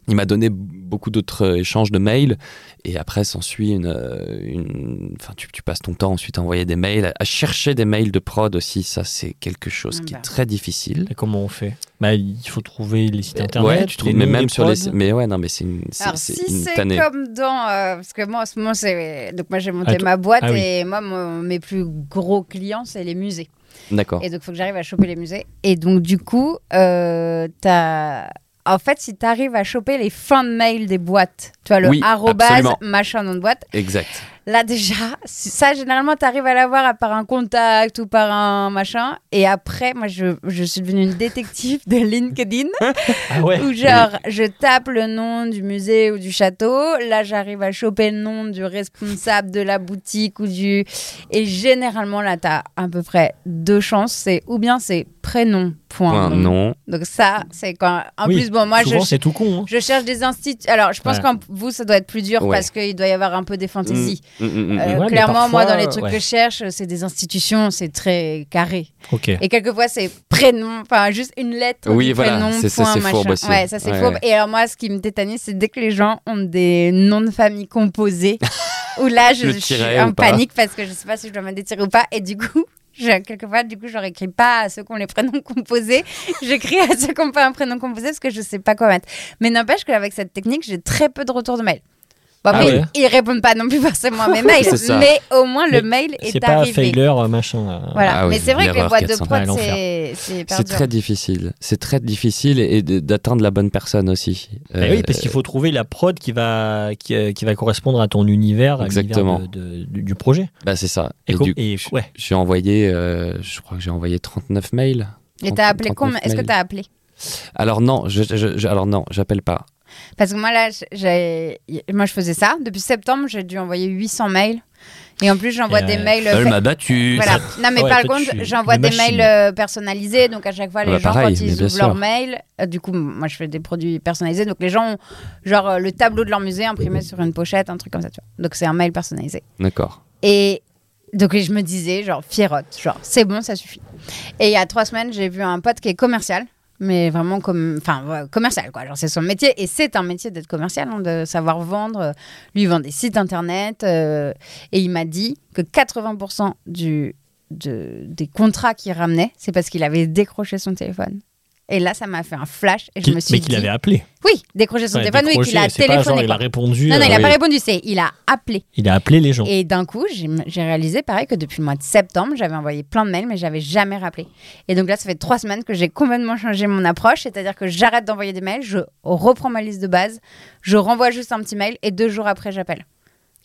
Speaker 4: il m'a donné b- beaucoup d'autres euh, échanges de mails et après s'ensuit une, euh, une- enfin tu, tu passes ton temps ensuite à envoyer des mails, à, à chercher des mails de prod aussi. Ça c'est quelque chose
Speaker 2: Ah
Speaker 4: qui est
Speaker 2: bah.
Speaker 4: très difficile.
Speaker 1: Et comment on fait bah, Il faut trouver les sites internet.
Speaker 4: Euh, ouais, tu trouves,
Speaker 1: les
Speaker 4: mais
Speaker 1: noms
Speaker 4: même
Speaker 1: des
Speaker 4: sur les,
Speaker 1: prods.
Speaker 4: mais ouais, non, mais c'est une, c'est-
Speaker 2: Alors,
Speaker 4: c'est
Speaker 2: si
Speaker 4: une
Speaker 2: c'est
Speaker 4: tannée.
Speaker 2: comme dans. euh, parce que moi, en ce moment, c'est. Donc, moi, j'ai monté
Speaker 1: Attends.
Speaker 2: ma boîte
Speaker 1: Ah oui.
Speaker 2: et moi, mon- mes plus gros clients, c'est les musées.
Speaker 4: D'accord.
Speaker 2: Et donc, il faut que j'arrive à choper les musées. Et donc, du coup, euh, t'as- En fait, si tu arrives à choper les fins de mail des boîtes, tu vois, le
Speaker 4: Oui,
Speaker 2: arrobase,
Speaker 4: absolument.
Speaker 2: machin nom de boîte,
Speaker 4: Exact.
Speaker 2: là déjà, si- ça généralement, tu arrives à l'avoir à- par un contact ou par un machin. Et après, moi, je, je suis devenue une détective de LinkedIn.
Speaker 1: Ah ouais.
Speaker 2: Ou genre, je tape le nom du musée ou du château. Là, j'arrive à choper le nom du responsable de la boutique ou du. Et généralement, là, t'as à peu près deux chances. C'est ou bien c'est prénom, point.
Speaker 4: Point, non.
Speaker 2: Donc, ça, c'est quand. En
Speaker 1: Oui,
Speaker 2: plus, bon, moi, je.
Speaker 1: Souvent, c'est tout con. hein.
Speaker 2: Je cherche des instituts. Alors, je pense
Speaker 1: Ouais.
Speaker 2: qu'en vous, ça doit être plus dur
Speaker 4: Ouais.
Speaker 2: parce qu'il doit y avoir un peu des fantaisies.
Speaker 4: Mm, mm, mm,
Speaker 2: Euh,
Speaker 1: Ouais, mais
Speaker 2: clairement, moi,
Speaker 1: parfois,
Speaker 2: dans les trucs
Speaker 1: ouais.
Speaker 2: que je cherche, c'est des institutions, c'est très carré.
Speaker 1: Ok.
Speaker 2: Et quelquefois, c'est prénom, enfin, juste une lettre.
Speaker 4: Oui,
Speaker 2: du
Speaker 4: voilà,
Speaker 2: prénom,
Speaker 4: c'est- ça,
Speaker 2: point,
Speaker 4: c'est fourbe
Speaker 2: machin.
Speaker 4: aussi.
Speaker 2: Ouais, ça, c'est
Speaker 4: Ouais,
Speaker 2: fourbe.
Speaker 4: ouais.
Speaker 2: Et alors, moi, ce qui me tétanise, c'est dès que les gens ont des noms de famille composés, où là, je,
Speaker 4: Le
Speaker 2: je suis
Speaker 4: tiret
Speaker 2: en
Speaker 4: ou pas.
Speaker 2: panique parce que je sais pas si je dois mettre des tirets ou pas. Et du coup. Je, quelquefois, du coup, je leur écris pas à ceux qui ont les prénoms composés. J'écris à ceux qui n'ont pas un prénom composé parce que je sais pas quoi mettre. Mais n'empêche qu'avec cette technique, j'ai très peu de retours de mail. Bon,
Speaker 1: Ah
Speaker 2: après,
Speaker 1: ouais.
Speaker 2: ils répondent pas non plus forcément à mes mails,
Speaker 4: C'est ça.
Speaker 2: mais au moins le
Speaker 1: Mais
Speaker 2: mail est,
Speaker 1: C'est pas
Speaker 2: arrivé.
Speaker 1: failure, machin. euh, là.
Speaker 2: Voilà,
Speaker 4: Ah oui,
Speaker 2: mais c'est vrai que les
Speaker 4: l'erreur
Speaker 2: boîtes de
Speaker 4: 400.
Speaker 1: Ouais,
Speaker 2: prod,
Speaker 1: l'enfer.
Speaker 2: c'est c'est hein. hyper
Speaker 4: C'est
Speaker 2: dur.
Speaker 4: très difficile. C'est très difficile et et de- d'atteindre la bonne personne aussi.
Speaker 1: Bah
Speaker 4: Euh,
Speaker 1: oui, parce qu'il faut trouver la prod qui va, qui, euh, qui va correspondre à ton univers, à l'univers
Speaker 4: Exactement.
Speaker 1: de- de- du, du projet.
Speaker 4: bah, c'est ça.
Speaker 1: Et,
Speaker 4: Et,
Speaker 1: com-
Speaker 4: du-
Speaker 1: et- ouais.
Speaker 4: j'ai envoyé, euh, je crois que j'ai envoyé 39 mails.
Speaker 2: Et t'as appelé
Speaker 4: 39
Speaker 2: combien Est-ce que
Speaker 4: mails.
Speaker 2: t'as appelé
Speaker 4: Alors non, je, je- je- alors non, j'appelle pas.
Speaker 2: Parce que moi, là, j'ai- moi, je faisais ça. Depuis septembre, j'ai dû envoyer 800 mails. Et en plus, j'envoie
Speaker 1: Et,
Speaker 2: des
Speaker 1: euh,
Speaker 2: mails.
Speaker 4: Elle
Speaker 2: fait-
Speaker 4: m'a battu.
Speaker 2: Voilà. Non, mais
Speaker 1: Ouais,
Speaker 2: par
Speaker 1: toi,
Speaker 2: contre,
Speaker 1: tu-
Speaker 2: j'envoie
Speaker 1: une
Speaker 2: des
Speaker 1: machine.
Speaker 2: mails euh, personnalisés. Donc, à chaque fois,
Speaker 4: Ah
Speaker 2: les
Speaker 4: bah
Speaker 2: gens,
Speaker 4: pareil,
Speaker 2: quand
Speaker 4: mais
Speaker 2: ils
Speaker 4: bien
Speaker 2: ouvrent
Speaker 4: sûr.
Speaker 2: leur mail, euh, du coup, moi, je fais des produits personnalisés. Donc, les gens ont, genre, euh, le tableau de leur musée imprimé sur une pochette, un truc comme ça, tu vois. Donc, c'est un mail personnalisé.
Speaker 4: D'accord.
Speaker 2: Et donc je me disais, genre, fierotte, genre, c'est bon, ça suffit. Et il y a trois semaines, j'ai vu un pote qui est commercial, mais vraiment comme, enfin, ouais, commercial, quoi. Genre, c'est son métier, et c'est un métier d'être commercial, hein, de savoir vendre. Lui, il vend des sites internet, euh, et il m'a dit que 80% du, de- des contrats qu'il ramenait, c'est parce qu'il avait décroché son téléphone. Et là, ça m'a fait un flash et je
Speaker 1: Qui-
Speaker 2: me suis
Speaker 1: mais
Speaker 2: dit-
Speaker 1: qu'il avait appelé.
Speaker 2: Oui, décroché son
Speaker 1: Ouais,
Speaker 2: téléphone, oui,
Speaker 1: décroché,
Speaker 2: qu'il a
Speaker 1: c'est pas genre, il
Speaker 2: téléphoné.
Speaker 1: a
Speaker 2: quoi.
Speaker 1: répondu.
Speaker 2: Non, non,
Speaker 1: euh,
Speaker 2: il n'a
Speaker 1: oui.
Speaker 2: pas répondu, c'est il a appelé.
Speaker 1: Il a appelé les gens.
Speaker 2: Et d'un coup, j'ai j'ai réalisé, pareil, que depuis le mois de septembre, j'avais envoyé plein de mails, mais j'avais jamais rappelé. Et donc là, ça fait trois semaines que j'ai complètement changé mon approche, c'est-à-dire que j'arrête d'envoyer des mails, je reprends ma liste de base, je renvoie juste un petit mail et deux jours après, j'appelle.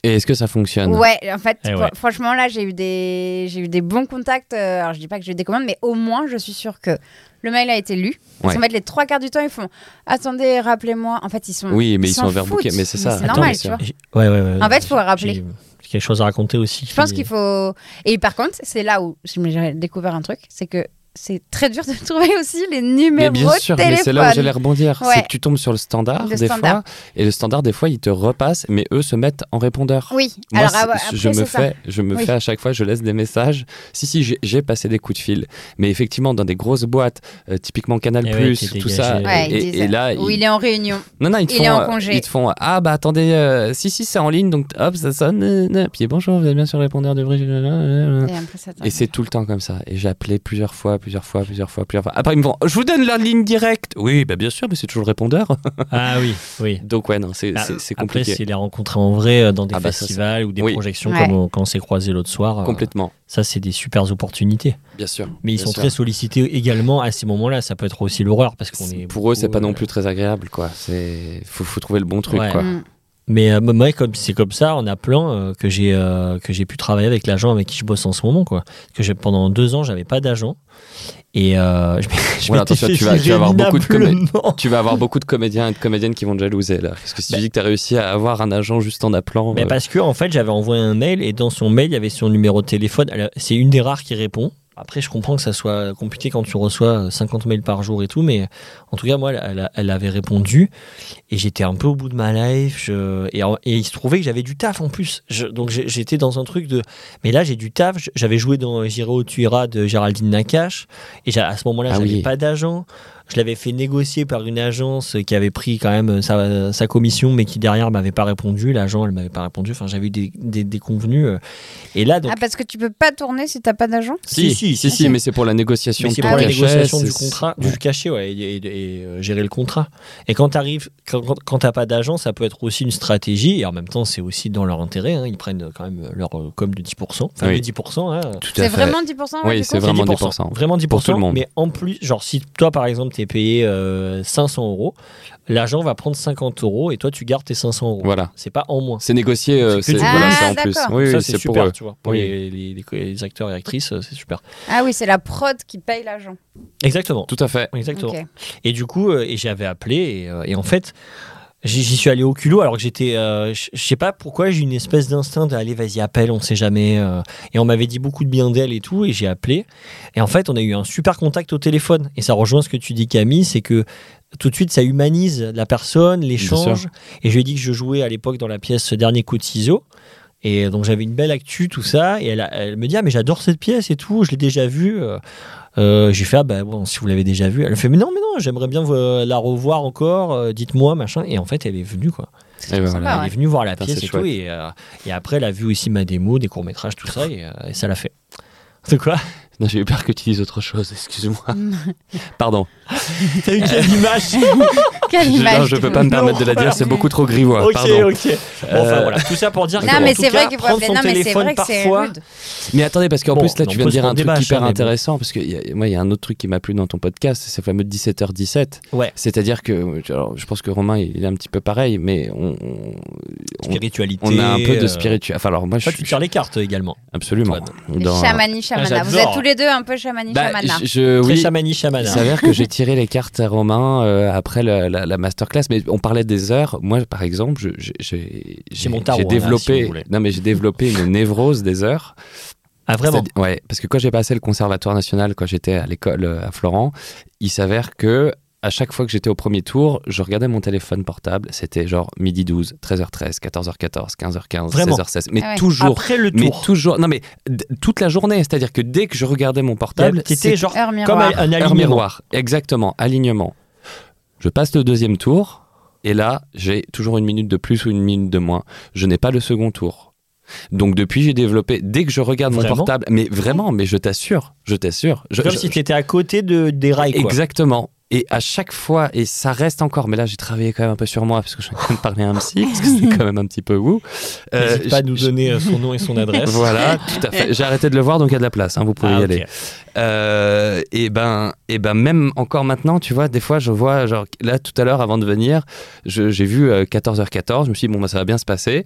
Speaker 4: Et est-ce que ça fonctionne
Speaker 2: Ouais, en fait,
Speaker 1: Eh
Speaker 2: fr-
Speaker 1: ouais.
Speaker 2: franchement, là, j'ai eu, des... j'ai eu des bons contacts. euh, Alors, je dis pas que j'ai eu des commandes, mais au moins, je suis sûre que le mail a été lu. Parce
Speaker 4: Ouais.
Speaker 2: qu'en fait, les trois quarts du temps, ils font Attendez, rappelez-moi. En fait, ils sont.
Speaker 4: Oui, mais ils
Speaker 2: s'en
Speaker 4: sont overbookés,
Speaker 2: foutent.
Speaker 4: mais c'est ça.
Speaker 2: C'est
Speaker 4: Attends,
Speaker 2: normal,
Speaker 4: mais
Speaker 2: tu
Speaker 4: c'est-
Speaker 2: vois.
Speaker 1: J'ai- Ouais, ouais, ouais.
Speaker 2: En fait, faut
Speaker 1: j'ai-
Speaker 2: rappeler.
Speaker 1: j'ai- j'ai quelque chose à raconter aussi.
Speaker 2: Je pense
Speaker 4: Mm.
Speaker 2: qu'il faut. Et par contre, c'est là où j'ai découvert un truc c'est que c'est très dur de trouver aussi les
Speaker 4: Mais
Speaker 2: numéros
Speaker 4: bien sûr, mais c'est là où
Speaker 2: téléphones.
Speaker 4: j'allais rebondir.
Speaker 2: Ouais.
Speaker 4: C'est que tu tombes sur le standard
Speaker 2: Le
Speaker 4: des
Speaker 2: standard.
Speaker 4: fois, et le standard des fois, il te repasse, mais eux se mettent en répondeur.
Speaker 2: Oui,
Speaker 4: Moi,
Speaker 2: alors
Speaker 4: c'est-
Speaker 2: ah ouais, après,
Speaker 4: je me
Speaker 2: c'est ça.
Speaker 4: fais, je me
Speaker 2: Oui.
Speaker 4: fais à chaque fois, je laisse des messages. Si si, j'ai- j'ai passé des coups de fil, mais effectivement dans des grosses boîtes, euh, typiquement Canal
Speaker 1: Eh ouais,
Speaker 4: Plus,
Speaker 1: t'es
Speaker 4: tout
Speaker 1: dégagé.
Speaker 4: ça.
Speaker 2: Ouais, ils
Speaker 4: et,
Speaker 2: disent,
Speaker 4: et là,
Speaker 2: Ou
Speaker 4: ils-
Speaker 2: il est en réunion.
Speaker 4: non non, ils te
Speaker 2: il
Speaker 4: font,
Speaker 2: est en
Speaker 4: euh,
Speaker 2: congé.
Speaker 4: ils te font, ah bah attendez, euh, si si, c'est en ligne, donc hop, ça sonne. euh, euh, puis bonjour, vous êtes bien sur le répondeur de Brigitte. euh, euh, euh.
Speaker 2: Et après, ça tombe.
Speaker 4: Et c'est tout le temps comme ça. Et j'ai appelé plusieurs fois, plusieurs fois, plusieurs fois, plusieurs fois. Après, ils me font, je vous donne la ligne directe. Oui, bah bien sûr, mais c'est toujours le répondeur.
Speaker 1: Ah oui, oui.
Speaker 4: Donc, ouais, non, c'est
Speaker 1: Bah,
Speaker 4: c'est- c'est
Speaker 1: Après,
Speaker 4: compliqué.
Speaker 1: c'est les rencontrer en vrai euh, dans des
Speaker 4: Ah bah, ça, c'est-
Speaker 1: festivals ou des
Speaker 4: Oui.
Speaker 1: projections
Speaker 2: Ouais.
Speaker 1: comme on- quand on s'est croisés l'autre soir. euh,
Speaker 4: Complètement,
Speaker 1: Ça, c'est des supers opportunités.
Speaker 4: bien sûr.
Speaker 1: Mais ils
Speaker 4: bien
Speaker 1: sont
Speaker 4: sûr.
Speaker 1: très sollicités également à ces moments-là. Ça peut être aussi l'horreur parce qu'on
Speaker 4: C'est-
Speaker 1: est.
Speaker 4: Pour eux, c'est
Speaker 1: beaucoup,
Speaker 4: pas non
Speaker 1: euh,
Speaker 4: plus très agréable, quoi. C'est faut, faut trouver le bon truc,
Speaker 1: Ouais.
Speaker 4: quoi.
Speaker 2: Mm.
Speaker 1: Mais euh, moi, comme c'est comme ça, en appelant euh, que j'ai euh, que j'ai pu travailler avec l'agent avec qui je bosse en ce moment, quoi. Parce Que j'ai pendant deux ans, j'avais pas d'agent et euh, je, m'étais- je
Speaker 4: Ouais,
Speaker 1: m'étais
Speaker 4: attention,
Speaker 1: fait
Speaker 4: tu vas- tu vas avoir
Speaker 1: virer
Speaker 4: beaucoup de comé-
Speaker 1: minablement.
Speaker 4: Tu vas avoir beaucoup de comédiens et de comédiennes qui vont te jalouser, là. Parce que si tu dis que t'as réussi à avoir un agent juste en appelant.
Speaker 1: Bah. Mais
Speaker 4: euh,
Speaker 1: parce que en fait, j'avais envoyé un mail et dans son mail, il y avait son numéro de téléphone. Alors, C'est une des rares qui répond. Après, je comprends que ça soit compliqué quand tu reçois euh, 50 mails par jour et tout, mais euh, en tout cas, moi, elle, elle- elle avait répondu et j'étais un peu au bout de ma life. je- Et, en- et il se trouvait que j'avais du taf en plus. Je- Donc j'ai- j'étais dans un truc de. Mais là, j'ai du taf. j- J'avais joué dans J'irai où tu iras de Géraldine Nakache et j'a- à ce moment-là,
Speaker 4: Ah
Speaker 1: j'avais
Speaker 4: oui.
Speaker 1: pas d'agent. Je l'avais fait négocier par une agence qui avait pris quand même euh, sa, sa commission, mais qui derrière m'avait pas répondu. L'agent, elle m'avait pas répondu. Enfin, j'avais eu des, des, des convenus. euh. Et là, donc.
Speaker 2: Ah, parce que tu peux pas tourner si t'as pas d'agent
Speaker 4: Si, si, si, si, mais c'est pour la négociation.
Speaker 1: Mais c'est
Speaker 4: de
Speaker 1: pour la
Speaker 4: ton cachet,
Speaker 1: négociation du
Speaker 4: c'est-
Speaker 1: contrat, du cachet, ouais, et, et- et, euh, gérer le contrat. Et quand t'arrives, quand, quand- quand t'as pas d'agent, ça peut être aussi une stratégie. Et en même temps, c'est aussi dans leur intérêt. hein. ils prennent quand même leur euh, com de 10%, enfin
Speaker 4: Oui.
Speaker 1: de 10%. hein.
Speaker 4: Tout à
Speaker 2: C'est
Speaker 4: fait.
Speaker 2: vraiment 10% ouais,
Speaker 4: Oui,
Speaker 2: du
Speaker 4: c'est
Speaker 2: coup
Speaker 4: vraiment 10%.
Speaker 1: Vraiment 10%.
Speaker 4: Pour tout le monde.
Speaker 1: Mais en plus, genre, si toi, par exemple, t'es payé euh, 500 euros, l'agent va prendre 50 euros et toi, tu gardes tes 500 euros.
Speaker 4: Voilà.
Speaker 1: C'est pas en moins.
Speaker 4: C'est négocié, euh,
Speaker 1: C'est que
Speaker 4: c'est
Speaker 1: du
Speaker 4: voilà,
Speaker 2: bonus.
Speaker 4: c'est
Speaker 2: Ah,
Speaker 4: en plus.
Speaker 2: d'accord.
Speaker 4: Oui,
Speaker 1: ça,
Speaker 4: oui,
Speaker 1: c'est
Speaker 4: c'est pour euh,
Speaker 1: super,
Speaker 4: eux.
Speaker 1: tu vois. Pour
Speaker 4: Oui.
Speaker 1: les, les- les acteurs et actrices, euh, c'est super.
Speaker 2: Ah oui, c'est la prod qui paye l'agent.
Speaker 1: Exactement.
Speaker 4: Tout à fait.
Speaker 1: Exactement.
Speaker 2: Ok.
Speaker 1: Et du coup, euh, et j'avais appelé et, euh, et en fait, j'y j'y suis allé au culot alors que j'étais, euh, je je sais pas pourquoi, j'ai une espèce d'instinct d'aller, vas-y, appelle, on sait jamais. euh. et on m'avait dit beaucoup de bien d'elle et tout, et j'ai appelé. Et en fait, on a eu un super contact au téléphone. Et ça rejoint ce que tu dis, Camille, c'est que tout de suite, ça humanise la personne, l'échange. Et je lui ai dit que je jouais à l'époque dans la pièce Ce dernier coup de ciseau. Et donc j'avais une belle actu, tout ça. Et elle, a- elle me dit Ah, mais j'adore cette pièce et tout, je l'ai déjà vue. euh. Euh, j'ai fait Ah, bah bon, si vous l'avez déjà vue. Elle fait Mais non, mais non, j'aimerais bien euh, la revoir encore, euh, dites-moi, machin. Et en fait, elle est venue, quoi.
Speaker 4: Eh ben
Speaker 2: sympa,
Speaker 4: voilà.
Speaker 2: ouais.
Speaker 1: Elle est venue voir la
Speaker 4: Putain,
Speaker 1: pièce
Speaker 4: c'est
Speaker 1: et tout.
Speaker 4: chouette.
Speaker 1: Et, euh, et après, elle a vu aussi ma démo, des courts-métrages, tout ça. Et, euh, et ça l'a fait. C'est quoi
Speaker 4: Non, J'ai eu peur que tu dises autre chose, excuse-moi. Pardon.
Speaker 1: T'as eu quelle image
Speaker 2: Quelle
Speaker 4: Je-
Speaker 2: image
Speaker 4: non, je
Speaker 2: tu
Speaker 4: peux
Speaker 2: veux.
Speaker 4: pas me permettre de la dire, c'est beaucoup trop grivois.
Speaker 1: Ok, ok.
Speaker 4: Pardon.
Speaker 1: Bon, enfin,
Speaker 4: Euh,
Speaker 1: voilà. Tout ça pour dire
Speaker 2: Non,
Speaker 1: que, en
Speaker 2: mais
Speaker 1: tout
Speaker 2: c'est vrai
Speaker 1: cas,
Speaker 2: qu'il faut
Speaker 1: prendre
Speaker 2: appeler-
Speaker 1: son
Speaker 2: Non, mais c'est
Speaker 1: téléphone
Speaker 2: vrai que c'est
Speaker 1: parfois.
Speaker 2: rude.
Speaker 4: Mais attendez, parce qu'en
Speaker 1: Bon,
Speaker 4: plus, là,
Speaker 1: on
Speaker 4: tu
Speaker 1: peut
Speaker 4: viens de
Speaker 1: se
Speaker 4: dire un
Speaker 1: prendre des
Speaker 4: truc
Speaker 1: bâches,
Speaker 4: hyper
Speaker 1: hein, mais bon.
Speaker 4: intéressant, parce que y a- moi, il y a un autre truc qui m'a plu dans ton podcast, c'est ce fameux 17h17.
Speaker 1: Ouais.
Speaker 4: C'est-à-dire que, alors, je pense que Romain, il est un petit peu pareil, mais on, on- on,
Speaker 1: Spiritualité.
Speaker 4: on a un peu de
Speaker 1: euh,
Speaker 4: spirituel. Enfin, alors, moi, je
Speaker 1: Toi, tu
Speaker 4: suis.
Speaker 1: tires les cartes également.
Speaker 4: Absolument. Dans-
Speaker 2: Chamani, chamana.
Speaker 1: Ah,
Speaker 2: Vous
Speaker 1: j'adore.
Speaker 2: êtes tous les deux un peu chamani,
Speaker 4: Bah,
Speaker 2: chamana.
Speaker 4: je- je-
Speaker 1: Très
Speaker 4: oui,
Speaker 1: chamani,
Speaker 4: Il
Speaker 1: chamana.
Speaker 4: s'avère que j'ai tiré les cartes à Romain euh, après la, la- la masterclass, mais on parlait des heures. Moi, par exemple, je- j'ai- j'ai j'ai-
Speaker 1: mon tarot,
Speaker 4: j'ai
Speaker 1: hein, là, si
Speaker 4: développé,
Speaker 1: vous voulez.
Speaker 4: non mais j'ai développé une névrose des heures.
Speaker 1: Ah, vraiment
Speaker 4: C'est-à-dire- Ouais, parce que quand j'ai passé le conservatoire national, quand j'étais à l'école euh, à Florent, il s'avère que à chaque fois que j'étais au premier tour, je regardais mon téléphone portable. C'était genre midi 12, 13h13, 14h14, 15h15,
Speaker 1: Vraiment
Speaker 4: 16h16, mais
Speaker 2: Ah ouais.
Speaker 4: toujours.
Speaker 1: Après le
Speaker 4: Mais
Speaker 1: tour.
Speaker 4: toujours, non mais d- toute la journée, c'est-à-dire que dès que je regardais mon portable, c'était
Speaker 1: T'étais genre
Speaker 2: Heure
Speaker 1: comme
Speaker 2: miroir.
Speaker 1: un un
Speaker 4: Heure
Speaker 1: alignement.
Speaker 4: miroir, exactement, alignement. Je passe le deuxième tour, et là, j'ai toujours une minute de plus ou une minute de moins. Je n'ai pas le second tour. Donc depuis, j'ai développé, dès que je regarde
Speaker 1: Vraiment
Speaker 4: mon portable, mais vraiment, mais je t'assure, je t'assure. je-
Speaker 1: Comme
Speaker 4: je-
Speaker 1: si t'étais à côté de, des rails. Quoi.
Speaker 4: Exactement. Et à chaque fois, et ça reste encore, mais là j'ai travaillé quand même un peu sur moi parce que je suis en train de parler à un psy, parce que c'est quand même un petit peu wou. Euh,
Speaker 1: N'hésite pas à nous
Speaker 4: je-
Speaker 1: donner euh, son nom et son adresse.
Speaker 4: Voilà, tout à fait. J'ai arrêté de le voir, donc il y a de la place, hein, vous pouvez
Speaker 1: Ah, ok.
Speaker 4: y aller. Euh, et ben, et ben, même encore maintenant, tu vois, des fois, je vois, genre, là, tout à l'heure, avant de venir, je- j'ai vu euh, 14h14, je me suis dit, bon, bah, ça va bien se passer.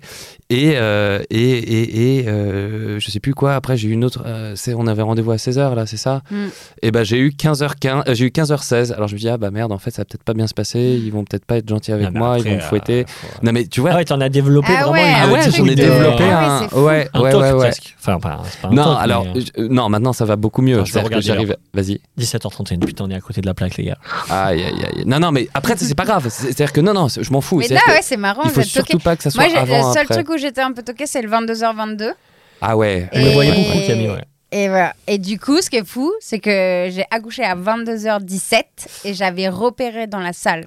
Speaker 4: Et, euh, et, et, et, euh, je sais plus quoi, après, j'ai eu une autre, euh, c'est- on avait rendez-vous à 16h, là, c'est ça
Speaker 2: Mm.
Speaker 4: Et ben, j'ai eu 15h15, euh, j'ai eu 15h16, alors je me dis, ah bah merde, en fait, ça va peut-être pas bien se passer,
Speaker 2: Mm.
Speaker 4: ils vont peut-être pas être gentils avec
Speaker 1: Ah, bah,
Speaker 4: moi,
Speaker 1: après,
Speaker 4: ils vont me
Speaker 1: euh,
Speaker 4: fouetter. Non, mais tu vois,
Speaker 1: Ah ouais, t'en as développé
Speaker 2: Ah
Speaker 1: vraiment
Speaker 2: ouais,
Speaker 1: une
Speaker 2: ah ouais,
Speaker 1: petite
Speaker 4: j'en ai
Speaker 1: idée,
Speaker 4: développé
Speaker 1: euh,
Speaker 2: Ah
Speaker 4: un.
Speaker 2: ouais, c'est fou.
Speaker 4: hein. ouais,
Speaker 1: un
Speaker 4: ouais,
Speaker 1: toc
Speaker 4: ouais, ouais.
Speaker 1: presque. Enfin, pas, c'est pas un
Speaker 4: Non,
Speaker 1: toc, mais,
Speaker 4: alors,
Speaker 1: euh,
Speaker 4: je- non, maintenant ça va beaucoup mieux.
Speaker 1: Attends, je vais
Speaker 4: C'est-à-dire que
Speaker 1: regarder
Speaker 4: j'arrive. Vas-y.
Speaker 1: 17h31, putain, on est à côté de la plaque, les gars.
Speaker 4: Aïe, aïe, aïe. Non, non, mais après, ça, c'est pas grave. C'est- C'est-à-dire que non, non, Ah c'est- je m'en fous.
Speaker 2: Mais là,
Speaker 4: C'est-à-dire
Speaker 2: ouais,
Speaker 4: que
Speaker 2: c'est marrant,
Speaker 4: il
Speaker 2: vous
Speaker 4: faut
Speaker 2: êtes toqués.
Speaker 4: surtout pas que ça soit
Speaker 2: Moi, j'ai- le
Speaker 4: avant,
Speaker 2: seul
Speaker 4: après.
Speaker 2: truc où j'étais un peu toquée, c'est le 22h22.
Speaker 4: Ah ouais.
Speaker 1: Je me
Speaker 2: Et-
Speaker 1: voyais beaucoup, Camille, ouais.
Speaker 2: Et voilà. Et du coup, ce qui est fou, c'est que j'ai accouché à 22h17 et j'avais repéré dans la salle.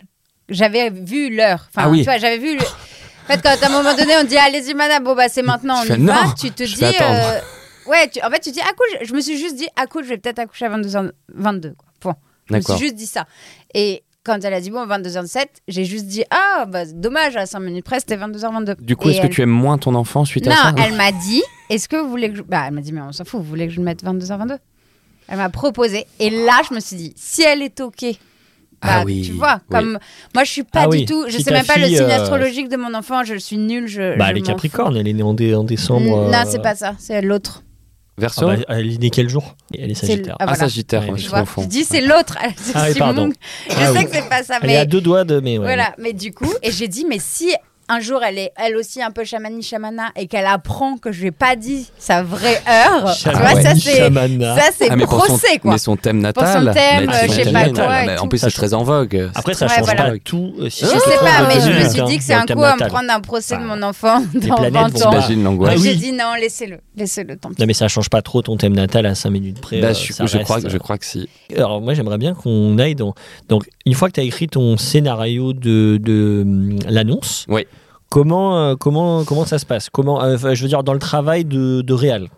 Speaker 2: J'avais vu l'heure. Enfin,
Speaker 4: Ah oui.
Speaker 2: tu vois, j'avais vu le. En fait, quand à un moment donné, on dit allez-y, madame, bon, bah, c'est maintenant, on
Speaker 4: Tu fais,
Speaker 2: y va,
Speaker 4: non,
Speaker 2: tu te
Speaker 4: je
Speaker 2: dis.
Speaker 4: vais attendre.
Speaker 2: euh, Ouais, tu- en fait, tu dis, ah cool, je- je me suis juste dit, ah cool, je vais peut-être accoucher à 22h22. Quoi. Point. Je me suis
Speaker 4: D'accord.
Speaker 2: juste dit ça. Et quand elle a dit, bon, 22h07, j'ai juste dit, ah, bah, dommage, à 5 minutes près, c'était 22h22.
Speaker 4: Du coup,
Speaker 2: Et
Speaker 4: est-ce que
Speaker 2: elle-
Speaker 4: tu aimes moins ton enfant suite à
Speaker 2: non,
Speaker 4: ça
Speaker 1: hein.
Speaker 2: elle m'a dit, est-ce que vous voulez que je... Bah, elle m'a dit, mais on s'en fout, vous voulez que je le mette 22h22 Elle m'a proposé, et là, je me suis dit, si elle est OK,
Speaker 4: Ah
Speaker 2: bah,
Speaker 4: oui,
Speaker 2: tu vois,
Speaker 4: oui.
Speaker 2: comme... Moi, je suis pas
Speaker 1: Ah
Speaker 2: du
Speaker 1: oui,
Speaker 2: tout... Je
Speaker 1: si
Speaker 2: sais
Speaker 1: ta
Speaker 2: même pas le
Speaker 1: fille,
Speaker 2: signe
Speaker 1: euh,
Speaker 2: astrologique de mon enfant, je suis nulle, je...
Speaker 1: Bah,
Speaker 2: je
Speaker 1: elle est
Speaker 2: m'en
Speaker 1: Capricorne, elle est née en, dé- en
Speaker 2: fous.
Speaker 1: décembre.
Speaker 2: N-
Speaker 1: euh,
Speaker 2: Non, c'est pas ça, c'est l'autre.
Speaker 4: Verso
Speaker 1: Ah bah, elle est née quel jour Elle est
Speaker 2: C'est
Speaker 1: Sagittaire.
Speaker 2: le-
Speaker 4: Ah,
Speaker 2: voilà.
Speaker 4: Sagittaire,
Speaker 1: Ouais,
Speaker 4: ouais,
Speaker 1: tu
Speaker 2: Tu
Speaker 4: je
Speaker 2: vois,
Speaker 4: confonds.
Speaker 2: je dis, c'est l'autre. Je
Speaker 1: Ah oui,
Speaker 2: suis
Speaker 1: pardon.
Speaker 2: mon- Je
Speaker 1: Ah
Speaker 2: sais
Speaker 1: oui.
Speaker 2: que c'est pas ça,
Speaker 1: Elle est à
Speaker 2: mais...
Speaker 1: deux doigts de. Mais ouais.
Speaker 2: Voilà, mais du coup, et j'ai dit, mais si un jour elle est elle aussi un peu chamani chamana et qu'elle apprend que je lui ai pas dit sa vraie heure, tu vois, Ah, ça
Speaker 1: Chamani,
Speaker 2: c'est
Speaker 1: chamana.
Speaker 2: ça c'est
Speaker 4: Ah, mais pour son,
Speaker 2: procès quoi.
Speaker 4: mais son thème
Speaker 2: Pour
Speaker 4: natal.
Speaker 2: son thème,
Speaker 4: mais
Speaker 1: euh,
Speaker 4: son
Speaker 1: je sais
Speaker 4: thème
Speaker 1: pas
Speaker 4: natal,
Speaker 1: quoi
Speaker 2: et
Speaker 4: mais En
Speaker 2: tout.
Speaker 4: plus,
Speaker 1: Ça
Speaker 4: c'est très en vogue.
Speaker 1: Après, ça
Speaker 2: Ouais,
Speaker 1: change
Speaker 2: voilà.
Speaker 1: pas tout. euh, si
Speaker 2: Je
Speaker 1: c'est
Speaker 2: sais
Speaker 1: trop
Speaker 2: pas,
Speaker 1: de
Speaker 2: mais je me
Speaker 1: désirs,
Speaker 2: suis
Speaker 1: hein,
Speaker 2: dit que c'est
Speaker 1: dans le
Speaker 2: un
Speaker 1: thème
Speaker 2: coup à me
Speaker 1: natal.
Speaker 2: prendre un procès de
Speaker 1: Ah.
Speaker 2: mon enfant dans
Speaker 1: planètes
Speaker 2: 20
Speaker 1: vont
Speaker 2: ans.
Speaker 1: se
Speaker 4: T'imagines
Speaker 1: Ah
Speaker 4: l'angoisse Bah,
Speaker 1: oui.
Speaker 2: J'ai dit non, laissez-le, laissez-le, tant pis.
Speaker 1: Non, mais ça change pas trop ton thème natal à 5 minutes près.
Speaker 4: Bah,
Speaker 1: euh,
Speaker 4: je,
Speaker 1: ça
Speaker 4: je crois,
Speaker 1: reste,
Speaker 4: je crois que si.
Speaker 1: Alors moi j'aimerais bien qu'on aille dans... Donc une fois que tu as écrit ton scénario de, de, hum, l'annonce,
Speaker 4: Oui.
Speaker 1: comment, euh, comment, comment ça se passe comment, euh, enfin, Je veux dire dans le travail de, de Réal.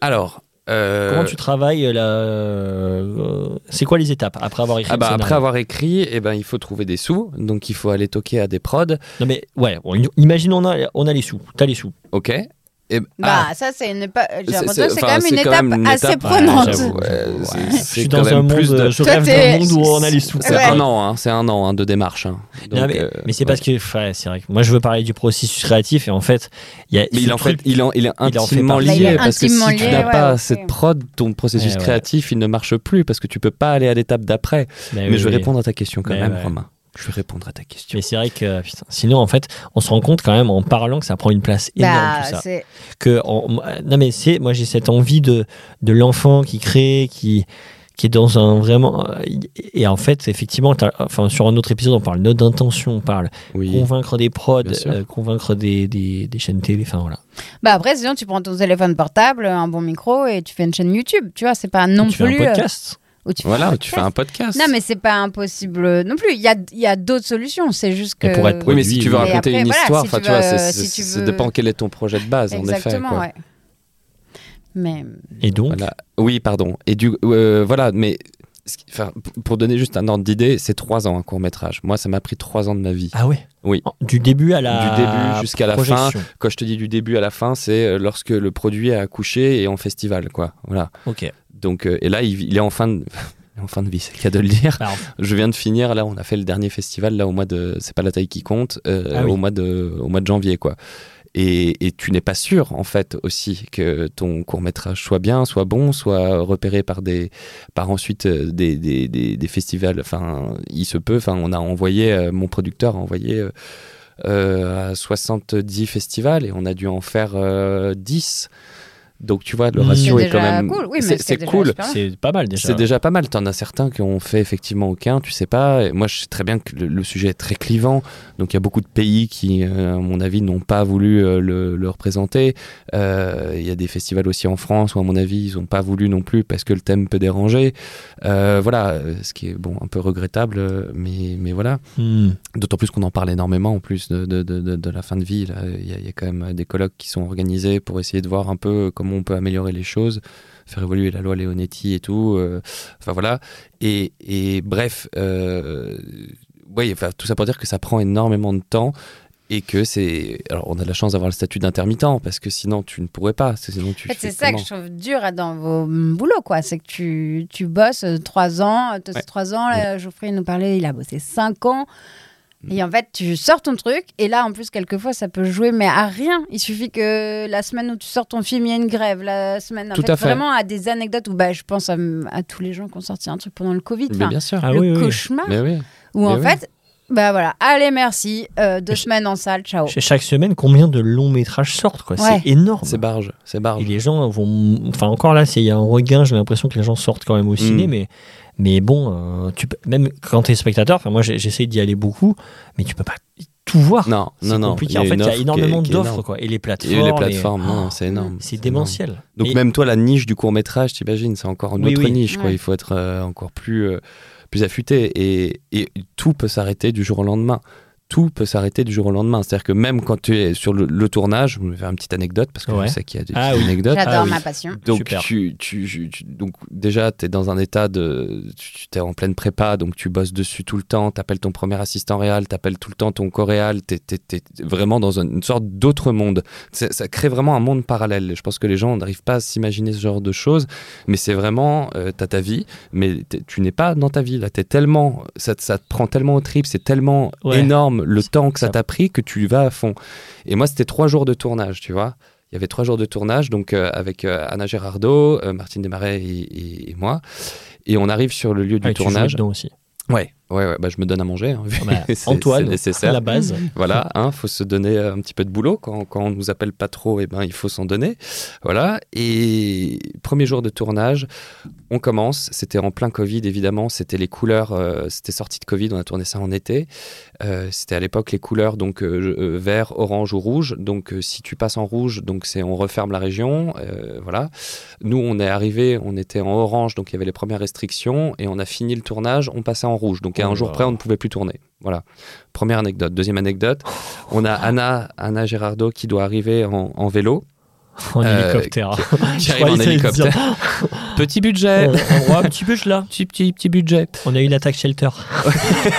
Speaker 4: Alors. euh,
Speaker 1: Comment tu travailles euh, la... euh, C'est quoi les étapes après avoir écrit
Speaker 4: ah bah,
Speaker 1: le
Speaker 4: après
Speaker 1: scénario
Speaker 4: avoir écrit, eh ben, il faut trouver des sous, donc il faut aller toquer à des prods.
Speaker 1: Non mais ouais, bon, imagine on a, on a les sous, t'as les sous.
Speaker 4: Ok. Et, ah,
Speaker 2: Bah ça c'est une pas- j'ai
Speaker 4: C'est-
Speaker 2: l'impression que c'est
Speaker 4: enfin,
Speaker 2: quand même une étape assez
Speaker 4: étape, ouais,
Speaker 2: prenante.
Speaker 4: j'avoue,
Speaker 1: Ouais,
Speaker 4: ouais,
Speaker 1: ouais.
Speaker 4: c'est-
Speaker 1: Je
Speaker 4: c'est
Speaker 1: suis
Speaker 4: quand
Speaker 1: dans un
Speaker 4: même
Speaker 1: monde,
Speaker 4: plus de-
Speaker 1: je
Speaker 2: Toi,
Speaker 1: rêve d'un
Speaker 2: t'es-
Speaker 1: monde où on a les sous.
Speaker 4: C'est
Speaker 2: Ouais.
Speaker 4: un an, hein, c'est un an hein, de démarche. hein.
Speaker 1: Non,
Speaker 4: Donc,
Speaker 1: mais,
Speaker 4: euh,
Speaker 1: mais c'est
Speaker 4: ouais.
Speaker 1: parce que ouais, c'est vrai que moi je veux parler du processus créatif et en fait il y a
Speaker 4: Mais
Speaker 1: ce
Speaker 4: il, en fait,
Speaker 1: truc- bah
Speaker 4: il, en- il est
Speaker 1: en fait
Speaker 4: intimement
Speaker 1: partie.
Speaker 4: lié,
Speaker 1: Il est
Speaker 4: parce que si
Speaker 2: intimement
Speaker 4: tu
Speaker 2: lié,
Speaker 4: n'as
Speaker 2: ouais,
Speaker 4: pas
Speaker 2: ok.
Speaker 4: cette prod, ton processus
Speaker 1: Eh ouais.
Speaker 4: créatif, il ne marche plus parce que tu peux pas aller à l'étape d'après.
Speaker 1: Bah
Speaker 4: Mais,
Speaker 1: oui,
Speaker 4: je vais
Speaker 1: oui.
Speaker 4: répondre à ta question quand
Speaker 1: Mais
Speaker 4: même,
Speaker 1: ouais.
Speaker 4: Romain. Je vais répondre à ta question.
Speaker 1: Mais c'est vrai que putain, sinon en fait on se rend compte quand même en parlant que ça prend une place énorme
Speaker 2: Bah
Speaker 1: tout ça.
Speaker 2: c'est
Speaker 1: Que on- euh, non mais c'est moi j'ai cette envie de de l'enfant qui crée qui qui est dans un vraiment euh, et en fait effectivement t'as- enfin sur un autre épisode on parle note d'intention on parle
Speaker 4: Oui.
Speaker 1: convaincre des prods
Speaker 4: Bien sûr.
Speaker 1: euh, convaincre des, des, des chaînes télé enfin voilà
Speaker 2: bah après sinon tu prends ton téléphone portable, un bon micro et tu fais une chaîne YouTube, tu vois, c'est pas non
Speaker 1: tu fais un
Speaker 2: plus euh,
Speaker 1: podcast
Speaker 2: où tu fais un
Speaker 4: Voilà, tu fais
Speaker 2: podcast.
Speaker 4: un podcast.
Speaker 2: Non, mais c'est pas impossible non plus. Il y a, il y a d'autres solutions. C'est juste que.
Speaker 1: Et pour être
Speaker 4: Oui, mais si
Speaker 1: produit,
Speaker 4: tu veux
Speaker 1: oui.
Speaker 4: raconter
Speaker 2: Mais
Speaker 4: une
Speaker 2: après,
Speaker 4: histoire,
Speaker 2: voilà, si
Speaker 4: enfin,
Speaker 2: tu
Speaker 4: tu vois,
Speaker 2: veux- euh,
Speaker 4: c'est-
Speaker 2: si tu
Speaker 4: c'est- ça
Speaker 2: veux-
Speaker 4: dépend quel est ton projet de base, en effet.
Speaker 2: Exactement,
Speaker 4: quoi.
Speaker 2: ouais. Mais.
Speaker 1: et donc
Speaker 4: Voilà. Oui, pardon. Et du euh, voilà, mais ce qui- enfin, p- pour donner juste un ordre d'idée, c'est trois ans un court métrage. Moi, ça m'a pris trois ans de ma vie.
Speaker 1: ah ouais
Speaker 4: Oui.
Speaker 1: du début à la
Speaker 4: Du début jusqu'à la fin.
Speaker 1: projection.
Speaker 4: Quand je te dis du début à la fin, c'est euh, lorsque le produit a accouché et en festival, quoi. Voilà.
Speaker 1: ok
Speaker 4: Donc euh, et là, il, il est en fin de il est en fin de vie, c'est le cas de le dire.
Speaker 1: Bah,
Speaker 4: Je viens de finir, là, on a fait le dernier festival, là, au mois de. C'est pas la taille qui compte, euh,
Speaker 1: Ah oui.
Speaker 4: au, mois de, au mois de janvier, quoi. Et, et tu n'es pas sûr, en fait, aussi, que ton court-métrage soit bien, soit bon, soit repéré par, des, par ensuite euh, des, des, des, des festivals. Enfin, il se peut, enfin, on a envoyé, euh, mon producteur a envoyé. euh, euh, à 70 festivals et on a dû en faire euh, 10. Donc tu vois, le
Speaker 1: Mmh.
Speaker 4: ratio
Speaker 2: C'est
Speaker 4: est, quand
Speaker 2: déjà
Speaker 4: même.
Speaker 2: cool. Oui, mais
Speaker 4: c'est-
Speaker 2: c'est
Speaker 4: c'est
Speaker 2: déjà
Speaker 4: cool.
Speaker 2: super bien.
Speaker 1: c'est pas mal déjà
Speaker 4: C'est déjà pas mal. T'en as certains qui ont fait effectivement aucun, tu sais pas. Et moi, je sais très bien que le, le sujet est très clivant. Donc, il y a beaucoup de pays qui, euh, à mon avis, n'ont pas voulu euh, le, le représenter. Euh, Il y a des festivals aussi en France où, à mon avis, ils n'ont pas voulu non plus parce que le thème peut déranger. Euh, voilà, euh, ce qui est bon, un peu regrettable, euh, mais, mais voilà.
Speaker 1: Hmm.
Speaker 4: D'autant plus qu'on en parle énormément en plus de, de, de, de- de la fin de vie. là. Il y, a- il y a quand même des colloques qui sont organisés pour essayer de voir un peu comment comment on peut améliorer les choses, faire évoluer la loi Leonetti et tout. euh, Enfin voilà. Et, et bref, euh, ouais, enfin, tout ça pour dire que ça prend énormément de temps. Et que c'est. Alors, on a de la chance d'avoir le statut d'intermittent, parce que sinon, tu ne pourrais pas. Sinon, tu
Speaker 2: En fait,
Speaker 4: fais
Speaker 2: c'est ça que
Speaker 4: comment
Speaker 2: je trouve dur dans vos mm, boulots, quoi. C'est que tu, tu bosses euh, trois ans, euh, t'as
Speaker 4: Ouais.
Speaker 2: trois ans, là, Geoffrey nous parlait, il a bossé cinq ans. Et en fait, tu sors ton truc, et là, en plus, quelquefois, ça peut jouer, mais à rien. Il suffit que la semaine où tu sors ton film, il y a une grève. La semaine, en
Speaker 4: Tout à fait.
Speaker 2: vraiment, à des anecdotes où bah, je pense à, à tous les gens qui ont sorti un truc pendant le Covid.
Speaker 4: Mais
Speaker 2: Enfin,
Speaker 4: bien sûr.
Speaker 1: Ah
Speaker 2: le
Speaker 1: oui, oui.
Speaker 2: cauchemar.
Speaker 4: Mais
Speaker 1: Ah,
Speaker 4: oui.
Speaker 2: Où en
Speaker 4: Mais oui.
Speaker 2: fait, bah voilà, allez, merci, euh, deux
Speaker 1: Je-
Speaker 2: semaines en salle, ciao.
Speaker 1: Ch- Chaque semaine, combien de longs métrages sortent quoi
Speaker 2: Ouais.
Speaker 1: C'est énorme.
Speaker 4: C'est barge. C'est barge.
Speaker 1: Et les gens vont. Enfin, encore là, c'est- il y a un regain, j'ai l'impression que les gens sortent quand même au ciné,
Speaker 4: Mm.
Speaker 1: mais, mais bon, euh, tu peux- même quand tu es spectateur, enfin, moi j'ai- j'essaie d'y aller beaucoup, mais tu peux pas tout voir.
Speaker 4: Non,
Speaker 1: c'est
Speaker 4: non, non.
Speaker 1: compliqué. en fait,
Speaker 4: une
Speaker 1: il y a
Speaker 4: offre qui est-
Speaker 1: énormément
Speaker 4: qui est
Speaker 1: d'offres,
Speaker 4: énorme.
Speaker 1: quoi. Et les
Speaker 4: Et
Speaker 1: plateformes.
Speaker 4: les
Speaker 1: et-
Speaker 4: plateformes, non, non, c'est énorme.
Speaker 1: ah, C'est
Speaker 4: énorme.
Speaker 1: démentiel.
Speaker 4: Donc
Speaker 1: Et-
Speaker 4: même toi, la niche du court métrage, t'imagines, c'est encore une
Speaker 1: Oui,
Speaker 4: autre
Speaker 1: oui.
Speaker 4: niche. Quoi.
Speaker 2: Ouais.
Speaker 4: Il faut être euh, encore plus, euh, plus affûté. Et, et tout peut s'arrêter du jour au lendemain. Tout peut s'arrêter du jour au lendemain. C'est-à-dire que même quand tu es sur le, le tournage, je vais faire une petite anecdote parce que
Speaker 1: Ouais.
Speaker 4: je sais qu'il y a des
Speaker 1: Ah
Speaker 4: petites
Speaker 1: oui.
Speaker 4: anecdotes.
Speaker 2: J'adore
Speaker 1: Ah oui.
Speaker 2: ma passion.
Speaker 4: Donc,
Speaker 1: Super.
Speaker 4: tu, tu- tu- tu- donc déjà, tu es dans un état de. Tu es en pleine prépa, donc tu bosses dessus tout le temps, tu appelles ton premier assistant réel, tu appelles tout le temps ton coréal, tu es, vraiment dans une sorte d'autre monde. C'est- Ça crée vraiment un monde parallèle. Je pense que les gens n'arrivent pas à s'imaginer ce genre de choses, mais c'est vraiment. tu as ta vie, mais t'es- tu n'es pas dans ta vie. Là, es tellement, ça, te- ça te prend tellement au trip, c'est tellement
Speaker 1: Ouais.
Speaker 4: énorme le
Speaker 1: C'est-
Speaker 4: temps que ça
Speaker 1: ça-
Speaker 4: t'a pris que tu y vas à fond. Et moi, c'était trois jours de tournage, tu vois. Il y avait trois jours de tournage, donc euh, avec euh, Anna Gérardo, euh, Martine Desmarais et, et- et moi. Et on arrive sur le lieu du
Speaker 1: Ah, et tu jouais
Speaker 4: tournage.
Speaker 1: dedans aussi.
Speaker 4: Ouais, ouais, ouais bah, je me donne à manger. hein, vu-
Speaker 1: Bah,
Speaker 4: c'est- c'est
Speaker 1: Antoine, à
Speaker 4: nécessaire.
Speaker 1: la base.
Speaker 4: Voilà, hein, faut se donner euh, un petit peu de boulot. Quand, quand on nous appelle pas trop, eh ben, il faut s'en donner. Voilà. Et premier jour de tournage, on commence. C'était en plein Covid, évidemment. C'était les couleurs. euh, c'était sorti de Covid. On a tourné ça en été. Euh, c'était à l'époque les couleurs donc euh, je- euh, vert, orange ou rouge. Donc euh, si tu passes en rouge, donc c'est on referme la région. euh, voilà. Nous, on est arrivé. On était en orange, donc il y avait les premières restrictions. Et on a fini le tournage. On passait en rouge. Donc à
Speaker 1: Oh
Speaker 4: un
Speaker 1: là
Speaker 4: jour
Speaker 1: là.
Speaker 4: près, on ne pouvait plus tourner. Voilà. Première anecdote. Deuxième anecdote. On a Anna, Anna Gérardo qui doit arriver en, en vélo.
Speaker 1: En
Speaker 4: Euh,
Speaker 1: hélicoptère.
Speaker 4: Qui
Speaker 1: croyais
Speaker 4: arrive en
Speaker 1: que t'allais
Speaker 4: hélicoptère. Petit budget.
Speaker 1: Ah, on, on voit un petit peu je là.
Speaker 4: Petit, petit, petit budget.
Speaker 1: On a eu l'attaque shelter.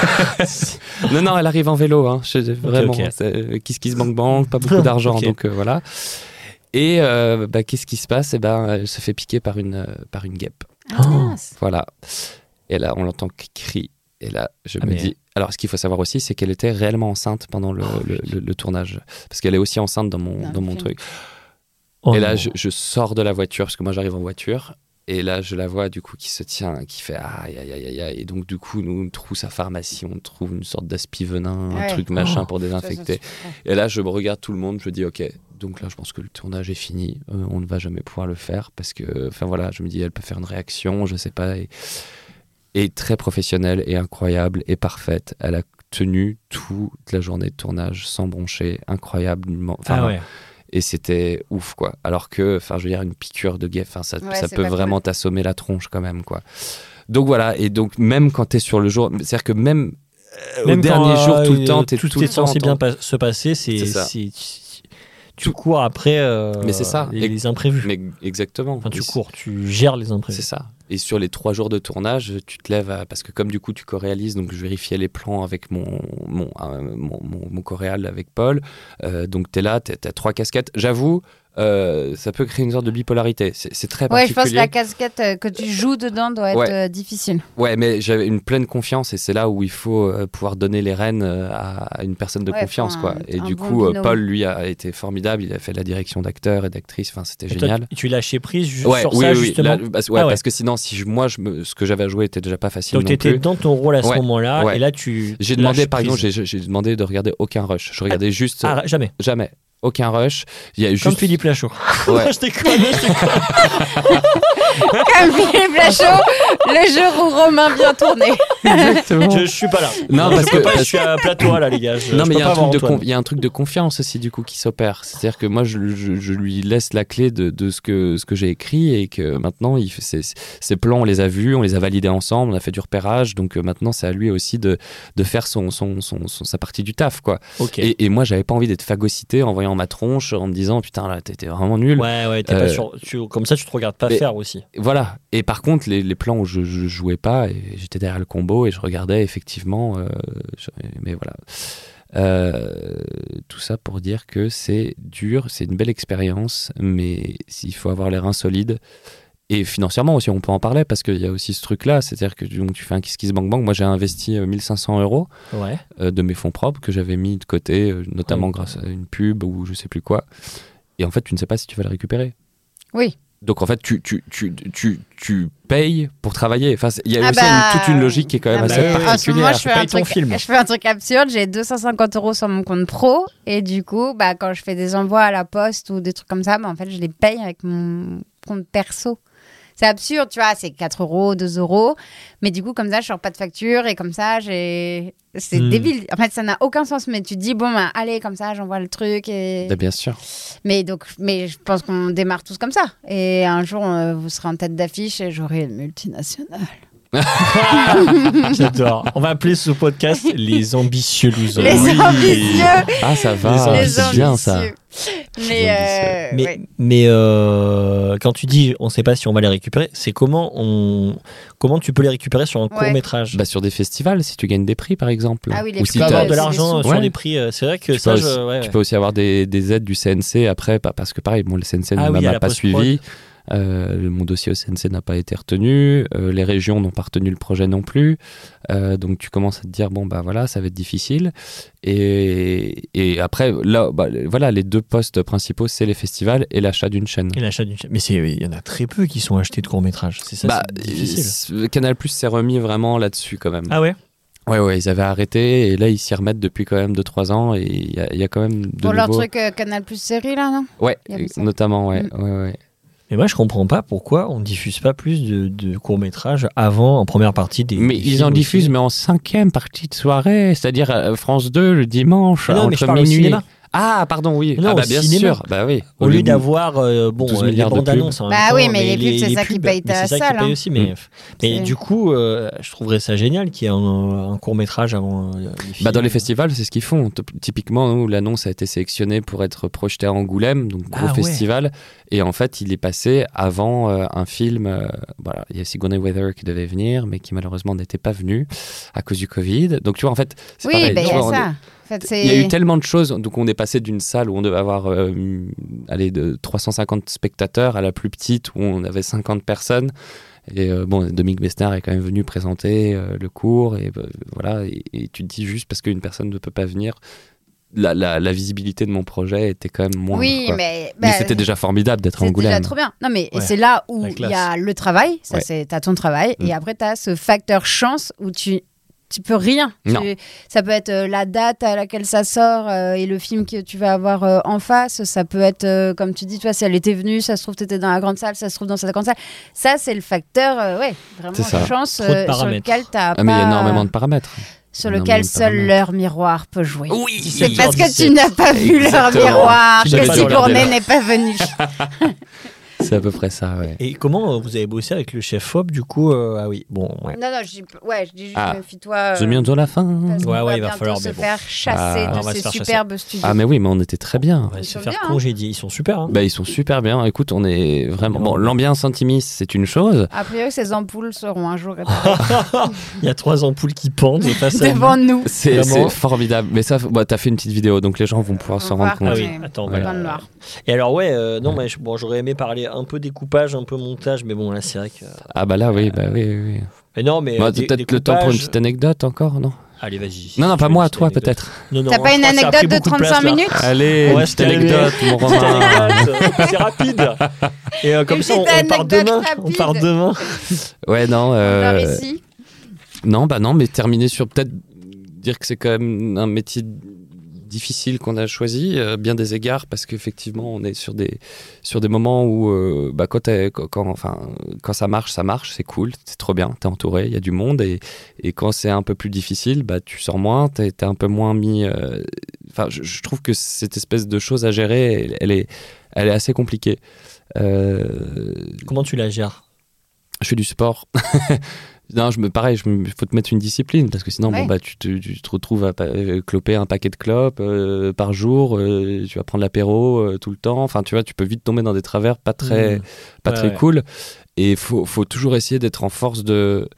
Speaker 4: Non, non, elle arrive en vélo. Hein. Je- vraiment,
Speaker 1: ok.
Speaker 4: c'est, euh, kiss kiss bang bang, pas beaucoup d'argent.
Speaker 1: Ok.
Speaker 4: Donc euh, voilà. Et euh, bah, qu'est-ce qui se passe Eh ben, Elle se fait piquer par une, euh, par une guêpe.
Speaker 2: Ah,
Speaker 1: Oh.
Speaker 2: mince.
Speaker 4: Voilà. Et là, on l'entend qui crie. Et là, je
Speaker 1: Ah,
Speaker 4: me
Speaker 1: mais-
Speaker 4: dis. Alors, ce qu'il faut savoir aussi, c'est qu'elle était réellement enceinte pendant le,
Speaker 1: Oh,
Speaker 4: le- le- le tournage. Parce qu'elle est aussi enceinte dans mon,
Speaker 2: Dans le
Speaker 4: dans mon
Speaker 2: film.
Speaker 4: truc.
Speaker 1: Oh
Speaker 4: et là,
Speaker 1: non.
Speaker 4: je, je sors de la voiture, parce que moi, j'arrive en voiture. Et là, je la vois, du coup, qui se tient, qui fait aïe, aïe, aïe, aïe, aïe. Et donc, du coup, nous, on trouve sa pharmacie, on trouve une sorte d'aspi-venin, un
Speaker 2: Ouais.
Speaker 4: truc machin
Speaker 1: Oh.
Speaker 4: pour désinfecter. Et là, je me regarde tout le monde, je me dis, OK, donc là, je pense que le tournage est fini. Euh, on ne va jamais pouvoir le faire parce que, enfin voilà, je me dis, elle peut faire une réaction, je sais pas. Et, et très professionnelle et incroyable et parfaite. Elle a tenu toute la journée de tournage sans broncher, incroyablement. Enfin,
Speaker 1: Ah ouais.
Speaker 4: et c'était ouf quoi alors que enfin je veux dire une piqûre de guêpe enfin ça,
Speaker 2: Ouais,
Speaker 4: ça
Speaker 2: c'est
Speaker 4: peut
Speaker 2: pas
Speaker 4: vraiment t'assommer la tronche quand même quoi donc voilà et donc même quand t'es sur le jour c'est à dire que même euh, au
Speaker 1: Même
Speaker 4: dernier
Speaker 1: quand,
Speaker 4: jour tout
Speaker 1: euh,
Speaker 4: le temps t'es
Speaker 1: tout,
Speaker 4: tout,
Speaker 1: est
Speaker 4: le temps
Speaker 1: censé
Speaker 4: en
Speaker 1: bien
Speaker 4: temps-
Speaker 1: pas- se passer. C'est
Speaker 4: C'est ça.
Speaker 1: c'est- tu cours après. euh,
Speaker 4: Mais c'est ça.
Speaker 1: Les,
Speaker 4: Et-
Speaker 1: les imprévus.
Speaker 4: mais exactement
Speaker 1: Enfin, tu
Speaker 4: Et
Speaker 1: cours, tu gères les
Speaker 4: C'est
Speaker 1: imprévus.
Speaker 4: ça. Et sur les trois jours de tournage, tu te lèves à- parce que comme du coup tu coréalises, donc je vérifiais les plans avec mon mon euh, mon, mon- mon choréal avec Paul. Euh, donc t'es là, t'as t'as trois casquettes. J'avoue, euh, ça peut créer une sorte de bipolarité. C'est c'est très
Speaker 2: Ouais, je
Speaker 4: particulier.
Speaker 2: pense que la casquette euh, que tu joues dedans doit être
Speaker 4: Ouais.
Speaker 2: euh, difficile.
Speaker 4: Ouais, mais j'avais une pleine confiance et c'est là où il faut euh, pouvoir donner les rênes euh, à à une personne de
Speaker 2: Ouais,
Speaker 4: confiance,
Speaker 2: faut
Speaker 4: quoi.
Speaker 2: un-
Speaker 4: Et
Speaker 2: un
Speaker 4: du
Speaker 2: bon
Speaker 4: coup, euh,
Speaker 2: binôme.
Speaker 4: Paul, lui, a été formidable. Il a fait de la direction d'acteur et d'actrice. Enfin, c'était
Speaker 1: Et toi,
Speaker 4: génial.
Speaker 1: tu- tu lâchais prise ju-
Speaker 4: Ouais,
Speaker 1: sur
Speaker 4: oui,
Speaker 1: ça,
Speaker 4: oui, oui.
Speaker 1: justement.
Speaker 4: Là, parce, ouais,
Speaker 1: Ah ouais.
Speaker 4: parce que sinon, si je- moi, je me- ce que j'avais à jouer était déjà pas facile
Speaker 1: Donc, tu
Speaker 4: non
Speaker 1: étais
Speaker 4: plus.
Speaker 1: dans ton rôle à ce
Speaker 4: Ouais,
Speaker 1: moment-là.
Speaker 4: ouais.
Speaker 1: Et là, tu.
Speaker 4: J'ai demandé,
Speaker 1: lâches
Speaker 4: par exemple,
Speaker 1: prise.
Speaker 4: j'ai- j'ai j'ai demandé de regarder aucun rush. Je regardais juste
Speaker 1: Ah, jamais.
Speaker 4: jamais aucun rush. Il y a
Speaker 1: Comme
Speaker 4: juste
Speaker 1: Philippe Lachaud.
Speaker 4: Ouais.
Speaker 1: je déconne. je déconne.
Speaker 2: Comme Philippe Lachaud, le jour où Romain vient tourner.
Speaker 4: Exactement.
Speaker 1: Je, je suis pas là.
Speaker 4: Non,
Speaker 1: je
Speaker 4: parce
Speaker 1: peux
Speaker 4: que-
Speaker 1: pas, je
Speaker 4: parce-
Speaker 1: suis à plateau là, les gars. Je-
Speaker 4: Non,
Speaker 1: Euh, je
Speaker 4: mais
Speaker 1: peux
Speaker 4: il y, a
Speaker 1: pas
Speaker 4: un
Speaker 1: voir
Speaker 4: truc de
Speaker 1: Antoine.
Speaker 4: con- il y a un truc de confiance aussi, du coup, qui s'opère. C'est-à-dire que moi, je, je- je lui laisse la clé de, de ce que, ce que j'ai écrit et que maintenant, il, fait- ses, ses plans, on les a vus, on les a validés ensemble, on a fait du repérage. Donc euh, maintenant, c'est à lui aussi de, de faire son, son, son- son- sa partie du taf, quoi.
Speaker 1: Ok.
Speaker 4: Et, et moi, j'avais pas envie d'être phagocyté en voyant en ma tronche en me disant putain là t'étais vraiment nul.
Speaker 1: Ouais, ouais, t'es
Speaker 4: Euh,
Speaker 1: pas sûr. tu- comme ça, tu te regardes pas
Speaker 4: mais-
Speaker 1: faire aussi.
Speaker 4: Voilà. Et par contre les, les plans où je, je jouais pas, et j'étais derrière le combo et je regardais effectivement. euh, je- mais voilà. Euh, tout ça pour dire que c'est dur, c'est une belle expérience, mais il faut avoir les reins solides. Et financièrement aussi, on peut en parler parce qu'il y a aussi ce truc-là, c'est-à-dire que donc, tu fais un Kiss Kiss Bank Bank. Moi, j'ai investi euh, 1500 euros
Speaker 1: Ouais.
Speaker 4: euh, de mes fonds propres que j'avais mis de côté, euh, notamment grâce à une pub ou je sais plus quoi. Et en fait, tu ne sais pas si tu vas le récupérer.
Speaker 2: Oui.
Speaker 4: Donc en fait, tu, tu, tu, tu, tu payes pour travailler. Enfin, c'est- il y a
Speaker 2: Ah
Speaker 4: aussi
Speaker 2: bah,
Speaker 4: une- toute une logique qui est quand même
Speaker 2: ah
Speaker 1: bah
Speaker 4: assez hein.
Speaker 1: oui, oui.
Speaker 2: En ce moment,
Speaker 1: particulière,
Speaker 2: je
Speaker 1: tu
Speaker 2: fais, un
Speaker 1: payes ton
Speaker 2: truc,
Speaker 1: film.
Speaker 2: je fais un truc absurde. J'ai 250 euros sur mon compte pro. Et du coup, bah, quand je fais des envois à la poste ou des trucs comme ça, bah, en fait, je les paye avec mon compte perso. C'est absurde, tu vois. C'est 4 euros, 2 euros. Mais du coup, comme ça, je sors pas de facture. Et comme ça, j'ai. C'est
Speaker 1: Hmm.
Speaker 2: débile. En fait, ça n'a aucun sens. Mais tu te dis, bon, bah, allez, comme ça, j'envoie le truc. Et...
Speaker 4: Bah, bien sûr.
Speaker 2: Mais donc, mais je pense qu'on démarre tous comme ça. Et un jour, euh, vous serez en tête d'affiche et j'aurai une multinationale.
Speaker 1: J'adore. On va appeler ce podcast Les Ambitieux Losers.
Speaker 2: Les
Speaker 1: Oui.
Speaker 2: ambitieux
Speaker 4: Euh, Ah, ça va,
Speaker 1: Les
Speaker 4: c'est bien ça.
Speaker 2: Mais,
Speaker 4: ambitieux.
Speaker 2: euh,
Speaker 1: Mais,
Speaker 2: ouais.
Speaker 1: mais euh, quand tu dis on sait pas si on va les récupérer, c'est comment on comment tu peux les récupérer sur un court métrage
Speaker 4: Bah, sur des festivals, si tu gagnes des prix, par exemple.
Speaker 2: Ah oui, les
Speaker 4: ou
Speaker 2: prix,
Speaker 4: si
Speaker 1: Tu peux
Speaker 2: t'as-
Speaker 1: avoir
Speaker 4: t'as-
Speaker 1: de
Speaker 2: c'est
Speaker 1: l'argent
Speaker 2: des
Speaker 1: euh,
Speaker 4: sous.
Speaker 1: sur
Speaker 4: Ouais.
Speaker 1: les prix. euh, C'est vrai que
Speaker 4: Tu
Speaker 1: ça,
Speaker 4: peux
Speaker 1: je-
Speaker 4: aussi-
Speaker 1: ouais,
Speaker 4: Tu
Speaker 1: ouais.
Speaker 4: peux aussi avoir des, des aides du CNC après, pa- parce que pareil, bon, le CNC
Speaker 1: Ah
Speaker 4: ne
Speaker 1: oui, à
Speaker 4: m'a
Speaker 1: la
Speaker 4: pas
Speaker 1: post-prod.
Speaker 4: suivi. Euh, le- mon dossier au CNC n'a pas été retenu. euh, les régions n'ont pas retenu le projet non plus. Euh, donc tu commences à te dire, bon, bah voilà, ça va être difficile. Et, et après, là, bah, voilà, les deux postes principaux, c'est les festivals et l'achat d'une chaîne.
Speaker 1: Et l'achat d'une chaîne. Mais c'est- il y en a très peu qui sont achetés de court métrage. C'est ça,
Speaker 4: Bah,
Speaker 1: c'est difficile.
Speaker 4: euh, Canal Plus s'est remis vraiment là-dessus quand même.
Speaker 1: Ah ouais
Speaker 4: Ouais, ouais, ils avaient arrêté et là ils s'y remettent depuis quand même 2-3 ans et il y, a- il y a quand même de
Speaker 2: Pour leur
Speaker 4: nouveaux-
Speaker 2: truc euh, Canal Plus série, là, non
Speaker 4: Ouais,
Speaker 2: il y avait ça.
Speaker 4: notamment, ouais,
Speaker 2: Mm.
Speaker 4: ouais, ouais.
Speaker 1: Mais moi, je comprends pas pourquoi on diffuse pas plus de, de courts-métrages avant, en première partie des.
Speaker 4: Mais
Speaker 1: des
Speaker 4: ils
Speaker 1: films
Speaker 4: en
Speaker 1: aussi.
Speaker 4: diffusent, mais en cinquième partie de soirée, c'est-à-dire euh, France 2 le dimanche,
Speaker 1: Non, mais je
Speaker 4: entre
Speaker 1: parle au
Speaker 4: minuit.
Speaker 1: cinéma.
Speaker 4: Ah, pardon, oui.
Speaker 1: Non,
Speaker 4: ah, bah,
Speaker 1: au
Speaker 4: bien
Speaker 1: cinéma.
Speaker 4: sûr. Bah oui.
Speaker 1: Au lieu d'avoir euh, bon
Speaker 4: 12
Speaker 1: euh, les
Speaker 4: milliards de
Speaker 1: bandes annonces en même
Speaker 2: Bah
Speaker 1: temps,
Speaker 2: oui, mais les pubs, c'est
Speaker 1: les
Speaker 2: ça qui
Speaker 1: pubs,
Speaker 2: paye ta
Speaker 1: mais c'est ça
Speaker 2: salle,
Speaker 1: qui paye
Speaker 2: hein.
Speaker 1: aussi mais
Speaker 4: Mm.
Speaker 1: mais
Speaker 2: C'est-
Speaker 1: du coup euh, je trouverais ça génial qu'il y ait un, court métrage avant euh,
Speaker 4: Bah, dans les
Speaker 1: films.
Speaker 4: festivals, c'est ce qu'ils font. T- Typiquement, nous, l'annonce a été sélectionnée pour être projetée à Angoulême, donc gros
Speaker 1: Ah ouais.
Speaker 4: festival. Et en fait, il est passé avant euh, un film. euh, voilà, il y a Sigourney Weather qui devait venir, mais qui malheureusement n'était pas venu à cause du Covid. Donc tu vois, en fait, c'est
Speaker 2: Oui,
Speaker 4: pareil.
Speaker 2: bah, il
Speaker 4: Tu
Speaker 2: y a
Speaker 4: vois, on est-
Speaker 2: ça. En fait, c'est-
Speaker 4: Il y a eu tellement de choses. Donc, on est passé d'une salle où on devait avoir euh, allez, de 350 spectateurs à la plus petite où on avait 50 personnes. Et euh, bon, Dominique Besnard est quand même venu présenter euh, le cours. Et bah, voilà, et, et tu te dis juste parce qu'une personne ne peut pas venir, la, la- la visibilité de mon projet était quand même moins.
Speaker 2: Oui, mais.
Speaker 4: Mais
Speaker 2: bah,
Speaker 4: c'était déjà formidable d'être à
Speaker 2: C'est déjà
Speaker 4: Angoulême.
Speaker 2: trop bien. Non, mais
Speaker 1: Ouais.
Speaker 2: c'est là où
Speaker 1: La
Speaker 2: il
Speaker 1: classe.
Speaker 2: y a le travail. Ça,
Speaker 4: Ouais.
Speaker 2: c'est t'as ton travail.
Speaker 4: Mm.
Speaker 2: Et après, t'as ce facteur chance où tu. Tu peux rien.
Speaker 4: Non.
Speaker 2: Tu- ça peut être euh, la date à laquelle ça sort euh, et le film que tu vas avoir euh, en face. Ça peut être, euh, comme tu dis, tu vois, si elle était venue, ça se trouve, tu étais dans la grande salle, ça se trouve dans cette grande salle. Ça, c'est le facteur, euh, ouais, vraiment
Speaker 4: C'est ça.
Speaker 2: chance
Speaker 1: Trop de
Speaker 2: euh, sur
Speaker 1: paramètres.
Speaker 2: lequel t'as
Speaker 4: Ah, mais il y a
Speaker 2: pas-
Speaker 4: énormément de paramètres.
Speaker 2: Sur
Speaker 4: énormément
Speaker 2: lequel
Speaker 4: de
Speaker 2: seul
Speaker 4: paramètres.
Speaker 2: l'heure miroir peut jouer.
Speaker 4: Oui,
Speaker 2: C'est parce que
Speaker 1: 17.
Speaker 2: tu n'as pas vu l'heure
Speaker 4: Exactement.
Speaker 2: miroir
Speaker 1: Tu
Speaker 4: n'as
Speaker 2: que
Speaker 4: pas regardé
Speaker 2: Sigourney
Speaker 4: l'heure.
Speaker 2: n'est pas venue.
Speaker 4: C'est à peu près ça, ouais.
Speaker 1: et comment euh, vous avez bossé avec le chef Hop du coup euh, ah oui bon ouais
Speaker 2: Non, non, je dis, ouais, je dis juste
Speaker 4: Ah.
Speaker 2: méfie-toi. euh,
Speaker 4: The Mianzo, la fin.
Speaker 2: parce qu'on
Speaker 1: Ouais, ouais, il va
Speaker 2: bientôt
Speaker 1: falloir,
Speaker 2: se
Speaker 1: mais bon.
Speaker 2: faire chasser
Speaker 4: Ah,
Speaker 2: de
Speaker 1: on va
Speaker 2: ces
Speaker 1: se faire chasser.
Speaker 2: superbes studios.
Speaker 4: Ah, mais oui, mais on était très bien.
Speaker 1: on va
Speaker 2: Ils
Speaker 1: se
Speaker 2: sont
Speaker 1: faire
Speaker 2: bien, hein.
Speaker 1: congédier ils sont super hein.
Speaker 4: Bah, ils sont super bien. Écoute, on est vraiment. Bon,
Speaker 1: Vraiment.
Speaker 4: l'ambiance intimiste, c'est une chose.
Speaker 2: A priori, ces ampoules seront un jour réparées
Speaker 1: il y a trois ampoules qui pendent face à nous.
Speaker 2: devant nous.
Speaker 4: Ah, C'est
Speaker 1: Vraiment.
Speaker 4: c'est formidable. Mais ça, bah, t'as fait une petite vidéo, donc les gens vont pouvoir
Speaker 2: On
Speaker 4: s'en
Speaker 2: va
Speaker 4: rendre
Speaker 1: ah
Speaker 2: voir.
Speaker 4: compte.
Speaker 1: oui attends
Speaker 4: Ouais.
Speaker 1: bah,
Speaker 2: Dans le noir.
Speaker 1: et alors ouais euh, non mais je- bon j'aurais aimé parler un peu découpage un peu montage mais bon là c'est vrai que euh,
Speaker 4: Ah bah là, oui, bah oui, oui. oui.
Speaker 1: mais non mais
Speaker 4: Bah,
Speaker 1: euh, dé-
Speaker 4: peut-être le temps pour une
Speaker 1: découpage-
Speaker 4: petite anecdote encore, non
Speaker 1: allez vas-y
Speaker 4: Non, non,
Speaker 1: Tu veux
Speaker 4: pas
Speaker 1: une
Speaker 4: moi,
Speaker 1: petite
Speaker 4: toi,
Speaker 1: anecdote
Speaker 4: peut-être.
Speaker 1: Non, non,
Speaker 2: T'as
Speaker 1: je
Speaker 2: pas une
Speaker 1: crois que ça a pris
Speaker 2: anecdote de
Speaker 1: beaucoup
Speaker 2: 35
Speaker 1: place, là.
Speaker 2: minutes
Speaker 4: Allez,
Speaker 1: On
Speaker 4: une
Speaker 1: va se
Speaker 4: petite anecdote, mon Romain.
Speaker 1: Ah, C'est rapide. Et euh, comme
Speaker 2: Une
Speaker 1: ça, on,
Speaker 2: petite
Speaker 1: on part
Speaker 2: anecdote
Speaker 1: demain.
Speaker 2: rapide.
Speaker 1: On part demain.
Speaker 4: Ouais, non.
Speaker 2: Alors
Speaker 4: euh,
Speaker 2: ici,
Speaker 4: Non, bah non, mais terminer sur peut-être dire que c'est quand même un métier difficile qu'on a choisi, euh, bien des égards, parce qu'effectivement, on est sur des, sur des moments où, euh, bah, quand, t'es- quand, quand- enfin, quand ça marche, ça marche, c'est cool, c'est trop bien, t'es entouré, il y a du monde, et, et quand c'est un peu plus difficile, bah, tu sors moins, t'es t'es un peu moins mis. euh, Enfin, je, je trouve que cette espèce de chose à gérer, elle, elle est, elle est assez compliquée. Euh,
Speaker 1: Comment tu la gères
Speaker 4: je fais du sport. Non, je me, pareil, je me- faut te mettre une discipline parce que sinon,
Speaker 2: Ouais.
Speaker 4: bon, bah, tu, te, tu te retrouves à pa- euh, cloper un paquet de clopes euh, par jour, euh, tu vas prendre l'apéro euh, tout le temps. Enfin, tu vois, tu peux vite tomber dans des travers pas très,
Speaker 1: Mmh.
Speaker 4: pas
Speaker 1: Ouais,
Speaker 4: très
Speaker 1: ouais.
Speaker 4: cool. Et faut, faut toujours essayer d'être en force de,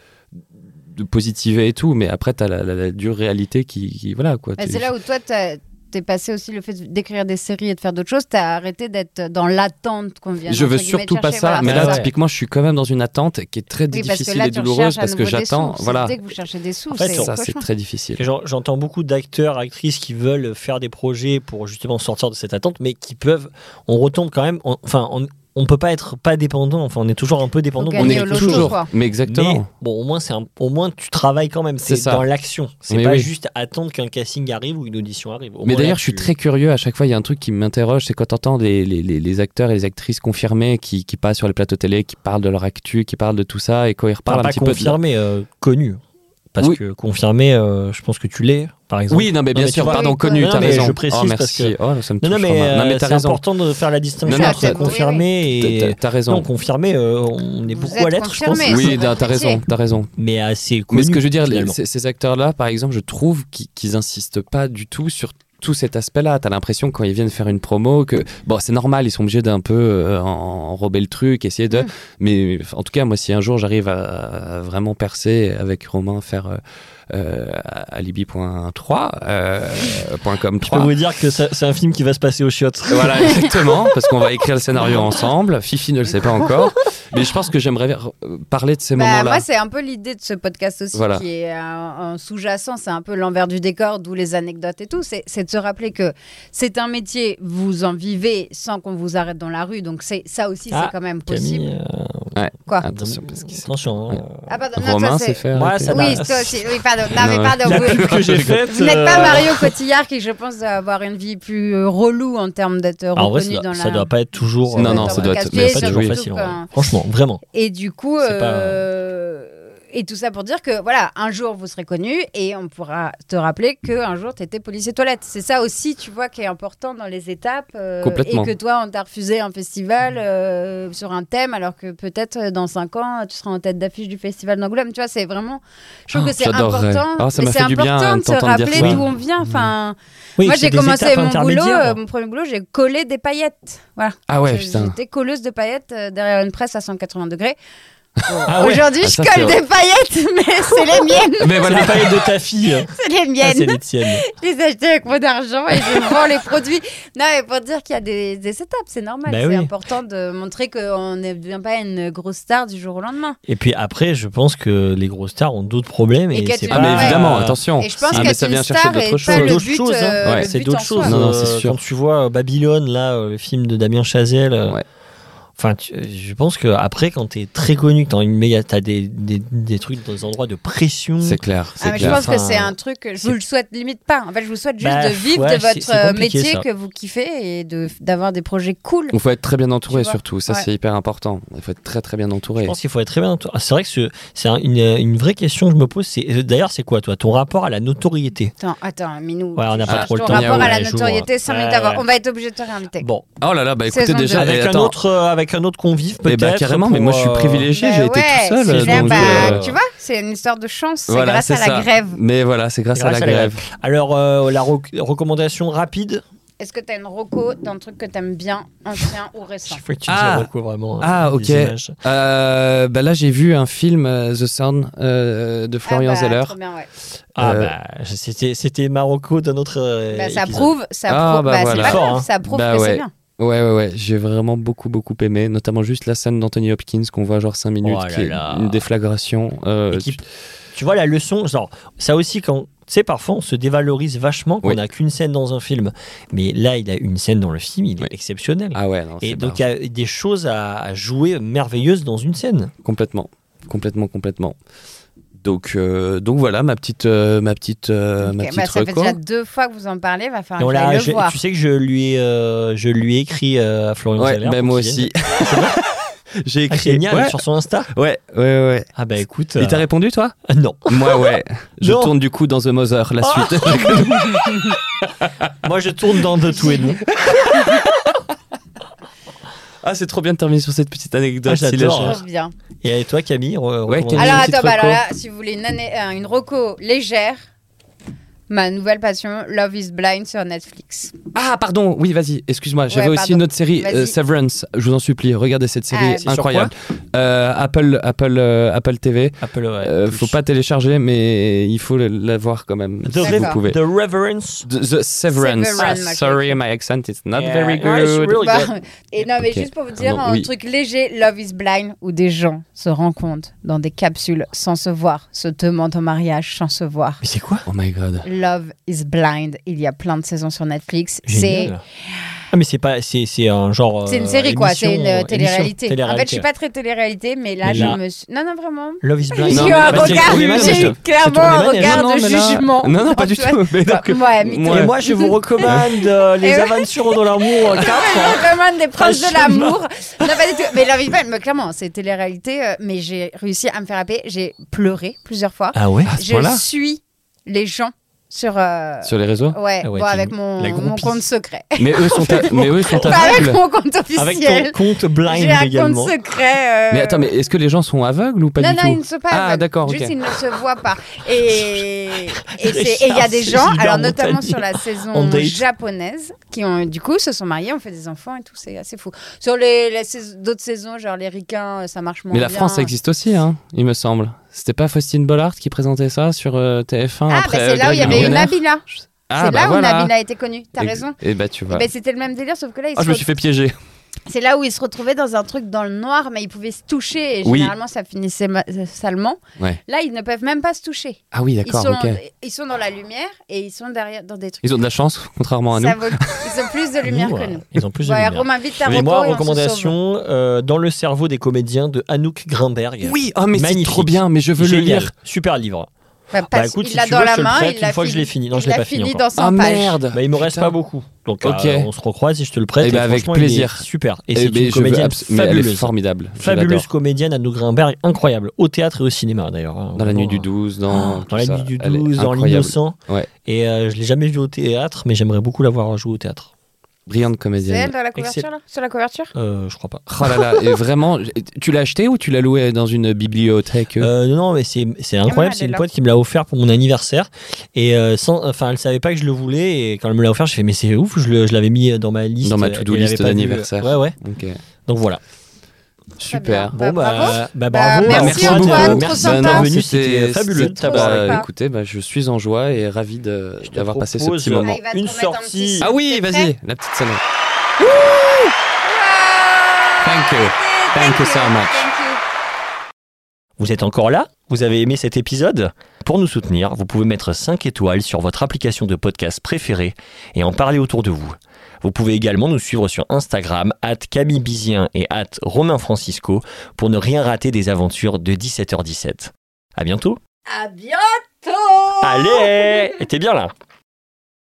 Speaker 4: de positiver et tout. Mais après, tu as la, la- la dure réalité qui, qui- voilà quoi.
Speaker 2: Bah,
Speaker 4: Tu-
Speaker 2: c'est là où toi, t'as- t'es passé aussi le fait d'écrire des séries et de faire d'autres choses. T'as arrêté d'être dans l'attente qu'on vient.
Speaker 4: je
Speaker 2: entre
Speaker 4: veux
Speaker 2: guillemets,
Speaker 4: surtout pas
Speaker 2: chercher.
Speaker 4: ça,
Speaker 2: Voilà,
Speaker 4: mais
Speaker 2: c'est
Speaker 4: là
Speaker 2: ça.
Speaker 1: ouais.
Speaker 4: typiquement je suis quand même dans une attente qui est très
Speaker 2: Oui, parce que
Speaker 4: difficile
Speaker 2: là,
Speaker 4: et
Speaker 2: tu recherches
Speaker 4: douloureuse
Speaker 2: à
Speaker 4: parce que
Speaker 2: nouveau des
Speaker 4: j'attends,
Speaker 2: sous.
Speaker 4: voilà,
Speaker 2: Dès que vous cherchez des sous,
Speaker 1: Après,
Speaker 2: c'est
Speaker 4: ça c'est
Speaker 2: cauchemar.
Speaker 4: très difficile.
Speaker 1: Et j'en- J'entends beaucoup d'acteurs, actrices qui veulent faire des projets pour justement sortir de cette attente, mais qui peuvent. On retombe quand même. on- Enfin, on, on peut pas être pas dépendant. Enfin, on est toujours un peu dépendant.
Speaker 2: Faut
Speaker 1: on
Speaker 2: gagner
Speaker 1: est
Speaker 2: au loto,
Speaker 1: toujours.
Speaker 2: quoi.
Speaker 4: mais
Speaker 1: Mais
Speaker 4: exactement.
Speaker 1: bon, au moins, c'est un- au moins tu travailles quand même.
Speaker 4: C'est
Speaker 1: C'est
Speaker 4: ça.
Speaker 1: dans l'action. C'est
Speaker 4: Mais
Speaker 1: pas
Speaker 4: oui.
Speaker 1: juste attendre qu'un casting arrive ou une audition arrive. Au
Speaker 4: Mais
Speaker 1: moins, là,
Speaker 4: d'ailleurs, je suis
Speaker 1: tu-
Speaker 4: très curieux. À chaque fois, il y a un truc qui m'interroge, c'est quand t'entends les, les, les- les acteurs et les actrices confirmés qui, qui passent sur les plateaux télé, qui parlent de leur actu, qui parlent de tout ça, et quand ils
Speaker 1: Enfin,
Speaker 4: reparlent un
Speaker 1: pas
Speaker 4: petit peu. de-
Speaker 1: confirmé, euh, connu. Parce
Speaker 4: Oui.
Speaker 1: que confirmé, euh, je pense que tu l'es, par exemple.
Speaker 4: Oui, non, mais
Speaker 1: Non,
Speaker 4: bien
Speaker 1: mais
Speaker 4: sûr,
Speaker 1: tu vois-
Speaker 4: pardon,
Speaker 2: Oui,
Speaker 4: connu,
Speaker 1: non,
Speaker 4: t'as
Speaker 1: mais
Speaker 4: raison.
Speaker 1: je précise
Speaker 4: oh,
Speaker 1: parce
Speaker 4: merci.
Speaker 1: que-
Speaker 4: Oh, ça me
Speaker 1: Non, non,
Speaker 4: touche,
Speaker 1: mais,
Speaker 4: Romain. non, mais
Speaker 1: euh,
Speaker 4: t'as
Speaker 1: c'est
Speaker 4: raison.
Speaker 1: important de faire la distinction
Speaker 4: Non, non,
Speaker 1: entre
Speaker 4: t'as-
Speaker 1: confirmé
Speaker 4: T'as-
Speaker 1: et.
Speaker 4: t'as- T'as raison.
Speaker 1: Non, confirmé, euh, on est
Speaker 2: Vous
Speaker 1: beaucoup
Speaker 2: êtes
Speaker 1: à l'être, je pense.
Speaker 2: confirmé.
Speaker 4: Oui,
Speaker 2: c'est
Speaker 4: t'as
Speaker 2: votre
Speaker 4: t'as
Speaker 2: métier.
Speaker 4: raison, t'as raison.
Speaker 1: Mais assez connu.
Speaker 4: Mais ce que je veux dire, les-
Speaker 1: finalement.
Speaker 4: ces, ces acteurs-là, par exemple, je trouve qu'ils qu'ils insistent pas du tout sur tout cet aspect-là. T'as l'impression que quand ils viennent faire une promo que bon, c'est normal, ils sont obligés d'un peu euh, en- enrober le truc, essayer de.
Speaker 2: Mm.
Speaker 4: Mais euh, en tout cas, moi, si un jour j'arrive à, à vraiment percer avec Romain, faire euh, euh, alibi.3, euh, point com
Speaker 1: Je peux
Speaker 4: 3.
Speaker 1: vous dire que ça- c'est un film qui va se passer au chiottes.
Speaker 4: Voilà, exactement, parce qu'on va écrire le scénario ensemble. Fifi ne le sait pas encore, mais je pense que j'aimerais euh, parler de ces
Speaker 2: Bah,
Speaker 4: moments-là.
Speaker 2: moi, c'est un peu l'idée de ce podcast aussi,
Speaker 4: Voilà.
Speaker 2: qui est euh, un, un sous-jacent, c'est un peu l'envers du décor, d'où les anecdotes et tout. C'est c'est de se rappeler que c'est un métier, vous en vivez sans qu'on vous arrête dans la rue, donc c'est ça aussi,
Speaker 1: Ah,
Speaker 2: c'est quand même possible.
Speaker 1: Camille, euh,
Speaker 2: Quoi
Speaker 4: Attention, parce que
Speaker 1: attention. hein.
Speaker 2: Ah, pardon, non,
Speaker 4: Romain
Speaker 2: toi,
Speaker 4: s'est
Speaker 2: c'est.
Speaker 4: fait.
Speaker 1: Moi,
Speaker 4: arrêter.
Speaker 1: ça va.
Speaker 2: Oui, toi aussi. Oui, pardon. Non, mais
Speaker 4: Non,
Speaker 2: pardon.
Speaker 1: La
Speaker 2: vous-
Speaker 1: pub que j'ai faite.
Speaker 2: Vous n'êtes
Speaker 1: euh,
Speaker 2: pas Mario Cotillard qui, je pense, doit avoir une vie plus euh, relou en termes d'être
Speaker 1: ah, En vrai,
Speaker 2: reconnu
Speaker 1: ça,
Speaker 2: dans
Speaker 1: doit-
Speaker 2: la...
Speaker 1: ça doit pas être toujours.
Speaker 4: Non, non,
Speaker 1: euh,
Speaker 4: ça doit être-
Speaker 1: pas
Speaker 4: mais ça
Speaker 1: toujours
Speaker 4: doit être
Speaker 1: facile.
Speaker 2: surtout
Speaker 1: ouais.
Speaker 2: quand-
Speaker 1: Franchement, vraiment.
Speaker 2: Et du coup,
Speaker 1: C'est pas-
Speaker 2: euh, et tout ça pour dire que voilà, un jour vous serez connu et on pourra te rappeler que un jour t'étais policier toilette. C'est ça aussi, tu vois, qui est important dans les étapes. euh,
Speaker 4: Complètement.
Speaker 2: Et que toi, on t'a refusé un festival euh, sur un thème, alors que peut-être euh, dans 5 ans, tu seras en tête d'affiche du festival d'Angoulême. Tu vois, c'est vraiment. Je trouve
Speaker 4: Oh,
Speaker 2: que c'est
Speaker 4: j'adorerais.
Speaker 2: important.
Speaker 4: Ah, ça
Speaker 2: mais
Speaker 4: m'a
Speaker 2: c'est
Speaker 4: fait du bien
Speaker 2: important
Speaker 4: de
Speaker 2: de se
Speaker 4: t'entendre dire Mm.
Speaker 2: rappeler
Speaker 1: ça.
Speaker 2: d'où on vient. Enfin,
Speaker 1: Oui,
Speaker 2: moi,
Speaker 1: c'est
Speaker 2: j'ai
Speaker 1: des
Speaker 2: commencé
Speaker 1: étapes
Speaker 2: mon boulot,
Speaker 1: intermédiaires.
Speaker 2: euh, mon premier boulot, j'ai collé des paillettes. Voilà.
Speaker 4: Ah ouais,
Speaker 2: Je-
Speaker 4: putain.
Speaker 2: J'étais colleuse de paillettes euh, derrière une presse à 180 degrés. Bon,
Speaker 1: Ah ouais.
Speaker 2: Aujourd'hui,
Speaker 4: Ah,
Speaker 2: je
Speaker 4: ça,
Speaker 2: colle
Speaker 4: c'est-
Speaker 2: des paillettes, mais c'est les miennes.
Speaker 4: Mais
Speaker 1: C'est
Speaker 4: voilà.
Speaker 1: les paillettes de ta fille.
Speaker 2: C'est les
Speaker 1: Ah, c'est
Speaker 2: miennes.
Speaker 1: les tiennes.
Speaker 2: je les ai achetées avec mon argent et je vends les produits. Non, mais pour dire qu'il y a des, des étapes, c'est normal.
Speaker 1: Bah
Speaker 2: c'est
Speaker 1: oui.
Speaker 2: important de montrer qu'on ne devient pas une grosse star du jour au lendemain.
Speaker 1: Et puis après, je pense que les grosses stars ont d'autres problèmes.
Speaker 2: Et
Speaker 1: Et,
Speaker 2: que
Speaker 1: c'est
Speaker 2: tu-
Speaker 1: pas-
Speaker 4: Ah, mais
Speaker 2: Ouais.
Speaker 4: évidemment, attention.
Speaker 2: Et je pense
Speaker 1: Ah,
Speaker 2: que
Speaker 1: mais
Speaker 4: ça
Speaker 2: qu'être
Speaker 4: vient
Speaker 2: une
Speaker 4: chercher
Speaker 2: star
Speaker 4: d'autres
Speaker 2: est
Speaker 4: choses.
Speaker 2: pas le
Speaker 1: D'autres
Speaker 2: but,
Speaker 1: choses, hein.
Speaker 2: euh,
Speaker 4: Ouais.
Speaker 2: le
Speaker 1: C'est
Speaker 2: but en
Speaker 1: d'autres
Speaker 2: soi.
Speaker 1: choses.
Speaker 4: Non, non,
Speaker 1: euh,
Speaker 4: c'est sûr.
Speaker 1: Quand tu vois euh, Babylone, là, euh, le film de Damien Chazelle, euh,
Speaker 4: Ouais.
Speaker 1: enfin, tu- euh, je pense que après, quand t'es très connu, que t'as une méga, t'as des, des, des trucs dans des endroits de pression.
Speaker 4: C'est clair,
Speaker 2: Ah,
Speaker 4: c'est
Speaker 2: mais je
Speaker 4: clair.
Speaker 2: pense que
Speaker 1: Enfin,
Speaker 2: c'est un truc que je vous
Speaker 1: c'est-
Speaker 2: le souhaite limite pas. En fait, je vous souhaite juste
Speaker 1: Bah,
Speaker 2: de vivre
Speaker 1: ouais,
Speaker 2: de
Speaker 1: c'est-
Speaker 2: votre
Speaker 1: c'est
Speaker 2: euh,
Speaker 1: compliqué,
Speaker 2: métier
Speaker 1: ça.
Speaker 2: que vous kiffez et de- d'avoir des projets cool.
Speaker 4: Il faut être très bien entouré
Speaker 2: Tu vois.
Speaker 4: surtout, ça
Speaker 2: Ouais.
Speaker 4: c'est hyper important. Il faut être très très bien
Speaker 1: Je
Speaker 4: entouré.
Speaker 1: pense qu'il faut être très bien. Ah, C'est vrai que ce- c'est un- une, une vraie question que je me pose. c'est- euh, D'ailleurs, c'est quoi, toi, ton rapport à la notoriété
Speaker 2: Attends, attends, Minou.
Speaker 1: Ouais, on n'a
Speaker 2: tu
Speaker 1: pas
Speaker 2: changes
Speaker 1: trop le
Speaker 2: ton
Speaker 1: temps.
Speaker 2: rapport
Speaker 4: Ouais,
Speaker 2: à la
Speaker 1: ouais, j'ouvre.
Speaker 2: notoriété, 5 minutes
Speaker 1: hein. Ouais,
Speaker 2: avant.
Speaker 1: ouais.
Speaker 2: On va être obligé de te réinviter.
Speaker 1: Bon,
Speaker 4: Oh là là, bah écoutez
Speaker 2: Saison
Speaker 4: déjà,
Speaker 2: deux.
Speaker 1: avec
Speaker 4: eh,
Speaker 1: un
Speaker 4: attends.
Speaker 1: autre, euh, avec un autre convive
Speaker 4: Eh
Speaker 1: peut-être.
Speaker 4: bah, carrément, mais
Speaker 1: pour,
Speaker 4: moi je suis
Speaker 1: euh,
Speaker 4: privilégié, j'ai
Speaker 2: Bah
Speaker 4: été
Speaker 2: ouais,
Speaker 4: tout
Speaker 2: c'est
Speaker 4: seul.
Speaker 2: bien,
Speaker 4: donc,
Speaker 2: bah,
Speaker 4: euh,
Speaker 2: Tu vois, c'est une histoire de chance. C'est
Speaker 4: voilà,
Speaker 2: grâce
Speaker 4: c'est
Speaker 2: à la
Speaker 4: ça.
Speaker 2: grève.
Speaker 4: Mais voilà, c'est grâce, à la grève.
Speaker 1: Alors, euh, la rec- recommandation rapide.
Speaker 2: Est-ce que t'as une roco d'un truc que t'aimes bien, ancien ou récent
Speaker 1: Chaque fois que tu
Speaker 4: Ah.
Speaker 1: dis reco, vraiment.
Speaker 4: Ah,
Speaker 1: euh,
Speaker 4: ok.
Speaker 1: des images.
Speaker 4: Euh, bah là, j'ai vu un film, euh, The Sound, euh, de Florian
Speaker 2: ah bah,
Speaker 4: Zeller.
Speaker 2: Trop bien, ouais.
Speaker 1: Ah,
Speaker 4: Euh,
Speaker 1: bah, c'était, c'était Marocco d'un autre. euh,
Speaker 2: Bah, ça
Speaker 1: épisode.
Speaker 2: prouve, ça
Speaker 4: Ah,
Speaker 2: prouve,
Speaker 4: bah,
Speaker 2: bah, c'est
Speaker 4: voilà.
Speaker 2: pas
Speaker 1: Fort,
Speaker 2: grave,
Speaker 1: hein.
Speaker 2: ça prouve
Speaker 4: Bah,
Speaker 2: que
Speaker 4: ouais.
Speaker 2: c'est bien.
Speaker 4: Ouais, ouais, ouais, j'ai vraiment beaucoup, beaucoup aimé, notamment juste la scène d'Anthony Hopkins qu'on voit genre 5 minutes,
Speaker 1: Oh là
Speaker 4: qui est
Speaker 1: là.
Speaker 4: une déflagration. euh,
Speaker 1: Et qui- Tu vois, la leçon, genre, ça aussi, quand. Tu sais, parfois, on se dévalorise vachement qu'on
Speaker 4: Oui.
Speaker 1: n'a qu'une scène dans un film. Mais là, il a une scène dans le film, il est
Speaker 4: Oui.
Speaker 1: exceptionnel.
Speaker 4: Ah ouais, non,
Speaker 1: Et
Speaker 4: c'est
Speaker 1: donc, il y a des choses à, à jouer merveilleuses dans une scène.
Speaker 4: Complètement, complètement, complètement. Donc, euh, donc voilà ma petite, euh, ma petite, euh, ma
Speaker 2: Ok,
Speaker 4: petite
Speaker 2: bah, ça fait
Speaker 4: reco.
Speaker 2: déjà deux fois que vous en parlez, va falloir
Speaker 1: Et on
Speaker 2: que
Speaker 1: l'a-
Speaker 2: j'aille
Speaker 1: je-
Speaker 2: Bah, le voir.
Speaker 1: tu sais que je lui ai, euh, je lui ai écrit euh, à Florian
Speaker 4: Ouais,
Speaker 1: Zeller
Speaker 4: ben
Speaker 1: pour
Speaker 4: moi
Speaker 1: qu'il
Speaker 4: aussi.
Speaker 1: vienne.
Speaker 4: J'ai
Speaker 1: Ah,
Speaker 4: écrit.
Speaker 1: génial,
Speaker 4: ouais,
Speaker 1: sur son Insta.
Speaker 4: ouais, ouais, ouais.
Speaker 1: Ah, bah écoute.
Speaker 4: Il t'a répondu toi
Speaker 1: euh, non.
Speaker 4: Moi ouais. Je
Speaker 1: Non.
Speaker 4: tourne du coup dans The Mother la
Speaker 1: Ah.
Speaker 4: suite.
Speaker 1: Moi, je tourne dans The Two et nous.
Speaker 4: ah c'est trop bien de terminer sur cette petite anecdote.
Speaker 1: Ah, j'adore.
Speaker 4: Sylvain.
Speaker 2: Trop bien.
Speaker 1: Et toi, Camille, re-
Speaker 4: Ouais,
Speaker 1: recommande-
Speaker 4: Camille.
Speaker 2: Alors
Speaker 4: une petite
Speaker 2: attends, bah,
Speaker 4: reco.
Speaker 2: alors là, si vous voulez une, année- euh, une reco légère, ma nouvelle passion, Love is Blind sur Netflix.
Speaker 4: Ah, pardon, oui, vas-y, excuse-moi. J'avais
Speaker 2: Ouais,
Speaker 4: aussi
Speaker 2: pardon.
Speaker 4: une autre série,
Speaker 2: Vas-y.
Speaker 4: euh, Severance. Je vous en supplie, regardez cette série
Speaker 2: Ah, c'est
Speaker 1: sur
Speaker 4: incroyable. Euh, Apple, Apple, euh, Apple TV.
Speaker 1: Apple, ouais,
Speaker 4: Euh,
Speaker 1: plus.
Speaker 4: faut pas télécharger, mais il faut le- la voir quand même.
Speaker 1: The,
Speaker 4: si
Speaker 2: D'accord.
Speaker 4: vous pouvez.
Speaker 1: The Reverence.
Speaker 4: The, the
Speaker 2: Severance,
Speaker 4: Severance. Ah,
Speaker 2: moi, je
Speaker 4: sorry, my accent is not
Speaker 1: Yeah.
Speaker 4: very
Speaker 1: Yeah, it's
Speaker 4: good.
Speaker 1: really
Speaker 2: Bah,
Speaker 1: good.
Speaker 2: et non, mais
Speaker 4: Oh, Ok.
Speaker 2: juste pour vous dire, un
Speaker 4: Pardon, oui.
Speaker 2: truc léger, Love is Blind, où des gens se rencontrent dans des capsules sans se voir, se demandent en mariage sans se voir.
Speaker 1: Mais c'est quoi
Speaker 4: Oh my god.
Speaker 2: Love is Blind, il y a plein de saisons sur Netflix. C'est
Speaker 1: Génial. Ah, mais c'est pas, c'est, c'est un genre.
Speaker 2: C'est une
Speaker 1: euh,
Speaker 2: série quoi, c'est
Speaker 1: émission,
Speaker 2: une
Speaker 1: euh,
Speaker 2: euh,
Speaker 1: émission,
Speaker 2: télé-réalité. En fait, je
Speaker 1: télé-réalité.
Speaker 2: suis pas très télé-réalité, mais là,
Speaker 1: Mais là-
Speaker 2: je me suis. Non, non, vraiment.
Speaker 1: Love is Blind.
Speaker 2: J'ai
Speaker 4: Non,
Speaker 2: eu
Speaker 4: mais
Speaker 2: un
Speaker 4: bah, c'est
Speaker 2: regard,
Speaker 4: tourné mal,
Speaker 2: j'ai eu
Speaker 1: déjà. C'est
Speaker 2: clairement
Speaker 1: tourné
Speaker 2: un
Speaker 1: mal, déjà.
Speaker 2: regard
Speaker 4: Non, non,
Speaker 2: de
Speaker 4: mais là-
Speaker 2: jugement. Ah,
Speaker 4: Non, non, pas du
Speaker 2: Tu vois,
Speaker 4: tout. Mais euh, non, que-
Speaker 2: Ouais, mytho.
Speaker 4: Ouais.
Speaker 1: Et moi, je vous recommande euh, Les Aventures de l'amour euh, 4.
Speaker 2: Vraiment, vraiment des proches de
Speaker 1: chemin.
Speaker 2: l'amour. Non, pas du tout. Mais Love is Blind, mais clairement, c'est télé-réalité, euh, mais j'ai réussi à me faire happer. J'ai pleuré plusieurs fois.
Speaker 1: Ah ouais
Speaker 4: À ce
Speaker 2: Je
Speaker 4: point-là
Speaker 2: suis les gens sur. euh,
Speaker 4: Sur les réseaux
Speaker 2: Ouais,
Speaker 1: Ah ouais,
Speaker 2: bon,
Speaker 1: t'es
Speaker 2: avec
Speaker 1: une-
Speaker 2: mon,
Speaker 1: la
Speaker 2: mon
Speaker 1: groupie.
Speaker 2: compte secret.
Speaker 4: Mais eux sont, à- mais eux sont
Speaker 2: Pas avec
Speaker 4: aveugles.
Speaker 2: mon compte
Speaker 1: Avec ton
Speaker 2: officiel.
Speaker 1: compte blind
Speaker 2: J'ai un
Speaker 1: également.
Speaker 2: compte secret. euh,
Speaker 4: Mais attends, mais est-ce que les gens sont aveugles ou pas
Speaker 2: non,
Speaker 4: du
Speaker 2: non,
Speaker 4: tout
Speaker 2: ils ne sont pas.
Speaker 4: Ah,
Speaker 2: aveugles.
Speaker 4: d'accord,
Speaker 2: Juste,
Speaker 4: ok.
Speaker 2: ils ne se voient pas. Et et c'est- et il y a
Speaker 1: Richard,
Speaker 2: des
Speaker 1: c'est
Speaker 2: gens,
Speaker 1: Gilbert
Speaker 2: alors notamment
Speaker 1: Montagnier.
Speaker 2: sur la
Speaker 1: En
Speaker 2: saison
Speaker 1: date.
Speaker 2: japonaise, qui ont du coup se sont mariés, ont fait des enfants et tout, c'est assez fou. Sur les, les sais- d'autres saisons, genre les ricains, euh, ça marche moins
Speaker 4: Mais la
Speaker 2: bien.
Speaker 4: France existe aussi, hein, il me semble. C'était pas Faustine Bollard qui présentait ça sur euh, TF1
Speaker 2: Ah,
Speaker 4: après
Speaker 2: bah, c'est
Speaker 4: euh,
Speaker 2: là où il y
Speaker 4: Greg
Speaker 2: avait eu
Speaker 4: Millionnaire
Speaker 2: Nabila.
Speaker 4: Ah,
Speaker 2: c'est
Speaker 4: bah
Speaker 2: là où
Speaker 4: voilà.
Speaker 2: Nabila a été connue, t'as
Speaker 4: Et-
Speaker 2: raison.
Speaker 4: Et bah tu vois.
Speaker 2: Ben, c'était le même délire, sauf que là, ils
Speaker 4: Ah,
Speaker 2: se
Speaker 4: je me
Speaker 2: re-
Speaker 4: suis fait piéger.
Speaker 2: c'est là où ils se retrouvaient dans un truc dans le noir, mais ils pouvaient se toucher et
Speaker 4: Oui.
Speaker 2: généralement ça finissait ma- euh, salement.
Speaker 4: Ouais.
Speaker 2: Là, ils ne peuvent même pas se toucher.
Speaker 4: Ah oui,
Speaker 2: Ils
Speaker 4: d'accord,
Speaker 2: sont,
Speaker 4: ok.
Speaker 2: ils sont dans la lumière et ils sont derrière dans des trucs.
Speaker 4: Ils ont de la chance, contrairement à nous.
Speaker 2: Ça vaut le coup. Ils ont plus de lumière
Speaker 1: Nous,
Speaker 2: que
Speaker 1: euh,
Speaker 2: nous.
Speaker 1: Ils ont plus de
Speaker 2: Voilà,
Speaker 1: lumière.
Speaker 2: Romain, vite hein, ta
Speaker 1: Mais
Speaker 2: reco
Speaker 1: moi,
Speaker 2: et on se sauve.
Speaker 1: recommandation euh, Dans le cerveau des comédiens de Anouk Grinberg.
Speaker 4: Oui, oh, mais c'est
Speaker 1: Magnifique.
Speaker 4: trop bien, mais je veux le
Speaker 1: Génial.
Speaker 4: lire.
Speaker 1: Super livre.
Speaker 2: Bah,
Speaker 1: Bah
Speaker 2: passe-
Speaker 1: écoute, si
Speaker 2: il l'a
Speaker 1: tu
Speaker 2: dans
Speaker 1: veux,
Speaker 2: la
Speaker 1: je te le
Speaker 2: main,
Speaker 1: prête
Speaker 2: il
Speaker 1: une
Speaker 2: l'a
Speaker 1: fois que je l'ai
Speaker 2: fini.
Speaker 1: fini. Non, je
Speaker 2: il
Speaker 1: l'ai
Speaker 2: l'a
Speaker 1: pas fini
Speaker 2: fini
Speaker 1: encore.
Speaker 2: dans 100
Speaker 4: Ah,
Speaker 2: pages.
Speaker 4: merde.
Speaker 1: Bah, il me reste
Speaker 4: Putain.
Speaker 1: pas beaucoup. Donc
Speaker 4: Ok.
Speaker 1: euh, on se recroise et je te le prête.
Speaker 4: Eh ben,
Speaker 1: et
Speaker 4: avec
Speaker 1: franchement, il est
Speaker 4: plaisir.
Speaker 1: Super. Et
Speaker 4: Eh
Speaker 1: c'est
Speaker 4: ben,
Speaker 1: une
Speaker 4: je veux
Speaker 1: comédienne
Speaker 4: abs- mais elle est
Speaker 1: fabuleuse.
Speaker 4: formidable. Je
Speaker 1: Fabuleuse
Speaker 4: l'adore.
Speaker 1: comédienne Anouk Grinberg, incroyable. Au théâtre et au cinéma d'ailleurs. hein.
Speaker 4: Dans la nuit du
Speaker 1: Vraiment,
Speaker 4: 12, dans.
Speaker 1: euh, Dans la
Speaker 4: tout
Speaker 1: nuit
Speaker 4: ça.
Speaker 1: du
Speaker 4: Elle est
Speaker 1: 12, dans
Speaker 4: incroyable.
Speaker 1: l'innocent.
Speaker 4: Ouais.
Speaker 1: Et euh, je l'ai jamais vu au théâtre, mais j'aimerais beaucoup l'avoir joué au théâtre.
Speaker 4: Brillante
Speaker 2: C'est elle
Speaker 4: comédienne.
Speaker 2: dans la couverture
Speaker 1: Excellent.
Speaker 2: là Sur la couverture
Speaker 1: Euh, je crois pas.
Speaker 4: Oh là là, et vraiment, tu l'as acheté ou tu l'as loué dans une bibliothèque
Speaker 1: Euh, non, mais c'est c'est
Speaker 2: Emma,
Speaker 1: incroyable.
Speaker 2: elle
Speaker 1: C'est
Speaker 2: est
Speaker 1: une
Speaker 2: là.
Speaker 1: pote qui me l'a offert pour mon anniversaire. Et euh, sans, enfin, elle savait pas que je le voulais. Et quand elle me l'a offert, je fais mais c'est ouf. Je le- je l'avais mis dans ma liste.
Speaker 4: Dans ma
Speaker 1: euh,
Speaker 4: to-do
Speaker 1: et elle
Speaker 4: list
Speaker 1: avait pas vu.
Speaker 4: d'anniversaire.
Speaker 1: Ouais, ouais.
Speaker 4: Ok.
Speaker 1: Donc voilà.
Speaker 4: Super.
Speaker 2: Bah,
Speaker 1: Bon, bah, bah,
Speaker 2: Bah,
Speaker 1: bravo.
Speaker 2: merci, Antoine, trop
Speaker 1: Merci
Speaker 2: sympa.
Speaker 1: d'être venu.
Speaker 4: C'était
Speaker 1: C'était fabuleux de euh,
Speaker 4: c'était-
Speaker 1: ta
Speaker 2: trop
Speaker 1: part.
Speaker 2: sympa.
Speaker 4: bah, Écoutez, bah, je suis en joie et ravi de-
Speaker 1: Je te
Speaker 4: d'avoir passé ce
Speaker 1: propose,
Speaker 4: petit
Speaker 1: euh,
Speaker 4: moment.
Speaker 2: il va te
Speaker 1: Une
Speaker 2: remettre un
Speaker 1: sortie.
Speaker 2: petit-
Speaker 4: Ah oui,
Speaker 2: T'es prêt
Speaker 4: vas-y, la petite sonnerie.
Speaker 2: Ah
Speaker 4: Thank
Speaker 1: Eh,
Speaker 4: you. Thank you so much.
Speaker 2: Thank you.
Speaker 1: Vous êtes encore là Vous avez aimé cet épisode Pour nous soutenir, vous pouvez mettre 5 étoiles sur votre application de podcast préférée et en parler autour de vous. Vous pouvez également nous suivre sur Instagram, at Camille Bizien et at Romain Francisco pour ne rien rater des aventures de 17h17. À bientôt
Speaker 2: À bientôt
Speaker 1: Oh, Allez Et T'es bien là